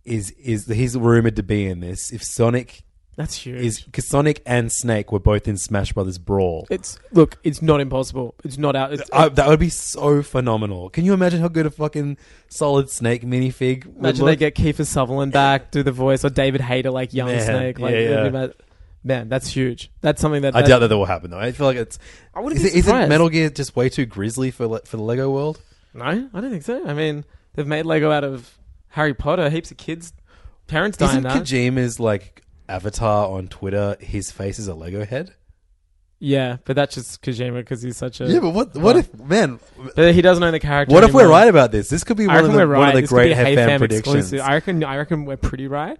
Speaker 2: is is he's rumored to be in this. If Sonic
Speaker 3: That's huge.
Speaker 2: is because Sonic and Snake were both in Smash Brothers Brawl.
Speaker 3: it's look, it's not impossible. It's not out. It's,
Speaker 2: I, that would be so phenomenal. Can you imagine how good a fucking solid snake minifig? would
Speaker 3: imagine they
Speaker 2: look?
Speaker 3: get Kiefer Sutherland back, do the voice, or David Hayter like young
Speaker 2: Man,
Speaker 3: Snake. Like,
Speaker 2: yeah,
Speaker 3: it'd be
Speaker 2: yeah.
Speaker 3: about- man, that's huge. That's something that
Speaker 2: I doubt that that will happen though. I feel like it's.
Speaker 3: I
Speaker 2: Is,
Speaker 3: wouldn't be
Speaker 2: it, is it
Speaker 3: surprised.
Speaker 2: Metal Gear just way too grisly for le- for the Lego world?
Speaker 3: No, I don't think so. I mean, they've made Lego out of Harry Potter. Heaps of kids, parents dying
Speaker 2: Isn't
Speaker 3: now.
Speaker 2: Kojima's like avatar on Twitter? His face is a Lego head.
Speaker 3: yeah, but that's just Kojima because he's such a
Speaker 2: Yeah, but what? What if man?
Speaker 3: But he doesn't own the character.
Speaker 2: What if we're
Speaker 3: anymore.
Speaker 2: right about this? This could be
Speaker 3: I
Speaker 2: one
Speaker 3: reckon
Speaker 2: of the
Speaker 3: we're right.
Speaker 2: one of the
Speaker 3: This could be
Speaker 2: great
Speaker 3: a
Speaker 2: Hey
Speaker 3: Hey
Speaker 2: fan
Speaker 3: Fam
Speaker 2: predictions.
Speaker 3: exclusive. I reckon. I reckon we're pretty right,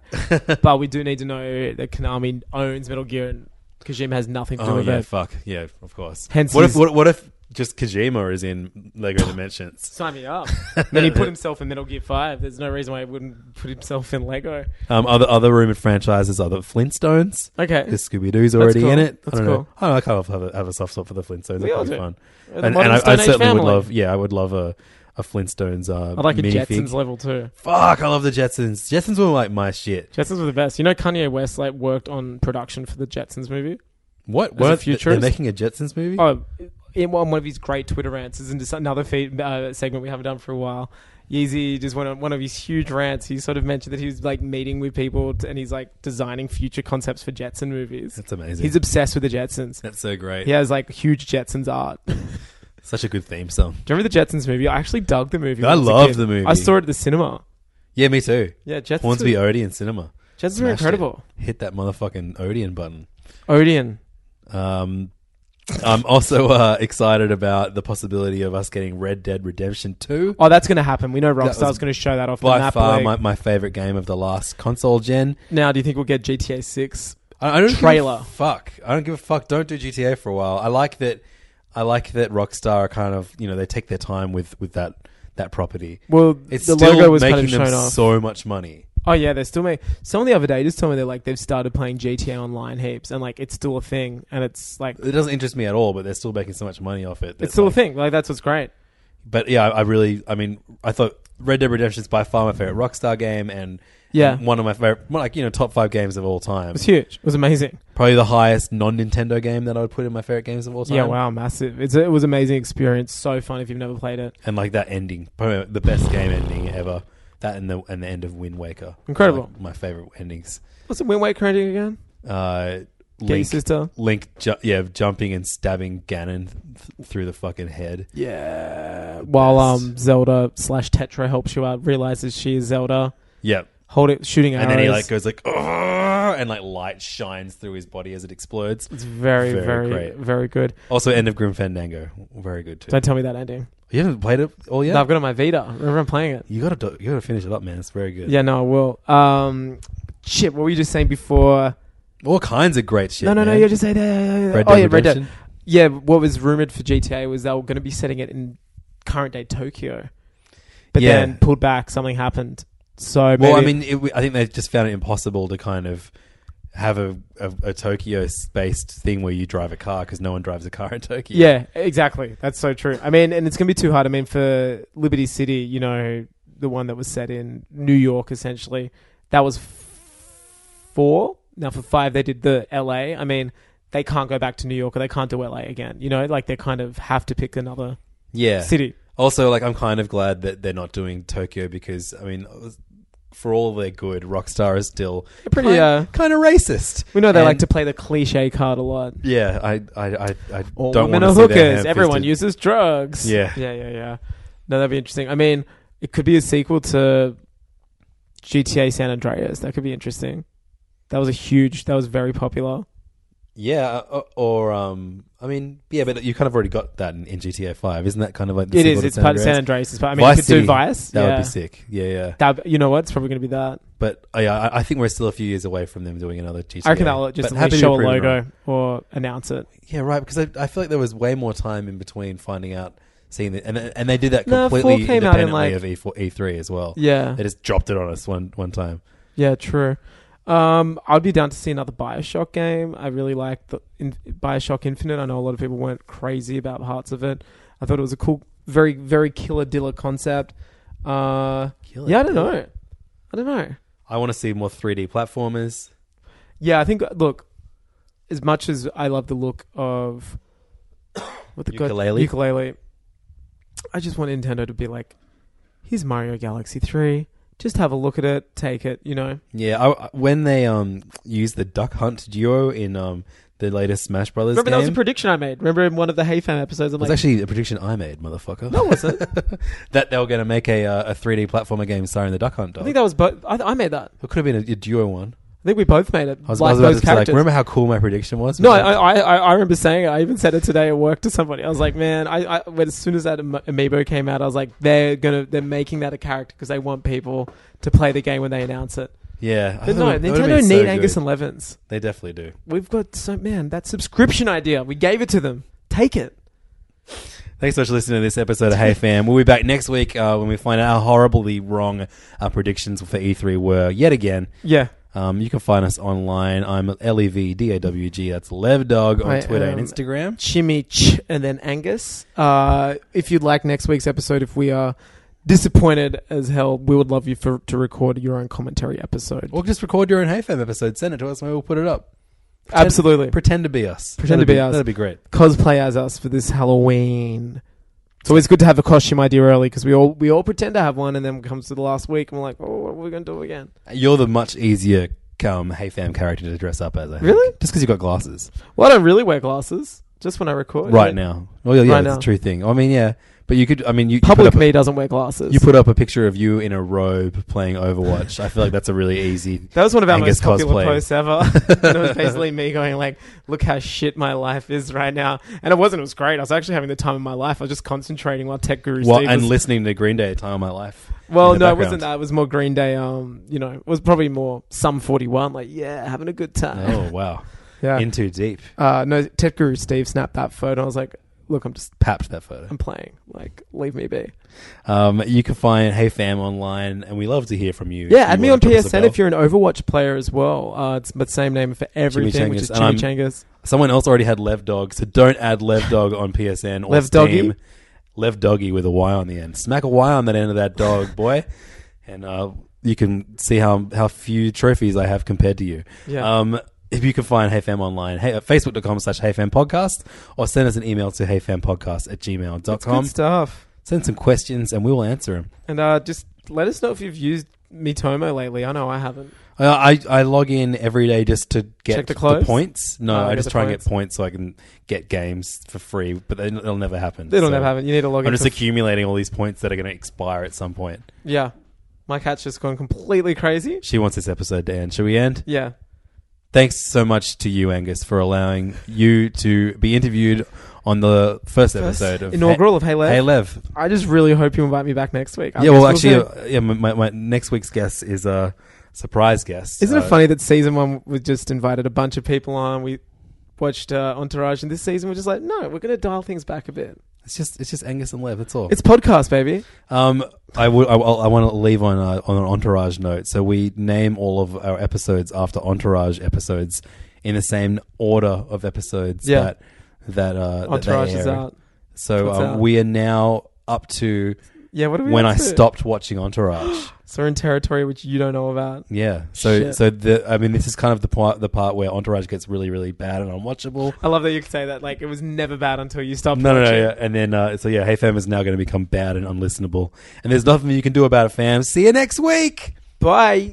Speaker 3: but we do need to know that Konami owns Metal Gear and Kojima has nothing to do
Speaker 2: Oh
Speaker 3: with
Speaker 2: yeah,
Speaker 3: it.
Speaker 2: fuck yeah, of course.
Speaker 3: Hence
Speaker 2: what
Speaker 3: his-
Speaker 2: if what, what if just Kojima is in Lego Dimensions?
Speaker 3: Sign me up. then he put himself in Metal Gear Five. There's no reason why he wouldn't put himself in Lego.
Speaker 2: Um, other other rumored franchises are the Flintstones.
Speaker 3: Okay.
Speaker 2: Because Scooby Doo's already
Speaker 3: cool.
Speaker 2: in it.
Speaker 3: That's
Speaker 2: I don't know.
Speaker 3: cool.
Speaker 2: I, don't know, I kind of have a, have a soft spot for the Flintstones.
Speaker 3: We
Speaker 2: They're
Speaker 3: all
Speaker 2: pretty
Speaker 3: do.
Speaker 2: fun.
Speaker 3: We're the
Speaker 2: And, and
Speaker 3: modern
Speaker 2: I, I
Speaker 3: Stone Age
Speaker 2: certainly would
Speaker 3: family.
Speaker 2: love. Yeah, I would love a, a Flintstones. Uh,
Speaker 3: I'd like a
Speaker 2: minifig.
Speaker 3: Jetsons level too.
Speaker 2: Fuck, I love the Jetsons. Jetsons were like my shit.
Speaker 3: Jetsons were the best. You know, Kanye West like worked on production for the Jetsons movie.
Speaker 2: What?
Speaker 3: a
Speaker 2: What? Th- They're
Speaker 3: futurist?
Speaker 2: making a Jetsons movie?
Speaker 3: Oh, in one, one of his great Twitter rants is in just another feed, uh, segment we haven't done for a while. Yeezy just went on one of his huge rants. He sort of mentioned that he was like meeting with people t- and he's like designing future concepts for Jetson movies.
Speaker 2: That's amazing.
Speaker 3: He's obsessed with the Jetsons.
Speaker 2: That's so great.
Speaker 3: He has like huge Jetsons art. Do you
Speaker 2: Such a good theme song.
Speaker 3: remember the Jetsons movie? I actually dug the movie.
Speaker 2: I
Speaker 3: when was a
Speaker 2: love
Speaker 3: kid.
Speaker 2: the movie.
Speaker 3: I saw it at the cinema.
Speaker 2: Yeah, me too.
Speaker 3: Yeah, Jetsons.
Speaker 2: Hornsby
Speaker 3: were,
Speaker 2: Odeon cinema.
Speaker 3: Jetsons were
Speaker 2: Smashed it.
Speaker 3: incredible.
Speaker 2: Hit that motherfucking Odeon button.
Speaker 3: Odeon.
Speaker 2: Um, I'm also uh, excited about the possibility of us getting Red Dead Redemption 2.
Speaker 3: Oh, that's going to happen. We know
Speaker 2: was
Speaker 3: Rockstar's going to show that off the
Speaker 2: By
Speaker 3: map.
Speaker 2: far,
Speaker 3: like-
Speaker 2: my, my favorite game of the last console gen.
Speaker 3: now, do you think we'll get GTA Six?
Speaker 2: I, I don't
Speaker 3: Trailer.
Speaker 2: Give a fuck. I don't give a fuck. Don't do GTA for a while. I like that. I like that Rockstar are kind of you know they take their time with with that that property.
Speaker 3: Well,
Speaker 2: It's
Speaker 3: the
Speaker 2: still
Speaker 3: logo was kind
Speaker 2: making
Speaker 3: of shown
Speaker 2: them
Speaker 3: off.
Speaker 2: so much money.
Speaker 3: Oh yeah, they're still making. Someone the other day just told me they're like they've started playing GTA Online heaps, and like it's still a thing, and it's like
Speaker 2: It doesn't interest me at all, but they're still making so much money off it. that,
Speaker 3: it's still
Speaker 2: like-
Speaker 3: a thing. Like that's what's great.
Speaker 2: But yeah, I, I really, I mean, I thought Red Dead Redemption is by far my favorite Rockstar game, and
Speaker 3: Yeah.
Speaker 2: and one of my favorite, like you know, top five games of all time.
Speaker 3: It's huge. It was amazing.
Speaker 2: Probably the highest non Nintendo game that I would put in my favorite games of all time.
Speaker 3: Yeah, wow, massive. It's a, it was an amazing experience. So fun if you've never played it.
Speaker 2: and like that ending, probably the best game ending ever. That and the and the end of Wind Waker,
Speaker 3: Incredible.
Speaker 2: Like my favorite endings.
Speaker 3: What's the Wind Waker ending again?
Speaker 2: Uh,
Speaker 3: Get your
Speaker 2: Link,
Speaker 3: sister.
Speaker 2: Link, ju- yeah, jumping and stabbing Ganon th- through the fucking head. Uh,
Speaker 3: Yeah. While um Zelda slash Tetra helps you out, realizes she is Zelda.
Speaker 2: Yep.
Speaker 3: Hold it, shooting arrows.
Speaker 2: And then he like goes like, "Argh," and like light shines through his body as it explodes.
Speaker 3: It's very,
Speaker 2: Very
Speaker 3: very, very,
Speaker 2: great.
Speaker 3: good.
Speaker 2: Also, end of Grim Fandango, very good too.
Speaker 3: Don't tell me that ending.
Speaker 2: You haven't played it all yet.
Speaker 3: No, I've got it on my Vita. Remember, I'm playing it.
Speaker 2: you gotta do- you gotta finish it up, man. It's very good.
Speaker 3: Yeah, no, I will. Um, shit, what were you just saying before?
Speaker 2: all kinds of great shit.
Speaker 3: no, no, no,
Speaker 2: man.
Speaker 3: you just saying that. Yeah, yeah, yeah.
Speaker 2: Red
Speaker 3: oh,
Speaker 2: Dead
Speaker 3: yeah, Red Dead.
Speaker 2: Redemption.
Speaker 3: Yeah, what was rumored for GTA was they were going to be setting it in current day Tokyo, but
Speaker 2: Yeah.
Speaker 3: then pulled back. Something happened. So maybe,
Speaker 2: Well, I mean, it, I think they just found it impossible to kind of have a, a, a Tokyo based thing where you drive a car because no one drives a car in Tokyo.
Speaker 3: yeah, exactly. That's so true. I mean, and it's going to be too hard. I mean, for Liberty City, you know, the one that was set in New York, essentially, that was f- four. Now for five, they did the LA. I mean, they can't go back to New York or they can't do LA again. You know, like they kind of have to pick another
Speaker 2: yeah.
Speaker 3: city.
Speaker 2: Also, like, I'm kind of glad that they're not doing Tokyo because, I mean, for all their good, Rockstar is still
Speaker 3: Pretty,
Speaker 2: kind,
Speaker 3: uh,
Speaker 2: kind of racist.
Speaker 3: We know they
Speaker 2: And-
Speaker 3: like to play the cliche card a lot.
Speaker 2: Yeah, I, I, I, I
Speaker 3: All
Speaker 2: don't
Speaker 3: women
Speaker 2: want to
Speaker 3: are
Speaker 2: see their
Speaker 3: hookers.
Speaker 2: hand
Speaker 3: Everyone
Speaker 2: fisted.
Speaker 3: uses drugs.
Speaker 2: Yeah.
Speaker 3: yeah, yeah, yeah. No, that'd be interesting. I mean, it could be a sequel to GTA San Andreas. That could be interesting. That was a huge. That was very popular.
Speaker 2: Yeah, or, or um, I mean, yeah, but you kind of already got that in, in GTA Five, isn't that kind of like the
Speaker 3: it
Speaker 2: sequel
Speaker 3: is.
Speaker 2: to
Speaker 3: It's part of San Andreas. It's part, I mean,
Speaker 2: Vice
Speaker 3: you could do
Speaker 2: City.
Speaker 3: Vice.
Speaker 2: That
Speaker 3: yeah.
Speaker 2: would be sick. Yeah, yeah.
Speaker 3: That- you know what? It's probably going to be that.
Speaker 2: But uh, yeah, I, I think we're still a few years away from them doing another GTA.
Speaker 3: I reckon that'll just
Speaker 2: But
Speaker 3: at
Speaker 2: happy
Speaker 3: least
Speaker 2: to
Speaker 3: show a
Speaker 2: be proven
Speaker 3: logo
Speaker 2: wrong.
Speaker 3: or announce it.
Speaker 2: Yeah, right. Because I, I feel like there was way more time in between finding out, seeing the, and and they did that
Speaker 3: No, four
Speaker 2: completely
Speaker 3: came out in,
Speaker 2: independently
Speaker 3: like-
Speaker 2: of E E4, E3 as well.
Speaker 3: Yeah.
Speaker 2: They just dropped it on us one one time.
Speaker 3: Yeah, true. Um, I'd be down to see another Bioshock game. I really liked the in- Bioshock Infinite. I know a lot of people weren't crazy about parts of it. I thought it was a cool, very, very killer dilla concept. Uh,
Speaker 2: Killer
Speaker 3: yeah, I don't
Speaker 2: Dilla.
Speaker 3: know. I don't know.
Speaker 2: I want to see more 3D platformers.
Speaker 3: Yeah, I think. uh, Look, as much as I love the look of what the god-
Speaker 2: Ukulele?
Speaker 3: ukulele, I just want Nintendo to be like, here's Mario Galaxy Three. Just have a look at it, take it. You know.
Speaker 2: Yeah, I, I- when they um used the Duck Hunt duo in um the latest Smash Brothers
Speaker 3: Remember that
Speaker 2: game,
Speaker 3: was a prediction I made. Remember in one of the Hey Fam episodes, I'm
Speaker 2: It was
Speaker 3: like,
Speaker 2: actually a prediction I made, motherfucker. No, was it? that they were going to make a uh, a 3D platformer game starring the Duck Hunt
Speaker 3: I
Speaker 2: dog.
Speaker 3: think that was both. I, I made that.
Speaker 2: it could have been a, a duo one.
Speaker 3: I think we both made it.
Speaker 2: I was, I
Speaker 3: like
Speaker 2: was about
Speaker 3: those
Speaker 2: to say, like,
Speaker 3: characters.
Speaker 2: remember how cool my prediction was?
Speaker 3: no,
Speaker 2: Like,
Speaker 3: I, I, I, I remember saying it. I even said it today at work to somebody. I was like, man, I, I when, as soon as that ami- amiibo came out, I was like, they're gonna, they're making that a character because they want people to play the game when they announce it.
Speaker 2: Yeah, I
Speaker 3: But no,
Speaker 2: thought it- that would've
Speaker 3: Nintendo
Speaker 2: been
Speaker 3: need
Speaker 2: so good.
Speaker 3: Angus and Levins.
Speaker 2: They definitely do.
Speaker 3: We've got so man that subscription idea. We gave it to them. Take it.
Speaker 2: Thanks so much for listening to this episode of Hey Fam. We'll be back next week uh, when we find out how horribly wrong our predictions for E3 were yet again.
Speaker 3: Yeah.
Speaker 2: Um, you can find us online. I'm L E V D A W G. That's Levdog on
Speaker 3: I
Speaker 2: Twitter
Speaker 3: am-
Speaker 2: and Instagram.
Speaker 3: Jimmy Ch and then Angus. Uh, if you'd like next week's episode, if we are disappointed as hell, we would love you for to record your own commentary episode.
Speaker 2: Or just record your own Hey Fam episode. Send it to us and we'll put it up.
Speaker 3: Absolutely.
Speaker 2: Pretend to be us.
Speaker 3: Pretend
Speaker 2: That'd
Speaker 3: to be us.
Speaker 2: That'd be great.
Speaker 3: Cosplay as us for this Halloween. It's always good to have a costume idea early because we all we all pretend to have one, and then it comes to the last week and we're like, oh, what are we gonna do again?
Speaker 2: You're the much easier um, Hey Fam character to dress up as. I think.
Speaker 3: Really?
Speaker 2: Just because you've got glasses
Speaker 3: Well, I don't really wear glasses. Just when I record.
Speaker 2: right now. Well, yeah, yeah
Speaker 3: Right
Speaker 2: that's
Speaker 3: now.
Speaker 2: a true thing. I mean, yeah, but you could. I mean, you you put
Speaker 3: Public
Speaker 2: up a-
Speaker 3: me doesn't wear glasses.
Speaker 2: You put up a picture of you in a robe playing Overwatch. I feel like that's a really easy.
Speaker 3: that was one of our
Speaker 2: Angus
Speaker 3: most
Speaker 2: cosplay.
Speaker 3: popular posts ever. and it was basically me going like, "Look how shit my life is right now." And it wasn't. It was great. I was actually having the time of my life. I was just concentrating while Tech Guru
Speaker 2: Well,
Speaker 3: Steve
Speaker 2: and
Speaker 3: was-
Speaker 2: listening to Green Day, "Time of My Life."
Speaker 3: Well,
Speaker 2: in
Speaker 3: no,
Speaker 2: the
Speaker 3: it wasn't
Speaker 2: background.
Speaker 3: that. It was more Green Day. Um, you know, it was probably more some forty one. Like, yeah, having a good time.
Speaker 2: Oh wow,
Speaker 3: Yeah.
Speaker 2: in too deep.
Speaker 3: uh, no, Tech Guru Steve snapped that photo. I was like, "Look, I'm just
Speaker 2: Papped that photo.
Speaker 3: I'm playing. Like, leave me be."
Speaker 2: Um, you can find Hey Fam online, and we love to hear from you.
Speaker 3: Yeah, add me on PSN if you're an Overwatch player as well. Uh, it's the same name for everything, which
Speaker 2: Chimichangas.
Speaker 3: is
Speaker 2: And I'm-
Speaker 3: Chimichangas.
Speaker 2: Someone else already had Lev Dog, so don't add Lev Dog on PSN or
Speaker 3: Lev Doggy?
Speaker 2: Steam. Lev Doggy with a Y on the end. Smack a Y on that end of that dog, boy, and uh, you can see how how few trophies I have compared to you.
Speaker 3: Yeah.
Speaker 2: Um, if you can find HeyFam online, hey, uh, facebook.com slash HeyFam podcast, or send us an email to heyfampodcast at gmail.com.
Speaker 3: Good stuff.
Speaker 2: Send some questions and we will answer them.
Speaker 3: And uh, just let us know if you've used Mitomo lately. I know I haven't.
Speaker 2: Uh, I, I, I log in every day just to get
Speaker 3: Check the
Speaker 2: the,
Speaker 3: clothes?
Speaker 2: points. No,
Speaker 3: Oh,
Speaker 2: I
Speaker 3: get
Speaker 2: just
Speaker 3: the
Speaker 2: try and
Speaker 3: points.
Speaker 2: get points so I can get games for free, but they- it'll never happen.
Speaker 3: It'll
Speaker 2: So
Speaker 3: never happen. You need to log
Speaker 2: I'm
Speaker 3: in.
Speaker 2: just
Speaker 3: for-
Speaker 2: accumulating all these points that are going to expire at some point.
Speaker 3: yeah. My cat's just gone completely crazy.
Speaker 2: She wants this episode to end. Should we end?
Speaker 3: Yeah.
Speaker 2: Thanks so much to you, Angus, for allowing you to be interviewed on the first, episode of
Speaker 3: Inaugural of Hey
Speaker 2: Hey,
Speaker 3: Lev.
Speaker 2: hey Lev.
Speaker 3: I just really hope you invite me back next week. I
Speaker 2: Yeah, well,
Speaker 3: guess
Speaker 2: actually,
Speaker 3: see.
Speaker 2: uh, yeah, my, my, my next week's guest is a surprise guest.
Speaker 3: Isn't
Speaker 2: Uh,
Speaker 3: it funny that season one we just invited a bunch of people on? We watched uh, Entourage, and this season we're just like, no, we're going to dial things back a bit.
Speaker 2: It's just it's just Angus and Lev. That's all.
Speaker 3: It's podcast, baby.
Speaker 2: Um, I would. I, want to leave on a, on an entourage note. So we name all of our episodes after entourage episodes in the same order of episodes.
Speaker 3: Yeah.
Speaker 2: That that uh, that they
Speaker 3: Entourage is
Speaker 2: air.
Speaker 3: out.
Speaker 2: So
Speaker 3: What's
Speaker 2: um,
Speaker 3: out?
Speaker 2: we are now up to
Speaker 3: Yeah, what are we
Speaker 2: when
Speaker 3: up
Speaker 2: I
Speaker 3: to?
Speaker 2: stopped watching Entourage.
Speaker 3: So we're in territory which you don't know about.
Speaker 2: yeah. So
Speaker 3: Shit.
Speaker 2: so the I mean this is kind of the part the part where Entourage gets really really bad and unwatchable. Um,
Speaker 3: I love that you could say that. Like, it was never bad until you stopped
Speaker 2: No, no, no,
Speaker 3: watching.
Speaker 2: yeah. and then uh, so yeah, Hey Fam is now going to become bad and unlistenable, and there's nothing you can do about it, fam. See you next week.
Speaker 3: Bye.